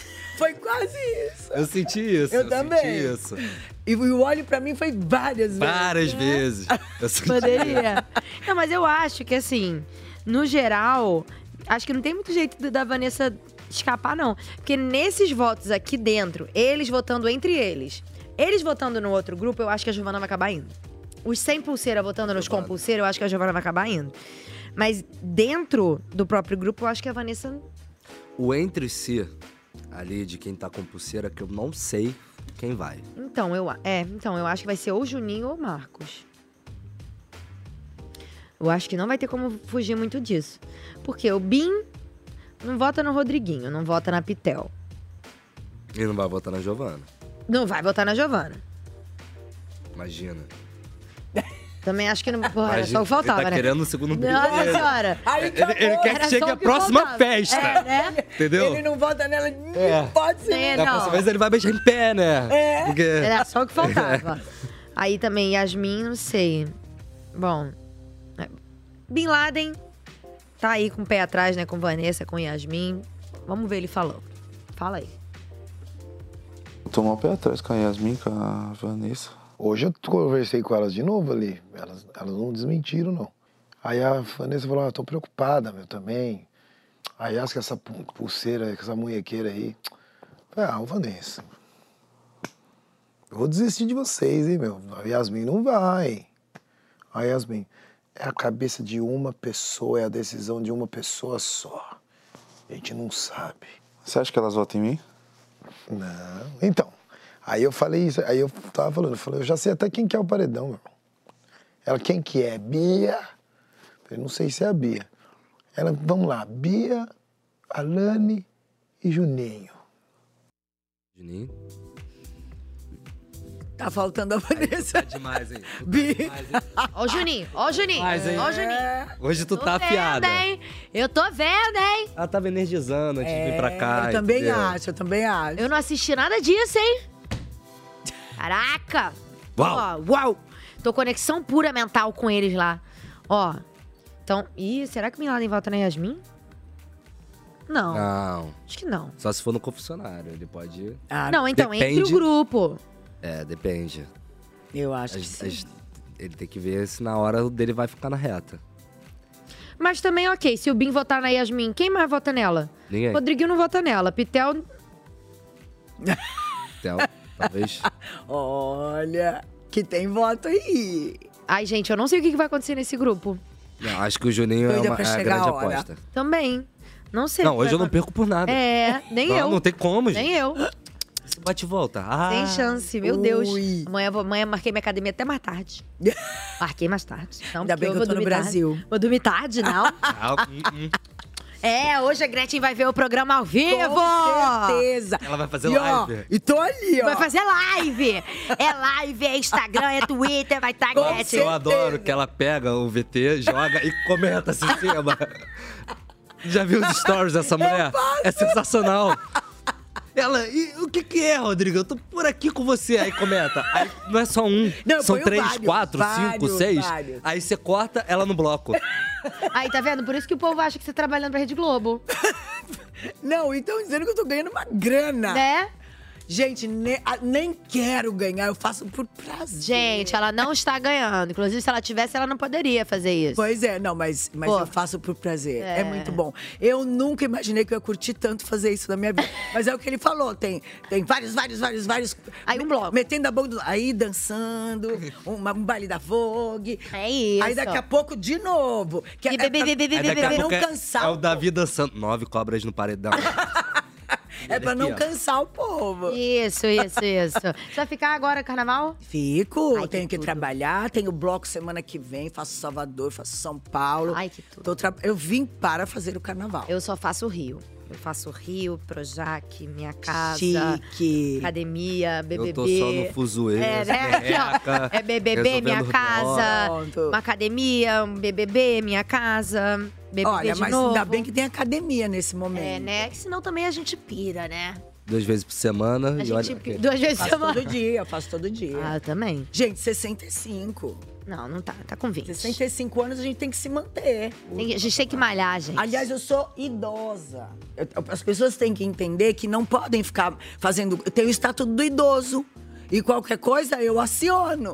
Speaker 2: (laughs) foi quase isso.
Speaker 3: Eu senti isso.
Speaker 2: Eu
Speaker 3: senti
Speaker 2: também.
Speaker 3: isso.
Speaker 2: (laughs) E o olho pra mim foi várias vezes.
Speaker 3: Várias
Speaker 2: É.
Speaker 3: vezes. Eu senti
Speaker 1: É. Poderia. Não, mas eu acho que assim, no geral, acho que não tem muito jeito do- da Vanessa escapar, não. Porque nesses votos aqui dentro, eles votando entre eles, eles votando no outro grupo, eu acho que a Giovana vai acabar indo. Os sem pulseira votando nos com pulseira, eu acho que a Giovana vai acabar indo. Mas dentro do próprio grupo, eu acho que a Vanessa.
Speaker 3: O entre si ali de quem tá com pulseira, que eu não sei quem vai.
Speaker 1: Então, eu, a- é, então, eu acho que vai ser ou Juninho ou Marcos. Eu acho que não vai ter como fugir muito disso. Porque o Bim não vota no Rodriguinho, não vota na Pitel.
Speaker 3: Ele não vai votar na Giovana.
Speaker 1: Não vai votar na Giovana.
Speaker 3: Imagina.
Speaker 1: Também acho que não. Porra, era
Speaker 3: Imagina,
Speaker 1: só o que faltava,
Speaker 3: ele tá
Speaker 1: né?
Speaker 3: querendo o segundo
Speaker 1: Não, olha
Speaker 3: dele.
Speaker 1: senhora.
Speaker 2: Aí
Speaker 3: Ele- ele
Speaker 2: acabou.
Speaker 3: quer que
Speaker 2: Era
Speaker 3: chegue
Speaker 2: só
Speaker 3: a
Speaker 2: o que
Speaker 3: próxima
Speaker 2: faltava.
Speaker 3: festa.
Speaker 2: É, né?
Speaker 3: Entendeu?
Speaker 2: Ele não vota nela nem
Speaker 3: É.
Speaker 2: hipótese
Speaker 1: É,
Speaker 3: Da
Speaker 1: não.
Speaker 3: próxima vez ele vai beijar em pé, né?
Speaker 1: É.
Speaker 3: Porque-
Speaker 1: Era só o que faltava. Aí também Yasmin, não sei. Bom. é, Bin Laden tá aí com o pé atrás, né? Com Vanessa, com Yasmin. Vamos ver ele falando. Fala aí.
Speaker 5: Tomar o pé atrás com a Yasmin, com a Vanessa.
Speaker 17: Hoje eu conversei com elas de novo ali. Elas, elas não desmentiram, não. Aí a Vanessa falou, ah, tô preocupada, meu, também. Aí acho que essa pu- pulseira, com essa munhequeira aí. Falei, ah, ô, Vanessa. eu Vou desistir de vocês, hein, meu. A Yasmin não vai. A Yasmin, é a cabeça de uma pessoa, é a decisão de uma pessoa só. A gente não sabe.
Speaker 5: Você acha que elas votam em mim?
Speaker 17: Não. Então, aí eu falei isso, aí eu tava falando, eu falei, eu já sei até quem que é o paredão, meu. Ela, quem que é? Bia? Eu falei, não sei se é a Bia. Ela, vamos lá, Bia, Alane e Juninho.
Speaker 3: (laughs) Juninho?
Speaker 2: Tá faltando a
Speaker 3: (laughs)
Speaker 2: Vanessa.
Speaker 3: demais, hein?
Speaker 2: Bi.
Speaker 1: Ó o Juninho, ó o Juninho.
Speaker 3: Mas, hein?
Speaker 1: Ó o Juninho.
Speaker 2: É.
Speaker 3: Hoje tu
Speaker 1: Tô
Speaker 3: tá
Speaker 1: vendo,
Speaker 3: afiada.
Speaker 1: hein? Eu tô vendo, hein?
Speaker 3: Ela tava energizando antes de vir pra cá.
Speaker 2: É, eu também
Speaker 3: entendeu?
Speaker 2: acho, eu também acho.
Speaker 1: Eu não assisti nada disso, hein? Caraca!
Speaker 3: Uau.
Speaker 1: Ó, uau! Tô conexão pura mental com eles lá. Ó. Então, ih, será que o Bin Laden volta na Yasmin? Não.
Speaker 3: Não.
Speaker 1: Acho que não.
Speaker 3: Só se for no confessionário, ele pode.
Speaker 2: Ah,
Speaker 1: não, então, entre
Speaker 3: Ah, Depende-
Speaker 1: o grupo.
Speaker 3: É, depende.
Speaker 2: Eu acho
Speaker 3: que Ele tem que ver se na hora o dele vai ficar na reta.
Speaker 1: Mas também, ok, se o Bin votar na Yasmin, quem mais vota nela?
Speaker 3: Ninguém.
Speaker 1: Rodriguinho não vota nela. Pitel.
Speaker 3: Então, (laughs) talvez.
Speaker 2: (laughs) Olha, que tem voto aí.
Speaker 1: Ai, gente, eu não sei o que que vai acontecer nesse grupo.
Speaker 3: Não, acho que o Juninho é
Speaker 1: Doida
Speaker 3: uma
Speaker 1: pra
Speaker 3: é a
Speaker 1: chegar
Speaker 3: grande
Speaker 1: a hora.
Speaker 3: aposta.
Speaker 1: Ah, Também. Não sei.
Speaker 3: Não, hoje eu não perco por nada.
Speaker 1: É, nem
Speaker 3: Não,
Speaker 1: eu.
Speaker 3: não tem como,
Speaker 1: Nem
Speaker 3: gente.
Speaker 1: eu.
Speaker 3: Você bate e volta. Ah,
Speaker 1: Sem chance, meu Deus. Amanhã, eu vou- amanhã eu marquei minha academia até mais tarde. Marquei mais tarde. Não,
Speaker 2: Ainda
Speaker 1: porque
Speaker 2: bem que eu
Speaker 1: vou
Speaker 2: tô no
Speaker 1: dormir
Speaker 2: Brasil.
Speaker 1: Tarde. Vou dormir tarde, (laughs) não.
Speaker 3: Ah, (laughs) hum, hum.
Speaker 1: é, hoje a Gretchen vai ver o programa ao vivo.
Speaker 2: Com certeza.
Speaker 3: Ela vai fazer
Speaker 2: E, ó,
Speaker 3: live.
Speaker 2: e tô ali, ó.
Speaker 1: Vai fazer live. É live, é Instagram, é Twitter, vai estar tá a Gretchen.
Speaker 3: Eu adoro que ela pega o VT, joga e comenta assim em cima. Já viu os stories dessa mulher? É sensacional. Ela, e o que que é, Rodrigo? Eu tô por aqui com você. Aí comenta. Aí não é só um,
Speaker 1: Não,
Speaker 3: são
Speaker 1: põe
Speaker 3: três,
Speaker 1: vários,
Speaker 3: quatro, cinco,
Speaker 1: vários,
Speaker 3: seis.
Speaker 1: vários.
Speaker 3: Aí você corta ela no bloco.
Speaker 1: Aí, tá vendo? Por isso que o povo acha que você tá trabalhando pra Rede Globo.
Speaker 2: (laughs) Não, e tão dizendo que eu tô ganhando uma grana.
Speaker 1: Né?
Speaker 2: Gente, ne- a- nem quero ganhar, eu faço por prazer.
Speaker 1: Gente, ela não está ganhando. Inclusive, se ela tivesse, ela não poderia fazer isso.
Speaker 2: Pois é, não, mas, mas
Speaker 1: Pô.
Speaker 2: eu faço por prazer. É.
Speaker 1: É.
Speaker 2: muito bom. Eu nunca imaginei que eu ia curtir tanto fazer isso na minha
Speaker 1: (laughs)
Speaker 2: vida. mas é o que ele falou: tem, tem vários, vários, vários, vários. Aí um bloco. Metendo a mão do- aí dançando, uma- um baile da Vogue.
Speaker 1: É isso.
Speaker 2: Aí daqui a pouco, de novo. Que é, pra-
Speaker 3: Aí daqui
Speaker 2: é
Speaker 3: a
Speaker 2: pra não
Speaker 3: pouco é-
Speaker 2: cansar.
Speaker 3: É o Davi dançando. Nove cobras no
Speaker 1: (laughs)
Speaker 3: paredão.
Speaker 2: É pra não cansar o povo.
Speaker 1: Isso,
Speaker 2: (laughs)
Speaker 1: isso, isso. Você vai ficar agora carnaval?
Speaker 2: Fico, tenho que trabalhar, tenho bloco semana que vem, faço Salvador, faço São Paulo. Ai, que tudo. Eu vim para fazer o carnaval.
Speaker 1: Eu só faço o Rio. Eu faço Rio, Projac, minha casa.
Speaker 2: Chique.
Speaker 1: Academia, BBB.
Speaker 3: Eu tô só no fuzuê.
Speaker 1: É,
Speaker 3: (laughs)
Speaker 1: né? Aqui, ó. É BBB, minha casa. Uma academia, um BBB, minha casa. BBB
Speaker 2: Olha,
Speaker 1: de
Speaker 2: mas
Speaker 1: novo.
Speaker 2: ainda bem que tem academia nesse momento.
Speaker 1: É, né? Que senão também a gente pira, né?
Speaker 3: duas vezes por semana. e olha,
Speaker 2: faço Todo dia, eu faço todo dia.
Speaker 1: Ah, eu também.
Speaker 2: Gente, 65.
Speaker 1: Não, não tá. Tá com 20.
Speaker 2: 65 anos a gente tem que se manter.
Speaker 1: Tem que- a gente tem que malhar, gente.
Speaker 2: Aliás, eu sou idosa. Eu- eu- as pessoas têm que entender que não podem ficar fazendo. Eu tenho o estatuto do idoso. E qualquer coisa eu aciono.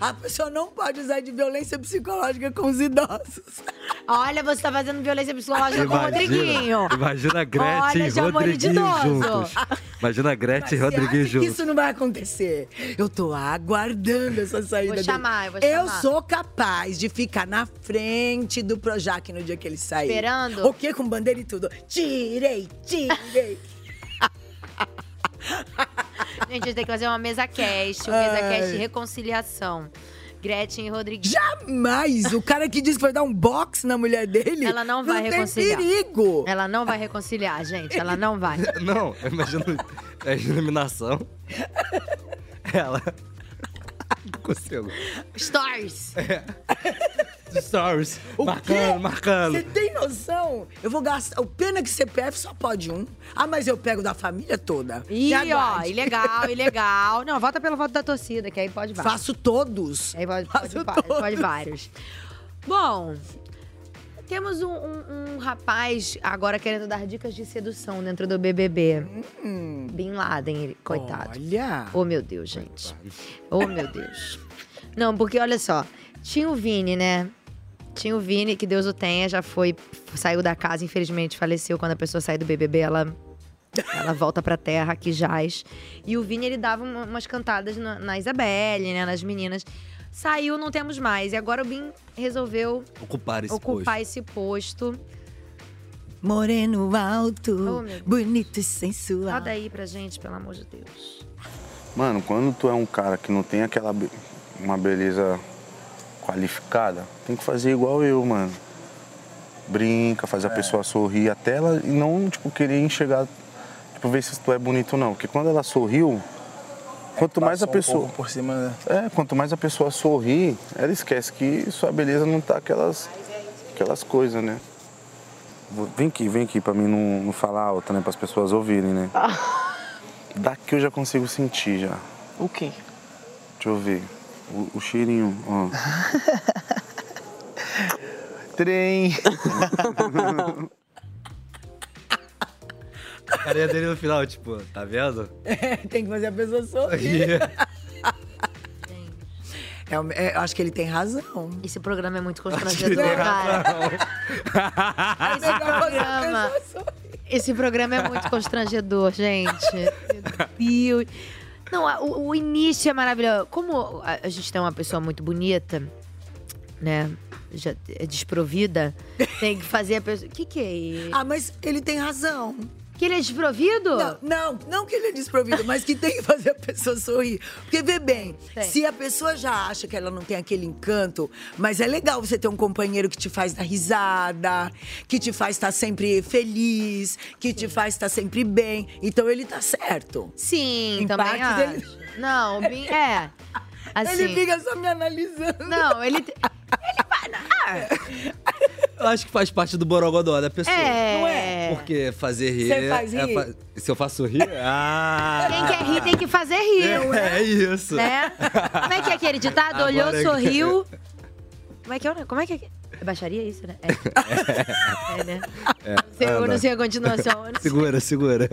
Speaker 2: A pessoa não pode usar de violência psicológica com os idosos.
Speaker 1: Olha, você tá fazendo violência psicológica com o Rodriguinho.
Speaker 3: imagina a Gretchen
Speaker 1: Olha,
Speaker 2: é
Speaker 3: e
Speaker 1: Jamone de
Speaker 3: Rodriguinho
Speaker 1: idoso.
Speaker 3: juntos. Imagina a Gretchen e Rodriguinho
Speaker 2: Acha que
Speaker 3: juntos.
Speaker 2: isso não vai acontecer. Eu tô aguardando essa saída
Speaker 1: Vou chamar, eu
Speaker 2: dele.
Speaker 1: vou chamar.
Speaker 2: sou capaz de ficar na frente do Projac no dia que ele sair.
Speaker 1: Esperando?
Speaker 2: O quê? Com bandeira e tudo. Tirei, tirei.
Speaker 1: Gente, a gente tem que fazer uma
Speaker 2: (laughs)
Speaker 1: mesa cast, uma mesa cast reconciliação. Gretchen e Rodriguinho.
Speaker 2: Jamais! O cara que disse que vai dar um box na mulher dele.
Speaker 1: Ela não vai
Speaker 2: tem
Speaker 1: reconciliar.
Speaker 2: perigo.
Speaker 1: Ela não vai reconciliar, gente. Ela não
Speaker 2: (laughs)
Speaker 1: vai.
Speaker 3: (laughs) Não, eu imagino (laughs) a iluminação. Ela. (laughs) Não consigo.
Speaker 1: Stories.
Speaker 3: É. Stories.
Speaker 2: Quê?
Speaker 3: marcando, marcando.
Speaker 2: Você tem noção? Eu vou gastar. O pena que CPF só pode um. Ah, mas eu pego da família toda. Me
Speaker 1: Ih, ó,
Speaker 2: aguarde. (laughs)
Speaker 1: ilegal, ilegal. Não, vota pelo voto da torcida, que aí pode vários.
Speaker 2: Faço todos.
Speaker 1: Aí pode, pode, va- pode
Speaker 2: (laughs)
Speaker 1: vários. Bom, temos um, um- um rapaz agora querendo dar dicas de sedução dentro do BBB. Bin Laden, ele- coitado.
Speaker 2: Olha!
Speaker 1: Oh, meu Deus, gente. Oh, meu Deus. Não, porque olha só, tinha o Vini, né? Tinha o Vini, que Deus o tenha, já foi, saiu da casa, infelizmente faleceu. Quando a pessoa sai do BBB, ela, ela volta pra terra, que jaz. E o Vini, ele dava uma- umas cantadas na, na Isabelle, né, nas meninas. Saiu, não temos mais. E agora o Bin resolveu
Speaker 3: Ocupar esse
Speaker 1: ocupar
Speaker 3: posto.
Speaker 1: esse posto.
Speaker 2: Moreno alto,
Speaker 1: Oh, meu Deus.
Speaker 2: bonito e sensual.
Speaker 1: Roda aí pra gente, pelo amor de Deus.
Speaker 5: Mano, quando tu é um cara que não tem aquela be- uma beleza qualificada, tem que fazer igual eu, mano. Brinca, faz a pessoa sorrir até ela e não, tipo, querer enxergar, tipo, ver se tu é bonito ou não. Porque quando ela sorriu, quanto mais a
Speaker 21: Passou um
Speaker 5: pessoa.
Speaker 21: pouco por cima, né?
Speaker 5: É, quanto mais a pessoa sorri, ela esquece que sua beleza não tá aquelas, aquelas coisas, né? Vou- Vem aqui, vem aqui, pra mim não, não falar outra, né? Para as pessoas ouvirem, né? Daqui eu já consigo sentir, já.
Speaker 19: O quê?
Speaker 5: Deixa eu ver. O, o cheirinho, ó. (laughs) Trem.
Speaker 3: (laughs) A carinha dele no final, tipo, tá vendo?
Speaker 2: É, tem que fazer a pessoa sorrir. (laughs) É, um- é, eu acho que ele tem razão. (laughs)
Speaker 1: Esse programa é muito
Speaker 2: constrangedor, É
Speaker 1: Esse (laughs) programa, esse programa é muito constrangedor,
Speaker 3: (laughs)
Speaker 1: gente. Meu Deus. Não, a- o, o início é maravilhoso. Como a, a gente tem uma pessoa muito bonita, né? Já é desprovida, tem que fazer a pessoa. O que, que é isso?
Speaker 2: Ah, mas ele tem razão.
Speaker 1: Que ele é desprovido?
Speaker 2: Não, não, não que ele é desprovido, mas que tem que fazer a pessoa sorrir. Porque vê bem, se a pessoa já acha que ela não tem aquele encanto, mas é legal você ter um companheiro que te faz dar risada, que te faz estar sempre feliz, que te faz estar sempre bem. Então ele tá certo.
Speaker 1: Sim,
Speaker 2: Em
Speaker 1: também
Speaker 2: partes, ele-
Speaker 1: acho. Não, o Bin-
Speaker 2: (laughs)
Speaker 1: é. Assim,
Speaker 2: Ele fica só me analisando.
Speaker 1: Não, ele.
Speaker 3: Eu acho que faz parte do borogodó da pessoa.
Speaker 1: É. Não é?
Speaker 3: Porque fazer rir.
Speaker 1: Você faz
Speaker 3: é
Speaker 1: rir?
Speaker 3: Se eu faço (laughs) rir. Ah!
Speaker 1: Quem quer rir tem que fazer rir.
Speaker 3: É, é isso.
Speaker 1: Né? Como é que é aquele ditado?
Speaker 3: Agora
Speaker 1: Olhou,
Speaker 3: que-
Speaker 1: sorriu. Como é que é? o ne- Como é que é? É baixaria isso, né? É, é né?
Speaker 3: É,
Speaker 1: Sei- eu
Speaker 3: anda.
Speaker 1: não sei a continuação, eu não
Speaker 3: (laughs)
Speaker 1: sei.
Speaker 3: segura, segura.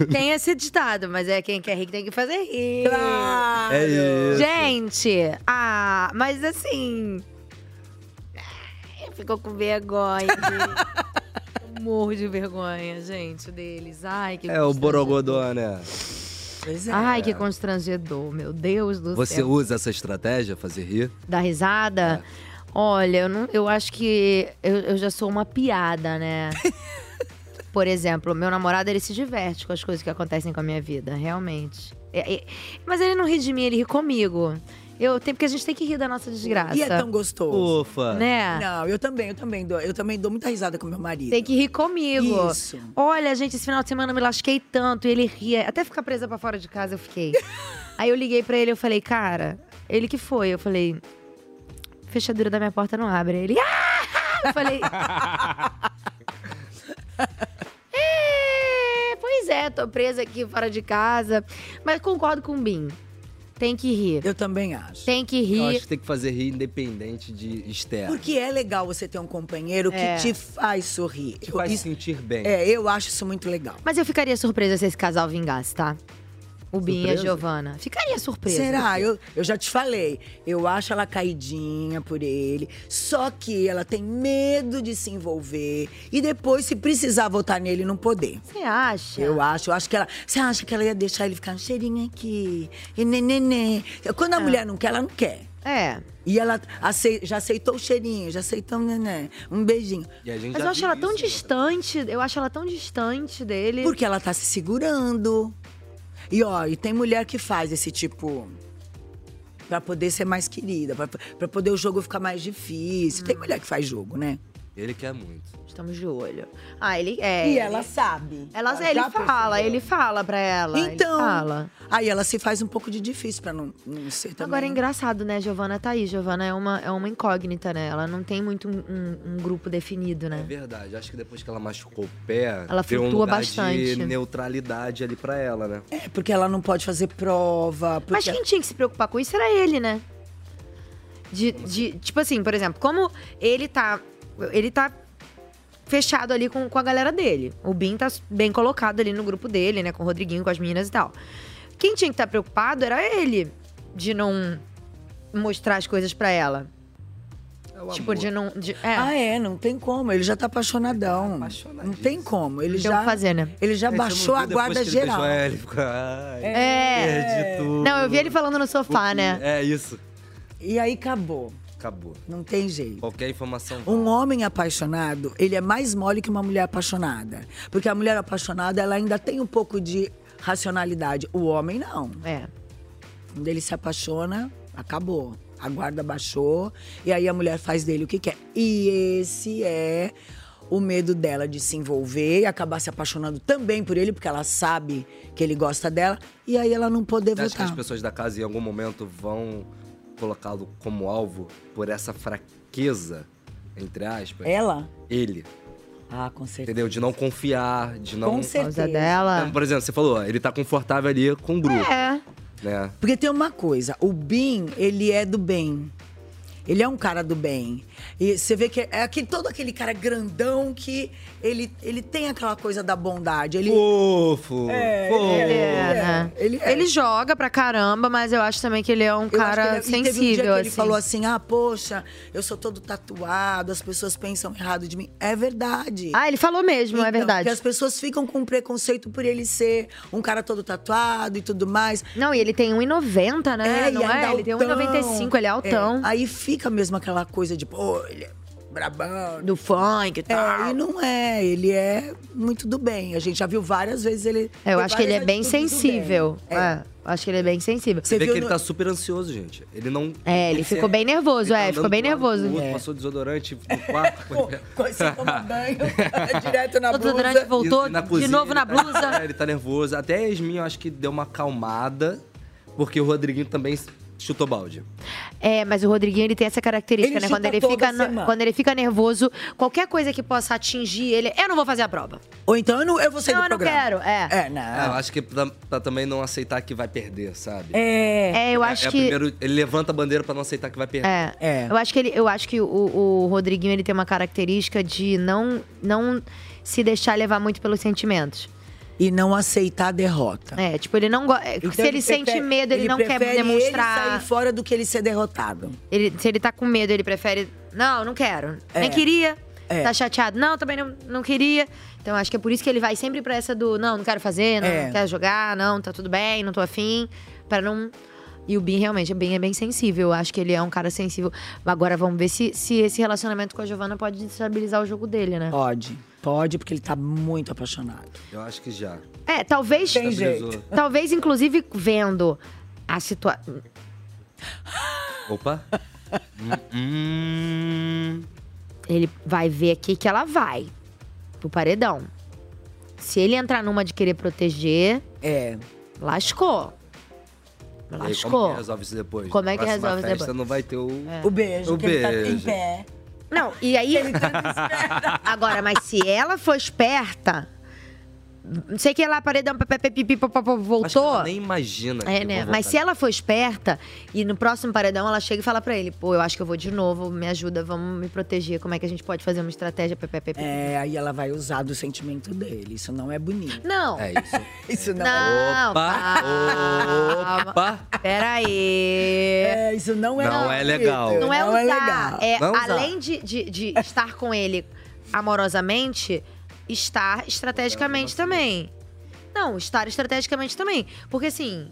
Speaker 3: É
Speaker 1: Tem esse ditado, mas é quem quer rir que tem que fazer rir.
Speaker 3: É isso.
Speaker 1: Gente, ah, mas assim. ah, Ficou com vergonha. de- Eu Morro de vergonha, gente, deles. Ai, que
Speaker 3: É o
Speaker 1: constrangedor.
Speaker 3: borogodó, né?
Speaker 1: Ai, que constrangedor, meu Deus do
Speaker 3: Você
Speaker 1: céu.
Speaker 3: usa essa estratégia, fazer rir?
Speaker 1: da risada. Olha, eu, não, eu acho que eu, eu já sou uma piada, né? Por exemplo, meu namorado, ele se diverte com as coisas que acontecem com a minha vida, realmente. É, é, mas ele não ri de mim, ele ri comigo. Eu, tem, porque a gente tem que rir da nossa desgraça.
Speaker 2: E é tão gostoso.
Speaker 3: Ufa.
Speaker 1: Né?
Speaker 2: Não, eu também, eu também dou. Eu também dou muita risada com meu marido.
Speaker 1: Tem que rir comigo.
Speaker 2: Isso.
Speaker 1: Olha, gente, esse final de semana eu me lasquei tanto. E ele ria. Até ficar presa pra fora de casa eu
Speaker 2: (laughs)
Speaker 1: fiquei. Aí eu liguei pra ele eu falei, cara, ele que foi? Eu falei, fechadura da minha
Speaker 2: (laughs)
Speaker 1: porta não abre. Ele, ah! Eu falei, é, tô presa aqui fora de casa. Mas concordo com o Bim. Tem que rir.
Speaker 2: Eu também acho.
Speaker 1: Tem que
Speaker 3: Eu
Speaker 1: rir.
Speaker 3: acho que tem que fazer rir independente de externo.
Speaker 2: Porque é legal você ter um companheiro que
Speaker 1: É.
Speaker 2: te faz sorrir.
Speaker 3: Te faz
Speaker 2: Isso-
Speaker 3: sentir bem.
Speaker 2: É, eu acho isso muito legal.
Speaker 1: Mas eu ficaria surpresa se esse casal vingasse, tá? O Bim e a
Speaker 2: Surpresa?
Speaker 1: Giovana. Ficaria surpresa.
Speaker 2: Será? Eu, eu já te falei. Eu acho ela caidinha por ele. Só que ela tem medo de se envolver. E depois, se precisar votar nele, não poder.
Speaker 1: Você acha?
Speaker 2: Eu acho. Eu acho que ela. Você acha que ela ia deixar ele ficar um cheirinho aqui? E nenenê. Quando a mulher não quer, ela não quer.
Speaker 1: Ah. É.
Speaker 2: E ela acei- já aceitou o cheirinho, já aceitou o neném. Um beijinho.
Speaker 3: E a gente
Speaker 1: Mas eu acho ela tão
Speaker 3: né?
Speaker 1: distante, eu acho ela tão distante dele.
Speaker 2: né? Porque ela tá se segurando. E ó, e tem mulher que faz esse tipo. Pra poder ser mais querida, pra, pra poder o jogo ficar mais difícil. Tem mulher que faz jogo, né?
Speaker 3: Ele quer muito.
Speaker 1: Hum. Estamos de olho. Ah, ele é.
Speaker 2: E ela
Speaker 1: ele-
Speaker 2: sabe.
Speaker 1: Ela, é,
Speaker 2: Ela
Speaker 1: ele
Speaker 2: já
Speaker 1: fala,
Speaker 2: percebeu.
Speaker 1: ele fala pra ela. ele
Speaker 2: então.
Speaker 1: fala.
Speaker 2: Aí ela se faz um pouco de difícil pra não, não ser também.
Speaker 1: Agora é engraçado, né? Giovana tá aí. Giovana é uma, é uma incógnita, né? Ela não tem muito um, um- um grupo definido,
Speaker 3: É
Speaker 1: né?
Speaker 3: verdade. Acho que depois que ela machucou o pé,
Speaker 1: Ela
Speaker 3: deu um
Speaker 1: flutua
Speaker 3: lugar
Speaker 1: bastante.
Speaker 3: de neutralidade ali pra ela, né?
Speaker 2: É, porque ela não pode fazer prova.
Speaker 1: Mas quem tinha que se preocupar com isso era ele, né? De, de- tipo assim, por exemplo, como ele tá. Ele tá fechado ali com, com a galera dele. O Bin tá bem colocado ali no grupo dele, né? Com o Rodriguinho, com as meninas e tal. Quem tinha que estar preocupado era ele de não mostrar as coisas pra ela. tipo, de não. de- é.
Speaker 2: Ah, é, não tem como. Ele já tá apaixonadão. não tem como. Ele
Speaker 1: Então
Speaker 2: já
Speaker 1: fazer, né?
Speaker 2: Ele já
Speaker 1: É, você não
Speaker 2: baixou
Speaker 1: viu
Speaker 2: a
Speaker 1: depois
Speaker 2: guarda
Speaker 1: que ele
Speaker 2: geral.
Speaker 3: Beijou ela, ele ficou, ai,
Speaker 1: É.
Speaker 3: perdi tudo.
Speaker 1: Não, eu vi ele falando no sofá, né?
Speaker 3: É isso.
Speaker 2: E aí acabou.
Speaker 3: Acabou.
Speaker 2: Não tem jeito.
Speaker 3: Qualquer informação.
Speaker 2: Um homem apaixonado, ele é mais mole que uma mulher apaixonada. Porque a mulher apaixonada, ela ainda tem um pouco de racionalidade. O homem, não.
Speaker 1: É.
Speaker 2: Quando ele se apaixona, acabou. A guarda baixou. E aí a mulher faz dele o que quer. E esse é o medo dela de se envolver e acabar se apaixonando também por ele, porque ela sabe que ele gosta dela. E aí ela não poder
Speaker 3: Você acha que as
Speaker 2: votar.
Speaker 3: pessoas da casa em algum momento vão colocá-lo como alvo por essa fraqueza, entre aspas?
Speaker 2: Ela?
Speaker 3: Ele.
Speaker 2: Ah, com certeza.
Speaker 3: Entendeu? De não confiar, de não. é
Speaker 2: Com certeza.
Speaker 1: é
Speaker 2: Por causa dela.
Speaker 3: Então, por exemplo, você falou, ele tá confortável ali com o grupo.
Speaker 1: É.
Speaker 3: Né?
Speaker 2: Porque tem uma coisa, o Bin, ele é do bem. Ele é um cara do bem. E você vê que é aquele, todo aquele cara grandão que ele, ele tem aquela coisa da bondade. Ele,
Speaker 3: Fofo.
Speaker 2: É,
Speaker 3: fofo.
Speaker 2: ele
Speaker 1: É, né?
Speaker 2: Ele,
Speaker 1: joga pra caramba, mas eu acho também que ele é um
Speaker 2: Eu acho
Speaker 1: cara
Speaker 2: que ele- e
Speaker 1: sensível,
Speaker 2: teve um dia que
Speaker 1: assim.
Speaker 2: Ele falou assim: ah, poxa, eu sou todo tatuado, as pessoas pensam errado de mim. É verdade.
Speaker 1: Ah, ele falou mesmo, é verdade.
Speaker 2: Então, Porque as pessoas ficam com preconceito por ele ser um cara todo tatuado e tudo mais.
Speaker 1: Não, e ele é tem 1,90, né?
Speaker 2: É,
Speaker 1: Não
Speaker 2: e ainda
Speaker 1: é? Ele tem
Speaker 2: altão.
Speaker 1: 1,95, ele é altão.
Speaker 2: aí fica mesmo aquela coisa de, pô, ele é brabão.
Speaker 1: Do funk e tal.
Speaker 2: É, e não é. Ele é muito do bem. A gente já viu várias vezes ele.
Speaker 1: É, eu
Speaker 2: ter
Speaker 1: acho que ele é
Speaker 2: várias
Speaker 1: bem
Speaker 2: atitudes do
Speaker 1: sensível.
Speaker 2: bem.
Speaker 1: É. eu acho que ele é bem sensível.
Speaker 3: Você vê que ele tá super ansioso, gente. Ele tá não.
Speaker 1: É, ele ficou bem nervoso, é, ficou bem nervoso.
Speaker 3: Outro,
Speaker 1: É.
Speaker 3: Passou desodorante no
Speaker 2: (laughs)
Speaker 3: quarto.
Speaker 2: Você toma banho
Speaker 3: (laughs)
Speaker 2: direto na
Speaker 1: O
Speaker 2: Tá blusa.
Speaker 1: desodorante voltou
Speaker 3: E- e na
Speaker 1: de
Speaker 3: cozinha,
Speaker 1: novo na
Speaker 3: ele tá-
Speaker 1: blusa.
Speaker 3: é, ele tá nervoso. Até a Yasmin, eu acho que deu uma acalmada, porque o Rodriguinho também chutou balde.
Speaker 1: É, mas o Rodriguinho ele tem essa característica,
Speaker 3: Ele
Speaker 1: né? Quando
Speaker 3: chuta
Speaker 1: ele,
Speaker 3: toda
Speaker 1: fica, no-
Speaker 3: semana.
Speaker 1: quando ele fica nervoso, qualquer coisa que possa atingir ele, eu não vou fazer a prova.
Speaker 2: Ou então eu, não, eu vou sair
Speaker 1: não,
Speaker 2: do
Speaker 1: eu não
Speaker 2: programa.
Speaker 1: quero. É.
Speaker 2: É, não.
Speaker 3: É, eu acho que pra, pra também não aceitar que vai perder, sabe?
Speaker 1: É, eu
Speaker 3: É-
Speaker 1: acho
Speaker 3: é
Speaker 1: que.
Speaker 3: primeiro- ele levanta a bandeira pra não aceitar que vai perder.
Speaker 1: É. Eu acho que ele, eu acho que o, o Rodriguinho ele tem uma característica de não não se deixar levar muito pelos sentimentos.
Speaker 2: E não aceitar a derrota. Então
Speaker 1: É, tipo, ele não gosta. se ele, sente
Speaker 2: prefere-
Speaker 1: medo, ele, não quer
Speaker 2: prefere
Speaker 1: demonstrar.
Speaker 2: Ele sair fora do que ele ser derrotado.
Speaker 1: Ele- se ele tá com medo, ele prefere. Não, não quero. Nem
Speaker 2: É.
Speaker 1: queria.
Speaker 2: É.
Speaker 1: Tá chateado. Não, também não, não queria. Então acho que é por isso que ele vai sempre pra essa do não, não quero fazer, não,
Speaker 2: É.
Speaker 1: não quero jogar, não, tá tudo bem, não tô afim. Pra não. E o Bin realmente é bem, é bem sensível. Eu acho que ele é um cara sensível. Agora vamos ver se, se esse relacionamento com a Giovana pode destabilizar o jogo dele, né?
Speaker 2: Pode. Pode, porque ele tá muito apaixonado.
Speaker 3: Eu acho que já.
Speaker 1: É, talvez.
Speaker 2: Tem jeito.
Speaker 1: Talvez, inclusive, vendo a situação.
Speaker 3: Opa. Hum, hum.
Speaker 1: ele vai ver aqui que ela vai pro paredão. Se ele entrar numa de querer proteger,
Speaker 2: é.
Speaker 1: lascou.
Speaker 3: E aí, como
Speaker 1: Lascou.
Speaker 3: que resolve isso depois?
Speaker 1: Como é que
Speaker 3: Na próxima
Speaker 1: resolve isso
Speaker 3: festa
Speaker 1: depois?
Speaker 3: não vai ter o...
Speaker 1: É. O beijo,
Speaker 3: o
Speaker 1: que ele tá em
Speaker 3: beijo.
Speaker 1: pé.
Speaker 2: tá
Speaker 1: (laughs) Não, e aí. Agora, mas se ela for esperta, não sei que lá, um paredão, papapipi, papapá, voltou.
Speaker 3: Nem imagina. que
Speaker 1: É,
Speaker 3: eu
Speaker 1: né?
Speaker 3: vou
Speaker 1: Mas
Speaker 3: voltar.
Speaker 1: se ela for esperta e no próximo paredão ela chega e fala pra ele: pô, eu acho que eu vou de novo, me ajuda, vamos me proteger, como é que a gente pode fazer uma estratégia? PPP.
Speaker 2: É, aí ela vai usar do sentimento dele. Isso não é bonito.
Speaker 1: Não.
Speaker 2: É isso. (laughs) isso não,
Speaker 1: Não,
Speaker 2: Opa!
Speaker 3: Opa!
Speaker 1: Peraí.
Speaker 2: É, isso não é
Speaker 3: Não é legal.
Speaker 1: Não é
Speaker 3: Não
Speaker 1: usar.
Speaker 3: é
Speaker 1: É
Speaker 3: legal. Não usar.
Speaker 1: além de, de- de estar com ele amorosamente, estar estrategicamente também. Não, estar estrategicamente também. Porque assim.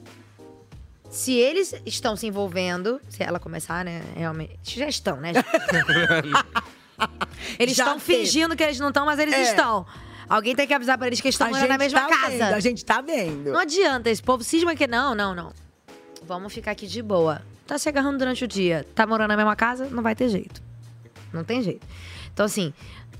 Speaker 1: Se eles estão se envolvendo, se ela começar, né? Realmente. Já estão,
Speaker 2: (laughs)
Speaker 1: né? eles
Speaker 2: Já
Speaker 1: estão
Speaker 2: teve.
Speaker 1: fingindo que eles não estão, mas eles
Speaker 2: É.
Speaker 1: estão. Alguém tem que avisar pra eles que eles estão
Speaker 2: A
Speaker 1: morando na
Speaker 2: gente
Speaker 1: mesma
Speaker 2: tá
Speaker 1: casa.
Speaker 2: vendo, a gente tá vendo.
Speaker 1: Não adianta, esse povo cisma que não, não, não. Vamos ficar aqui de boa. Tá se agarrando durante o dia, tá morando na mesma casa, não vai ter jeito. Não tem jeito. Então, assim,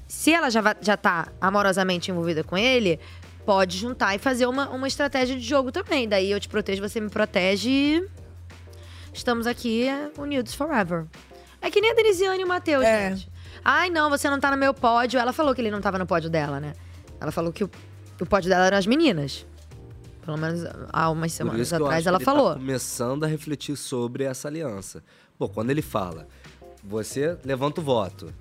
Speaker 1: se ela já, va- já tá amorosamente envolvida com ele, pode juntar e fazer uma, uma estratégia de jogo também. Daí eu te protejo, você me protege e estamos aqui é, unidos forever. É que nem a Denisiane e o Matheus, gente. Ai, não, você não tá no meu pódio. Ela falou que ele não tava no pódio dela, né? Ela falou que o, o pódio dela eram as meninas. Pelo menos há umas
Speaker 3: Por
Speaker 1: semanas
Speaker 3: isso que eu acho
Speaker 1: atrás
Speaker 3: que
Speaker 1: ela
Speaker 3: ele tá
Speaker 1: falou.
Speaker 3: começando a refletir sobre essa aliança. Pô, quando ele fala, você levanta o voto.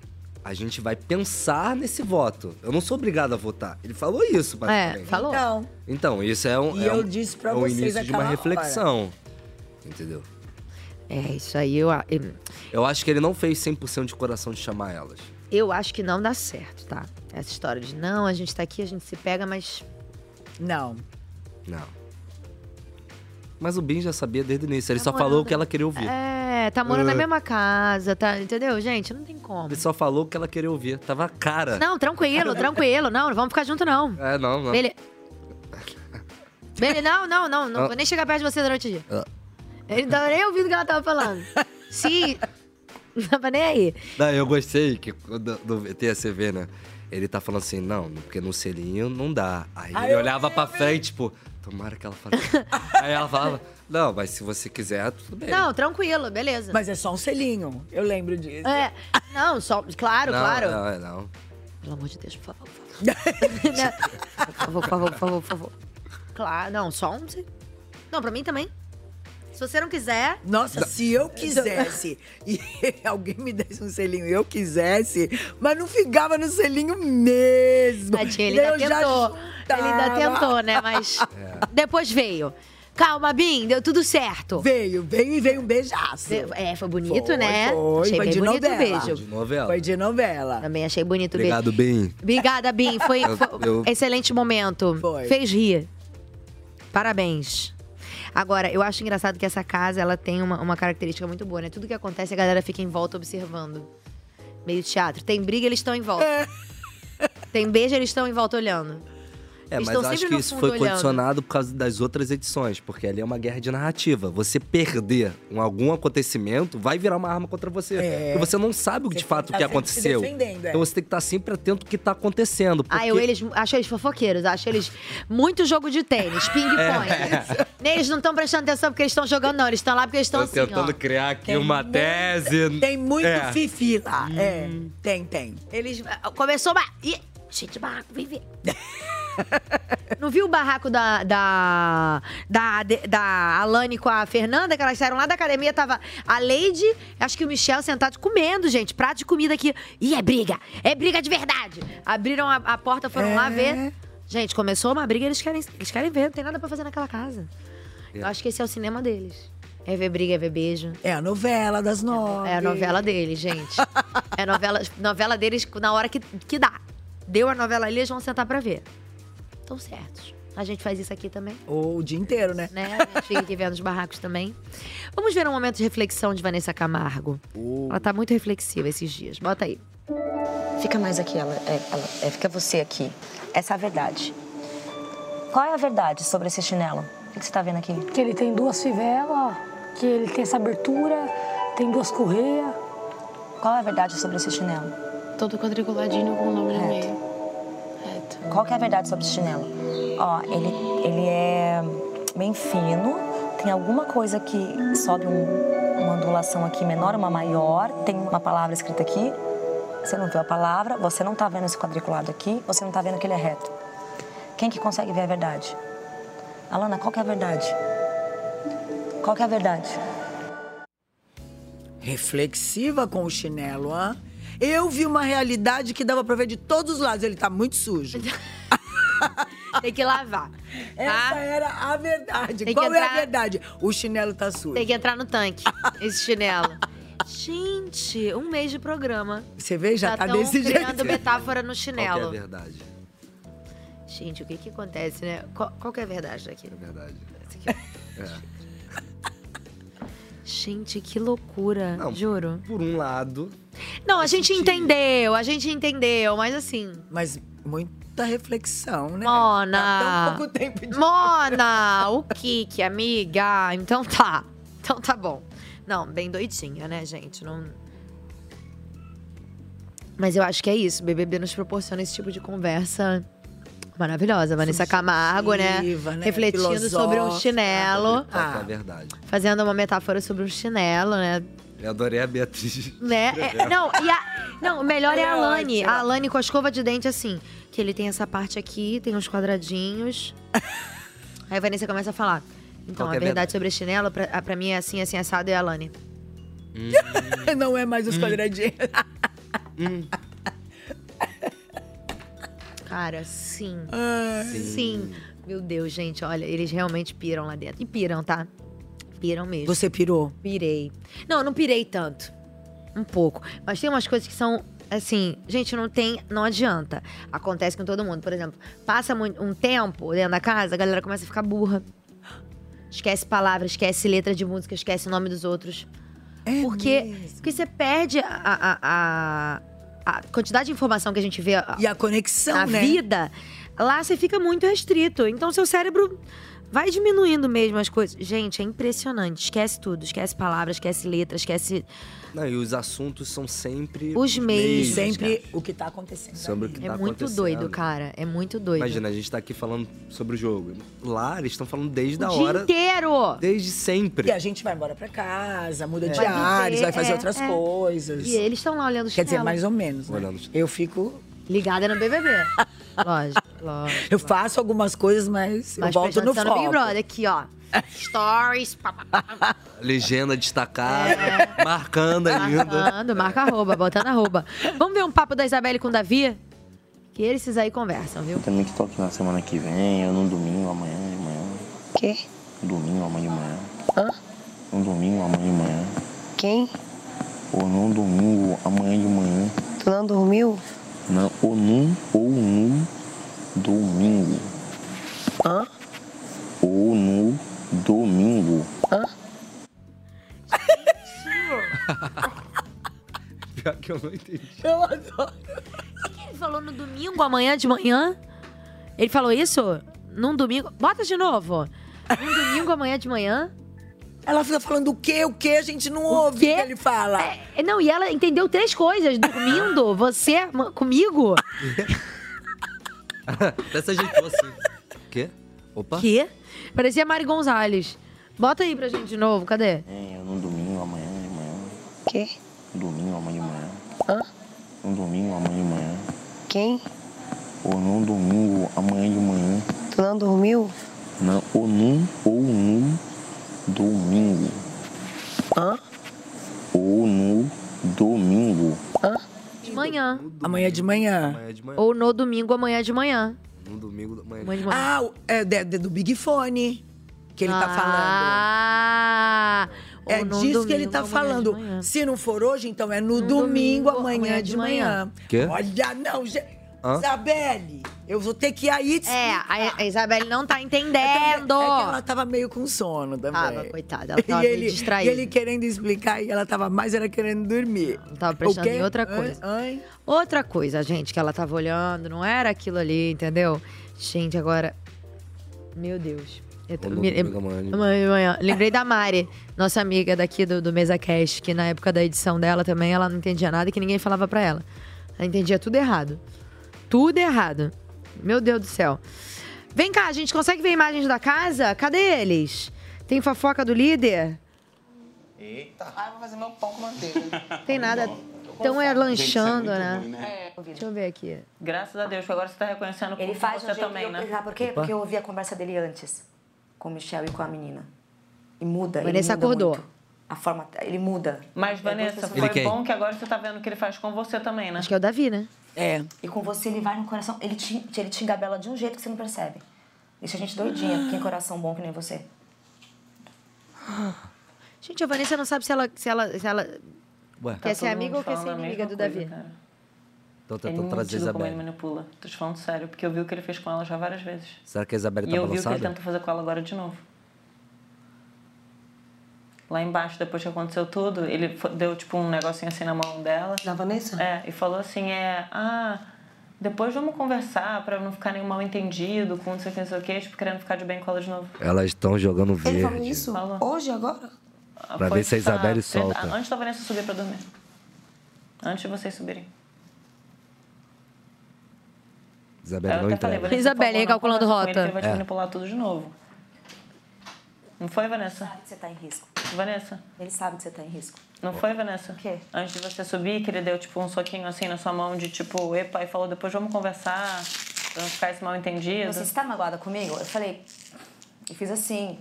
Speaker 3: A gente vai pensar nesse voto. Eu não sou obrigado a votar. Ele falou isso, basicamente.
Speaker 1: É, falou.
Speaker 2: Então,
Speaker 3: Então, isso é um,
Speaker 2: E
Speaker 3: é um-
Speaker 2: eu disse pra
Speaker 3: é o
Speaker 2: vocês
Speaker 3: início de
Speaker 2: aquela
Speaker 3: uma
Speaker 2: hora.
Speaker 3: reflexão. Entendeu?
Speaker 1: É, isso aí eu,
Speaker 3: Eu acho que ele não fez 100% de coração de chamar elas.
Speaker 1: eu acho que não dá certo, tá? Essa história de não, a gente tá aqui, a gente se pega, mas. Tá
Speaker 2: Não.
Speaker 3: Não. Mas o Bin já sabia desde o início. Ele
Speaker 1: Tá
Speaker 3: só falou o
Speaker 1: morando-
Speaker 3: que ela queria ouvir.
Speaker 1: É, tá morando na
Speaker 3: Ah.
Speaker 1: mesma casa, tá? Entendeu, gente? Não tem como.
Speaker 3: Ele só falou o que ela queria ouvir. Tava a cara.
Speaker 1: Não, tranquilo, tranquilo. Não, não vamos ficar junto, não.
Speaker 3: É, não, não.
Speaker 1: Bele... Bele... Não, não, não, não
Speaker 3: Ah.
Speaker 1: vou nem chegar perto de você durante o dia.
Speaker 3: Ah.
Speaker 1: Ele não tava nem ouvindo o que ela tava falando. Sim. Não tava nem aí.
Speaker 3: Não, eu gostei que do, do VTSV, né? Ele tá falando assim, não, porque no selinho não dá. Aí
Speaker 1: Ah,
Speaker 3: ele
Speaker 1: eu
Speaker 3: olhava pra frente, tipo, tomara que ela
Speaker 1: (laughs)
Speaker 3: fale. Aí ela falava, não, mas se você quiser, tudo bem.
Speaker 1: Não, tranquilo, beleza.
Speaker 2: Mas é só um selinho, eu lembro disso.
Speaker 1: É.
Speaker 2: (laughs)
Speaker 1: Não, só. Claro,
Speaker 3: não,
Speaker 1: claro.
Speaker 3: Não, é não.
Speaker 1: Pelo amor de Deus, por favor, por favor. por favor, por favor, por favor. Claro, não, só um. Não, pra mim também. Se você não quiser.
Speaker 2: Nossa, se
Speaker 1: (laughs)
Speaker 2: eu quisesse e (laughs) alguém me desse um selinho, eu quisesse, mas não ficava no selinho mesmo.
Speaker 1: Tadinho, ele
Speaker 2: Daí
Speaker 1: ainda
Speaker 2: eu já
Speaker 1: tentou. Ele ainda
Speaker 2: chutava.
Speaker 1: tentou, né? Mas depois veio. Calma, Bim, deu tudo certo.
Speaker 2: Veio, veio e veio um beijaço.
Speaker 1: É, foi bonito,
Speaker 2: Foi,
Speaker 1: né?
Speaker 2: foi,
Speaker 1: achei
Speaker 2: foi
Speaker 1: bem
Speaker 2: de
Speaker 1: bonito o
Speaker 2: novela.
Speaker 1: beijo.
Speaker 3: De novela.
Speaker 2: Foi de novela.
Speaker 1: Também achei bonito o beijo.
Speaker 3: Obrigado, Bin. (laughs)
Speaker 1: Obrigada, Bim. Foi,
Speaker 3: Eu-
Speaker 1: foi
Speaker 3: eu-
Speaker 1: excelente momento.
Speaker 3: Foi.
Speaker 1: Fez rir. Parabéns. Agora, eu acho engraçado que essa casa ela tem uma, uma característica muito boa, né? Tudo que acontece, a galera fica em volta observando. Meio teatro. Tem briga, eles estão em volta.
Speaker 2: É.
Speaker 1: Tem beijo, eles estão em volta olhando.
Speaker 3: É,
Speaker 1: Eles
Speaker 3: mas
Speaker 1: estão
Speaker 3: eu acho
Speaker 1: sempre
Speaker 3: que
Speaker 1: no
Speaker 3: isso
Speaker 1: fundo
Speaker 3: foi
Speaker 1: olhando.
Speaker 3: condicionado por causa das outras edições, porque ali é uma guerra de narrativa. Você perder um, algum acontecimento vai virar uma arma contra você.
Speaker 1: É.
Speaker 3: Porque você não sabe o de fato o
Speaker 1: tá
Speaker 3: que
Speaker 1: sempre se
Speaker 3: aconteceu.
Speaker 1: defendendo, é.
Speaker 3: Então você tem que estar sempre atento ao que tá acontecendo. Porque...
Speaker 1: Ah, eu eles, acho eles fofoqueiros, acho eles muito jogo de tênis, ping-pong.
Speaker 3: É.
Speaker 1: Nem Eles não estão prestando atenção porque eles estão jogando, não. Eles estão lá porque eles estão
Speaker 3: Tô
Speaker 1: assim, ó.
Speaker 3: tentando criar aqui uma tese.
Speaker 2: Tem muito
Speaker 3: É.
Speaker 2: fifi lá. É, (laughs) tem, tem.
Speaker 1: Eles. ah, Começou. Ba... Ih, gente, barraco, vem ver. Não viu o barraco da, da, da, da Alane com a Fernanda, que elas saíram lá da academia, tava a Lady, acho que o Michel sentado comendo, gente, prato de comida aqui. Ih, é briga, é briga de verdade. Abriram a, a porta, foram lá
Speaker 2: É.
Speaker 1: ver. Gente, começou uma briga, eles querem, eles querem ver, não tem nada pra fazer naquela casa. Eu acho que esse é o cinema deles. É ver briga, é ver beijo.
Speaker 2: É a novela das nove.
Speaker 1: É a novela deles,
Speaker 2: (laughs)
Speaker 1: gente. É a novela, novela deles na hora que, que dá. Deu a novela ali, eles vão sentar pra ver. Estão certos. A gente faz isso aqui também.
Speaker 2: Ou o dia inteiro, né?
Speaker 1: Né? A gente fica aqui vendo os barracos também. Vamos ver um momento de reflexão de Vanessa Camargo.
Speaker 3: Uh.
Speaker 1: Ela tá muito reflexiva esses dias. Bota aí.
Speaker 15: Fica mais aqui, ela, é, ela é, fica você aqui. Essa é a verdade. Qual é a verdade sobre esse chinelo? O que que você tá vendo aqui?
Speaker 21: Que ele tem duas fivelas, que ele tem essa abertura, tem duas correias.
Speaker 15: Qual é a verdade sobre esse chinelo?
Speaker 6: Todo quadriculadinho com o nome no meio.
Speaker 15: Qual que é a verdade sobre esse chinelo? Ó, ele, ele é bem fino, tem alguma coisa que sobe um- uma ondulação aqui menor, uma maior, tem uma palavra escrita aqui. Você não viu a palavra, você não tá vendo esse quadriculado aqui, você não tá vendo que ele é reto.
Speaker 13: Quem que consegue ver a verdade? Alana, qual que é a verdade? Qual que é a verdade?
Speaker 2: Reflexiva com o chinelo, hã? Eu vi uma realidade que dava pra ver de todos os lados. Ele tá muito
Speaker 1: (laughs)
Speaker 2: sujo.
Speaker 1: Tem que lavar. tá?
Speaker 2: Essa era a verdade.
Speaker 1: Tem que
Speaker 2: Qual é a
Speaker 1: entrar-
Speaker 2: verdade? O chinelo tá sujo.
Speaker 1: Tem que entrar no tanque, esse chinelo. Gente, um mês de programa.
Speaker 2: Você vê, já tá
Speaker 1: tão
Speaker 2: desse
Speaker 1: criando
Speaker 2: jeito.
Speaker 1: metáfora no chinelo.
Speaker 3: Qual que é a verdade?
Speaker 1: Gente, o que que acontece, né? Qual, qual que é a verdade daqui? É
Speaker 3: verdade. É.
Speaker 1: Gente, que loucura, juro.
Speaker 3: Por um lado.
Speaker 1: Não, a gente entendeu, a gente entendeu, mas assim.
Speaker 2: Mas muita reflexão, né?
Speaker 1: Mona!
Speaker 2: Tá tão pouco tempo de...
Speaker 1: Mona! O que que, amiga? Então tá. Então tá bom. Não, bem doidinha, né, gente? Não. Mas eu acho que é isso. O BBB nos proporciona esse tipo de conversa maravilhosa. Vanessa Camargo, né?
Speaker 2: Subjetiva, né?
Speaker 1: Refletindo sobre um
Speaker 2: Filosófica. né?
Speaker 1: chinelo.
Speaker 3: Qual que é a verdade?
Speaker 1: Fazendo uma metáfora sobre um chinelo, né?
Speaker 3: Eu adorei a Beatriz.
Speaker 1: Né? É, não, e a, não, o melhor é a
Speaker 3: É
Speaker 1: Alane.
Speaker 3: ótimo.
Speaker 1: A Alane com a escova de dente, assim. Que ele tem essa parte aqui, tem uns
Speaker 2: (laughs)
Speaker 1: quadradinhos. Aí a Vanessa começa a falar. Então,
Speaker 2: Qual
Speaker 1: a
Speaker 2: que é a
Speaker 1: verdade,
Speaker 2: verdade?
Speaker 1: sobre chinelo, pra, a- pra mim é assim, assim, assado, e a Alane. Hum.
Speaker 2: (laughs) Não é mais os quadradinhos.
Speaker 1: Cara, sim.
Speaker 2: Ai.
Speaker 1: sim.
Speaker 2: Sim.
Speaker 1: Meu Deus, gente, olha, eles realmente piram lá dentro. E piram, tá? Piram mesmo.
Speaker 2: Você pirou?
Speaker 1: Pirei. Não, eu não pirei tanto. Um pouco. Mas tem umas coisas que são. Assim, gente, não tem. Não adianta. Acontece com todo mundo. Por exemplo, passa mu- um tempo dentro da casa, a galera começa a ficar burra. Esquece palavras, esquece letra de música, esquece o nome dos outros.
Speaker 2: É
Speaker 1: porque, porque você perde a, a- a- a quantidade de informação que a gente vê.
Speaker 2: E a conexão,
Speaker 1: a
Speaker 2: né?
Speaker 1: vida. Lá você fica muito restrito. Então, seu cérebro vai diminuindo mesmo as coisas. Gente, é impressionante. Esquece tudo. Esquece palavras, esquece letras, esquece
Speaker 3: Não, e os assuntos são sempre.
Speaker 1: Os mesmos,
Speaker 2: Sempre o que tá acontecendo.
Speaker 3: Sobre o que
Speaker 1: é
Speaker 3: tá
Speaker 1: muito
Speaker 3: acontecendo.
Speaker 1: doido, cara. É muito doido.
Speaker 3: Imagina, a gente tá aqui falando sobre o jogo. Lá, eles estão falando desde
Speaker 1: o
Speaker 3: a
Speaker 1: dia
Speaker 3: hora.
Speaker 1: inteiro!
Speaker 3: Desde sempre.
Speaker 2: E a gente vai embora pra casa, muda
Speaker 3: É.
Speaker 2: de
Speaker 3: Vai
Speaker 2: áreas,
Speaker 1: viver,
Speaker 2: vai fazer
Speaker 1: é,
Speaker 2: outras
Speaker 1: é.
Speaker 2: coisas.
Speaker 1: E eles estão lá olhando o
Speaker 2: Quer dizer,
Speaker 1: chinelo.
Speaker 2: mais ou menos. né? Eu fico.
Speaker 1: Ligada no BBB. lógico, lógico.
Speaker 2: Eu faço algumas coisas, mas,
Speaker 1: Mas
Speaker 2: eu volto
Speaker 1: prestando
Speaker 2: no
Speaker 1: atenção
Speaker 2: foco.
Speaker 1: Big Brother aqui, ó. Stories,
Speaker 2: (laughs)
Speaker 1: pá, pá, pá, pá, pá,
Speaker 3: Legenda
Speaker 1: (laughs)
Speaker 3: destacada, marcando
Speaker 2: Tá
Speaker 3: ainda.
Speaker 1: marcando, marca arroba, botando arroba. Vamos ver um papo da Isabelle com o Davi? Que eles aí conversam, viu?
Speaker 5: Também que toque na semana que vem, eu no domingo, amanhã de manhã. um
Speaker 15: Quê?
Speaker 5: Domingo, amanhã de manhã.
Speaker 15: Hã?
Speaker 5: No domingo, amanhã de manhã.
Speaker 15: Quem?
Speaker 5: Ou num domingo, amanhã de manhã.
Speaker 15: Tu não dormiu?
Speaker 5: Não, ou num, ou num domingo.
Speaker 15: Hã?
Speaker 5: Ou no domingo.
Speaker 15: Hã?
Speaker 5: (laughs)
Speaker 3: Pior que eu não entendi.
Speaker 2: Eu adoro.
Speaker 1: Ele falou no domingo, amanhã de manhã. Ele falou isso? Num domingo. Bota de novo. Num domingo, amanhã de manhã.
Speaker 2: Ela fica falando o quê? O quê? A gente não ouve o que ele fala.
Speaker 1: É, não, e ela entendeu três coisas. Dormindo, você, ma- comigo.
Speaker 3: (laughs) Dessa ajeitou assim. Quê? Opa.
Speaker 1: Quê? Parecia Mari Gonzalez. Bota aí pra gente de novo, cadê?
Speaker 5: É, eu no domingo, amanhã de manhã.
Speaker 15: Quê?
Speaker 5: Domingo, amanhã de manhã.
Speaker 15: Hã?
Speaker 5: No domingo, amanhã de manhã.
Speaker 15: Quem?
Speaker 5: Ou num domingo, amanhã de manhã.
Speaker 15: Tu não dormiu?
Speaker 5: Não, ou num, ou num domingo.
Speaker 15: Hã?
Speaker 5: Ou no domingo.
Speaker 15: Hã?
Speaker 1: De manhã.
Speaker 2: Amanhã de manhã.
Speaker 3: Amanhã de manhã.
Speaker 1: Ou no domingo, amanhã de manhã.
Speaker 3: No Um domingo, amanhã de
Speaker 1: Amanhã de manhã.
Speaker 2: Ah, o- é de- de- do Big Fone que ele tá falando.
Speaker 1: Ah!
Speaker 2: É
Speaker 1: ou no
Speaker 2: disso que ele
Speaker 1: domingo,
Speaker 2: tá
Speaker 1: amanhã de
Speaker 2: falando.
Speaker 1: manhã.
Speaker 2: Se não for hoje, então é no, domingo, amanhã, de manhã.
Speaker 3: Quê?
Speaker 2: Olha, não, gente.
Speaker 3: Hã?
Speaker 2: Isabelle, eu vou ter que ir aí. É,
Speaker 1: a Isabelle não tá entendendo.
Speaker 2: É, que ela tava meio com sono também.
Speaker 1: Tava, coitada, ela tava
Speaker 2: e
Speaker 1: meio
Speaker 2: ele,
Speaker 1: distraída.
Speaker 2: E ele querendo explicar e ela tava mais era querendo dormir.
Speaker 1: Tava prestando em outra coisa. Outra coisa, gente, que ela tava olhando, não era aquilo ali, entendeu? Gente, agora. Meu Deus. Eu tô-
Speaker 3: Ou no
Speaker 1: me-
Speaker 3: domingo, amanhã de
Speaker 1: Amanhã de manhã. Lembrei da Mari, nossa amiga daqui do, do Mesa Cash, que na época da edição dela também ela não entendia nada e que ninguém falava pra ela. Ela entendia tudo errado. Tudo errado. Meu Deus do céu. Vem cá, a gente consegue ver imagens da casa? Cadê eles? Tem fofoca do líder?
Speaker 19: Eita. Ah, eu vou fazer meu pão com manteiga.
Speaker 1: Tem nada. Então é lanchando, né?
Speaker 12: né?
Speaker 1: Deixa eu ver aqui.
Speaker 12: Graças a Deus, que agora você tá reconhecendo o
Speaker 13: Ele
Speaker 12: público,
Speaker 13: faz
Speaker 12: você
Speaker 13: do jeito
Speaker 12: também,
Speaker 13: que eu,
Speaker 12: né?
Speaker 13: Sabe por quê? Porque eu ouvi a conversa dele antes, com o Michel e com a menina. E muda, ele
Speaker 12: Vanessa
Speaker 13: muda
Speaker 12: acordou.
Speaker 13: muito. A forma, ele muda. É
Speaker 12: Mas, Vanessa,
Speaker 13: um Ele
Speaker 12: foi
Speaker 13: quem?
Speaker 12: bom que agora você tá vendo o que ele faz com você também, né?
Speaker 1: Acho que é o Davi, né?
Speaker 13: É. E com você ele vai no coração, ele te, te- ele te engabela de um jeito que você não percebe. Deixa a gente doidinha,
Speaker 1: Ah.
Speaker 13: porque tem coração bom que nem você.
Speaker 1: Gente, a Vanessa não sabe se ela, se ela, se ela
Speaker 3: Ué.
Speaker 1: quer ser
Speaker 12: Tá todo mundo
Speaker 1: amiga ou quer
Speaker 12: falando
Speaker 1: ser
Speaker 12: a mesma
Speaker 1: inimiga do
Speaker 12: coisa,
Speaker 1: Davi.
Speaker 12: cara.
Speaker 3: Então
Speaker 12: Ele
Speaker 3: tentando trazer a
Speaker 12: nítido como ele
Speaker 3: Isabelle.
Speaker 12: manipula. Tô te falando sério, porque eu vi o que ele fez com ela já várias vezes.
Speaker 3: Será que a Isabelle
Speaker 12: e
Speaker 3: tá
Speaker 12: eu vi o que ele
Speaker 3: balançada?
Speaker 12: tentou fazer com ela agora de novo. Lá embaixo, depois que aconteceu tudo, ele fo- deu tipo um negocinho assim na mão dela.
Speaker 13: Na Vanessa?
Speaker 12: É, e falou assim: é, ah, depois vamos conversar pra não ficar nenhum mal entendido com não sei o que, não sei o que, tipo, querendo ficar de bem com ela de novo.
Speaker 3: Elas estão jogando verde.
Speaker 12: isso?
Speaker 13: Hoje, agora?
Speaker 3: Pra ver se a Isabelle solta.
Speaker 12: Ah, Antes da Vanessa subir pra dormir. Antes de vocês subirem.
Speaker 3: Isabelle não
Speaker 12: até
Speaker 13: É.
Speaker 3: entrega.
Speaker 12: falei, Vanessa,
Speaker 1: Isabelle,
Speaker 12: por favor, não
Speaker 1: recalculando
Speaker 12: conversa com Ele, que
Speaker 1: rota.
Speaker 12: ele vai te
Speaker 3: É.
Speaker 12: manipular tudo de novo. Não foi, Vanessa?
Speaker 13: Sabe que você tá em risco.
Speaker 12: Vanessa?
Speaker 13: Ele sabe que você tá em risco.
Speaker 12: Não foi, Vanessa? O
Speaker 13: quê?
Speaker 12: Antes de você subir, que ele deu tipo um soquinho assim na sua mão de tipo, epa, e falou, depois vamos conversar, pra não ficar esse mal entendido.
Speaker 13: Você está magoada comigo? Eu falei, eu fiz assim.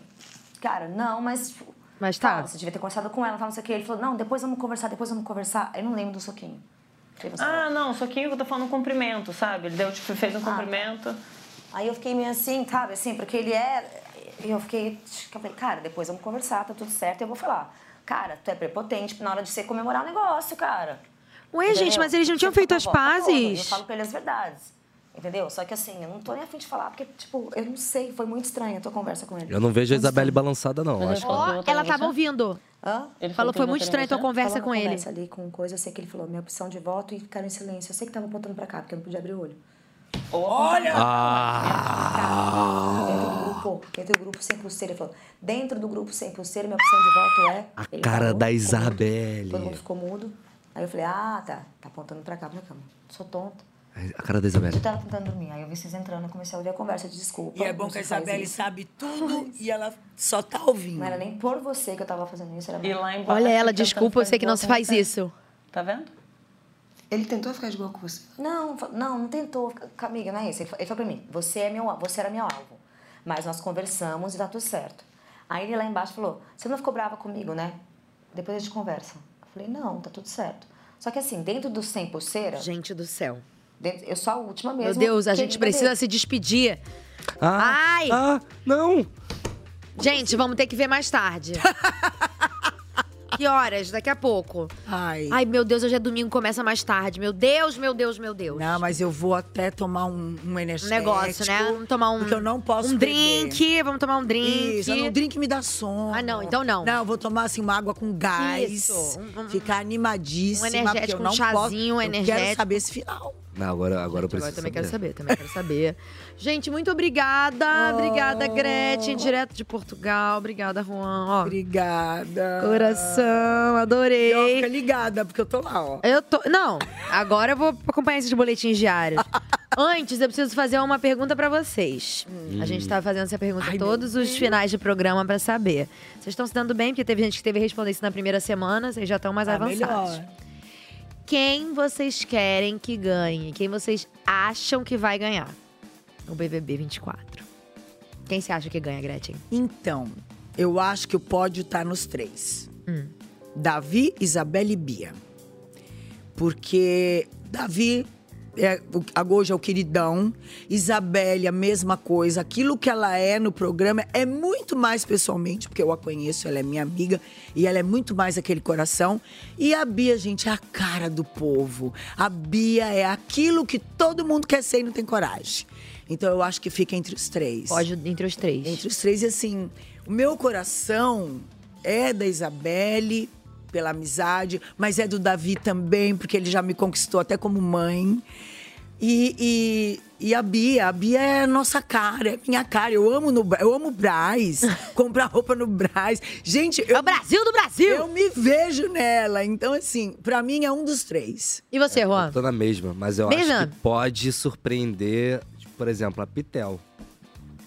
Speaker 13: Cara, não, mas. tipo,
Speaker 1: Mas tá.
Speaker 13: Você devia ter conversado com ela, tá, não sei o quê. Ele falou, não, depois vamos conversar, depois vamos conversar. Eu não lembro do soquinho. Aí você
Speaker 12: Ah, não, soquinho que eu tô falando um cumprimento, sabe? Ele deu, tipo, fez
Speaker 13: Ah, tá.
Speaker 12: um cumprimento.
Speaker 13: Aí eu fiquei meio assim, sabe, assim, porque ele é. E eu fiquei. Eu falei, cara, depois vamos conversar, tá tudo certo, eu vou falar. Cara, tu é prepotente na hora de você comemorar o negócio, cara.
Speaker 1: Ué,
Speaker 13: Entendeu?
Speaker 1: gente, mas eles não tinham
Speaker 13: Você
Speaker 1: feito as
Speaker 13: provoca todo, Eu
Speaker 1: pazes.
Speaker 13: falo pra ele as verdades. Entendeu? Só que assim, eu não tô nem afim de falar, porque, tipo, eu não sei, foi muito estranha a tua conversa com ele.
Speaker 3: Eu não vejo a Isabelle balançada, não. Acho que ela-
Speaker 1: Ó, ela tava ouvindo.
Speaker 13: Hã?
Speaker 1: Ele falou, é foi muito estranha a tua conversa
Speaker 13: Falou
Speaker 1: com
Speaker 13: uma
Speaker 1: ele.
Speaker 13: conversa ali com coisa, eu sei que ele falou minha opção de voto e ficaram em silêncio. Eu sei que tava apontando pra cá, porque eu não podia abrir o olho.
Speaker 12: Olha!
Speaker 3: Ah,
Speaker 9: 아.
Speaker 13: Dentro é
Speaker 1: Ah.
Speaker 13: do grupo, dentro do grupo sem pulseira. Ele falou, dentro do grupo sem pulseira, minha opção de voto é... Ele
Speaker 3: Cara
Speaker 13: parou,
Speaker 3: da
Speaker 13: Todo mundo
Speaker 3: Isabelle.
Speaker 13: ficou mudo. Aí eu falei, ah, tá, tá apontando pra cá, pra cama. Sou tonta.
Speaker 3: A cara
Speaker 1: Tá
Speaker 3: da
Speaker 13: Eu
Speaker 3: Isabelle.
Speaker 13: tava tentando dormir, aí eu vi vocês entrando, eu comecei a ouvir a conversa, desculpa.
Speaker 2: E é bom
Speaker 13: você
Speaker 2: que a
Speaker 13: faz
Speaker 2: Isabelle
Speaker 13: isso.
Speaker 2: sabe tudo e ela só tá ouvindo.
Speaker 13: Não era nem por você que eu tava fazendo isso, era...
Speaker 12: E lá embaixo,
Speaker 1: Olha ela,
Speaker 12: ele tentando
Speaker 1: desculpa, eu
Speaker 12: ficar
Speaker 1: sei que
Speaker 12: de
Speaker 1: não
Speaker 12: boa
Speaker 1: se
Speaker 12: com
Speaker 1: faz
Speaker 12: você.
Speaker 1: isso.
Speaker 12: Tá vendo?
Speaker 13: Ele tentou ficar de boa com você? Não, fa- não, não tentou. ficar- com- Amiga, não é isso. Ele fa- ele falou pra mim, você, é meu, al- você era meu alvo. Mas nós conversamos e tá tudo certo. Aí ele lá embaixo falou, você não ficou brava comigo, né? Depois a gente conversa. Eu falei, não, tá tudo certo. Só que assim, dentro do sem pulseira...
Speaker 1: Gente do céu.
Speaker 13: eu sou a última mesmo.
Speaker 1: Meu Deus, a gente
Speaker 13: querida
Speaker 1: precisa
Speaker 13: dele.
Speaker 1: se despedir.
Speaker 3: Ah,
Speaker 1: Ai!
Speaker 3: ah, não!
Speaker 1: Gente, vamos ter que ver mais
Speaker 2: (laughs)
Speaker 1: tarde. que horas? Daqui a pouco.
Speaker 2: Ai.
Speaker 1: Ai, meu Deus, hoje é domingo, começa mais tarde. Meu Deus, meu Deus, meu Deus.
Speaker 2: Não, mas eu vou até tomar um, um energético.
Speaker 1: negócio, né? Vamos tomar um-
Speaker 2: Porque eu não posso
Speaker 1: um
Speaker 2: beber.
Speaker 1: drink, vamos tomar um drink.
Speaker 2: Isso, um drink me dá sono. Ah, não, então
Speaker 1: não.
Speaker 2: Não, eu vou tomar, assim, uma água com gás.
Speaker 1: Isso, um- um-
Speaker 2: ficar
Speaker 1: um
Speaker 2: animadíssima, porque
Speaker 1: energético,
Speaker 2: eu
Speaker 1: um
Speaker 2: não
Speaker 1: chazinho, um
Speaker 2: posso. Eu quero
Speaker 1: energético.
Speaker 2: saber Ah, esse final.
Speaker 3: Não, agora, agora eu preciso.
Speaker 1: Agora eu também quero saber, também quero saber. Gente, muito obrigada.
Speaker 2: Ah.
Speaker 1: Obrigada, Gretchen, direto de Portugal. Obrigada, Juan. Ó,
Speaker 2: obrigada.
Speaker 1: Coração, adorei.
Speaker 2: Ó, fica ligada, porque eu tô lá, ó.
Speaker 1: Eu tô. Não, agora eu vou acompanhar esses boletins
Speaker 2: (laughs)
Speaker 1: diários. Antes, eu preciso fazer uma pergunta pra vocês.
Speaker 2: Hum.
Speaker 1: A gente tá fazendo essa pergunta todos os finais de programa pra saber. Vocês estão se dando bem, porque teve gente que teve respondência na primeira semana, vocês já estão mais
Speaker 2: Tá
Speaker 1: avançados.
Speaker 2: melhor.
Speaker 1: Quem vocês querem que ganhe? Quem vocês acham que vai ganhar? O BBB 24. Quem você acha que ganha, É Gretchen?
Speaker 2: Então, eu acho que o pódio tá nos três.
Speaker 1: Hum.
Speaker 2: Davi, Isabelle e Bia. Porque Davi, é, o- agora hoje é o queridão. Isabelle, a mesma coisa. Aquilo que ela é no programa é muito mais pessoalmente, porque eu a conheço, ela é minha amiga. E ela é muito mais aquele coração. E a Bia, gente, é a cara do povo. A Bia é aquilo que todo mundo quer ser e não tem coragem. Então eu acho que fica entre os três.
Speaker 1: Pode entre os três.
Speaker 2: Entre os três. E assim, o meu coração é da Isabelle, pela amizade, mas é do Davi também, porque ele já me conquistou até como mãe. E, e, e a Bia, a Bia é a nossa cara, é minha cara. Eu amo no Bra- eu amo
Speaker 1: (laughs)
Speaker 2: o Braz, comprar roupa no Braz. Gente, eu, é o
Speaker 1: Brasil do Brasil.
Speaker 2: Eu me vejo nela. Então assim, pra mim é um dos três.
Speaker 1: E você, Juan?
Speaker 3: Tô na mesma, mas eu
Speaker 1: Beijando.
Speaker 3: acho que pode surpreender, tipo, por exemplo, a Pitel.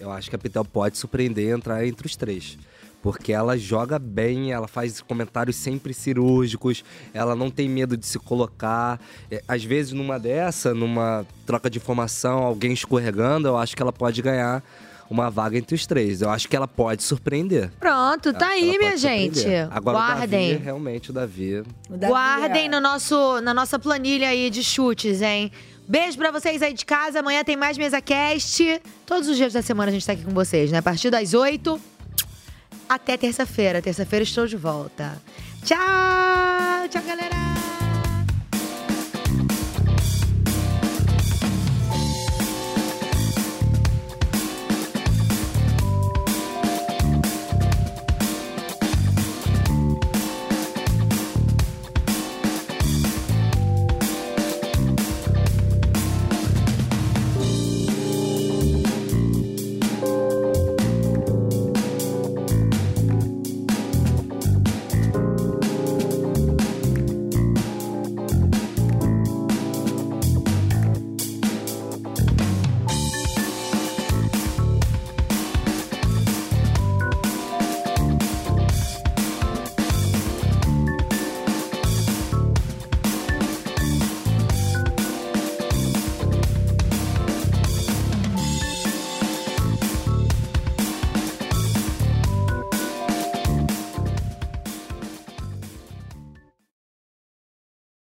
Speaker 3: Eu acho que a Pitel pode surpreender e entrar entre os três. Porque ela joga bem, ela faz comentários sempre cirúrgicos, ela não tem medo de se colocar. É, Às vezes, numa dessa, numa troca de informação, alguém escorregando, eu acho que ela pode ganhar uma vaga entre os três. Eu acho que ela pode surpreender.
Speaker 1: Pronto, tá
Speaker 3: Ela
Speaker 1: aí,
Speaker 3: pode
Speaker 1: minha
Speaker 3: surpreender.
Speaker 1: gente.
Speaker 3: Agora, O
Speaker 1: Guardem.
Speaker 3: Davi, é realmente, o Davi.
Speaker 1: Guardem no nosso, na nossa planilha aí de chutes, hein? Beijo pra vocês aí de casa. Amanhã tem mais mesa cast. Todos os dias da semana a gente tá aqui com vocês, né? A partir das 8 até terça-feira. Terça-feira estou de volta. Tchau! Tchau, galera!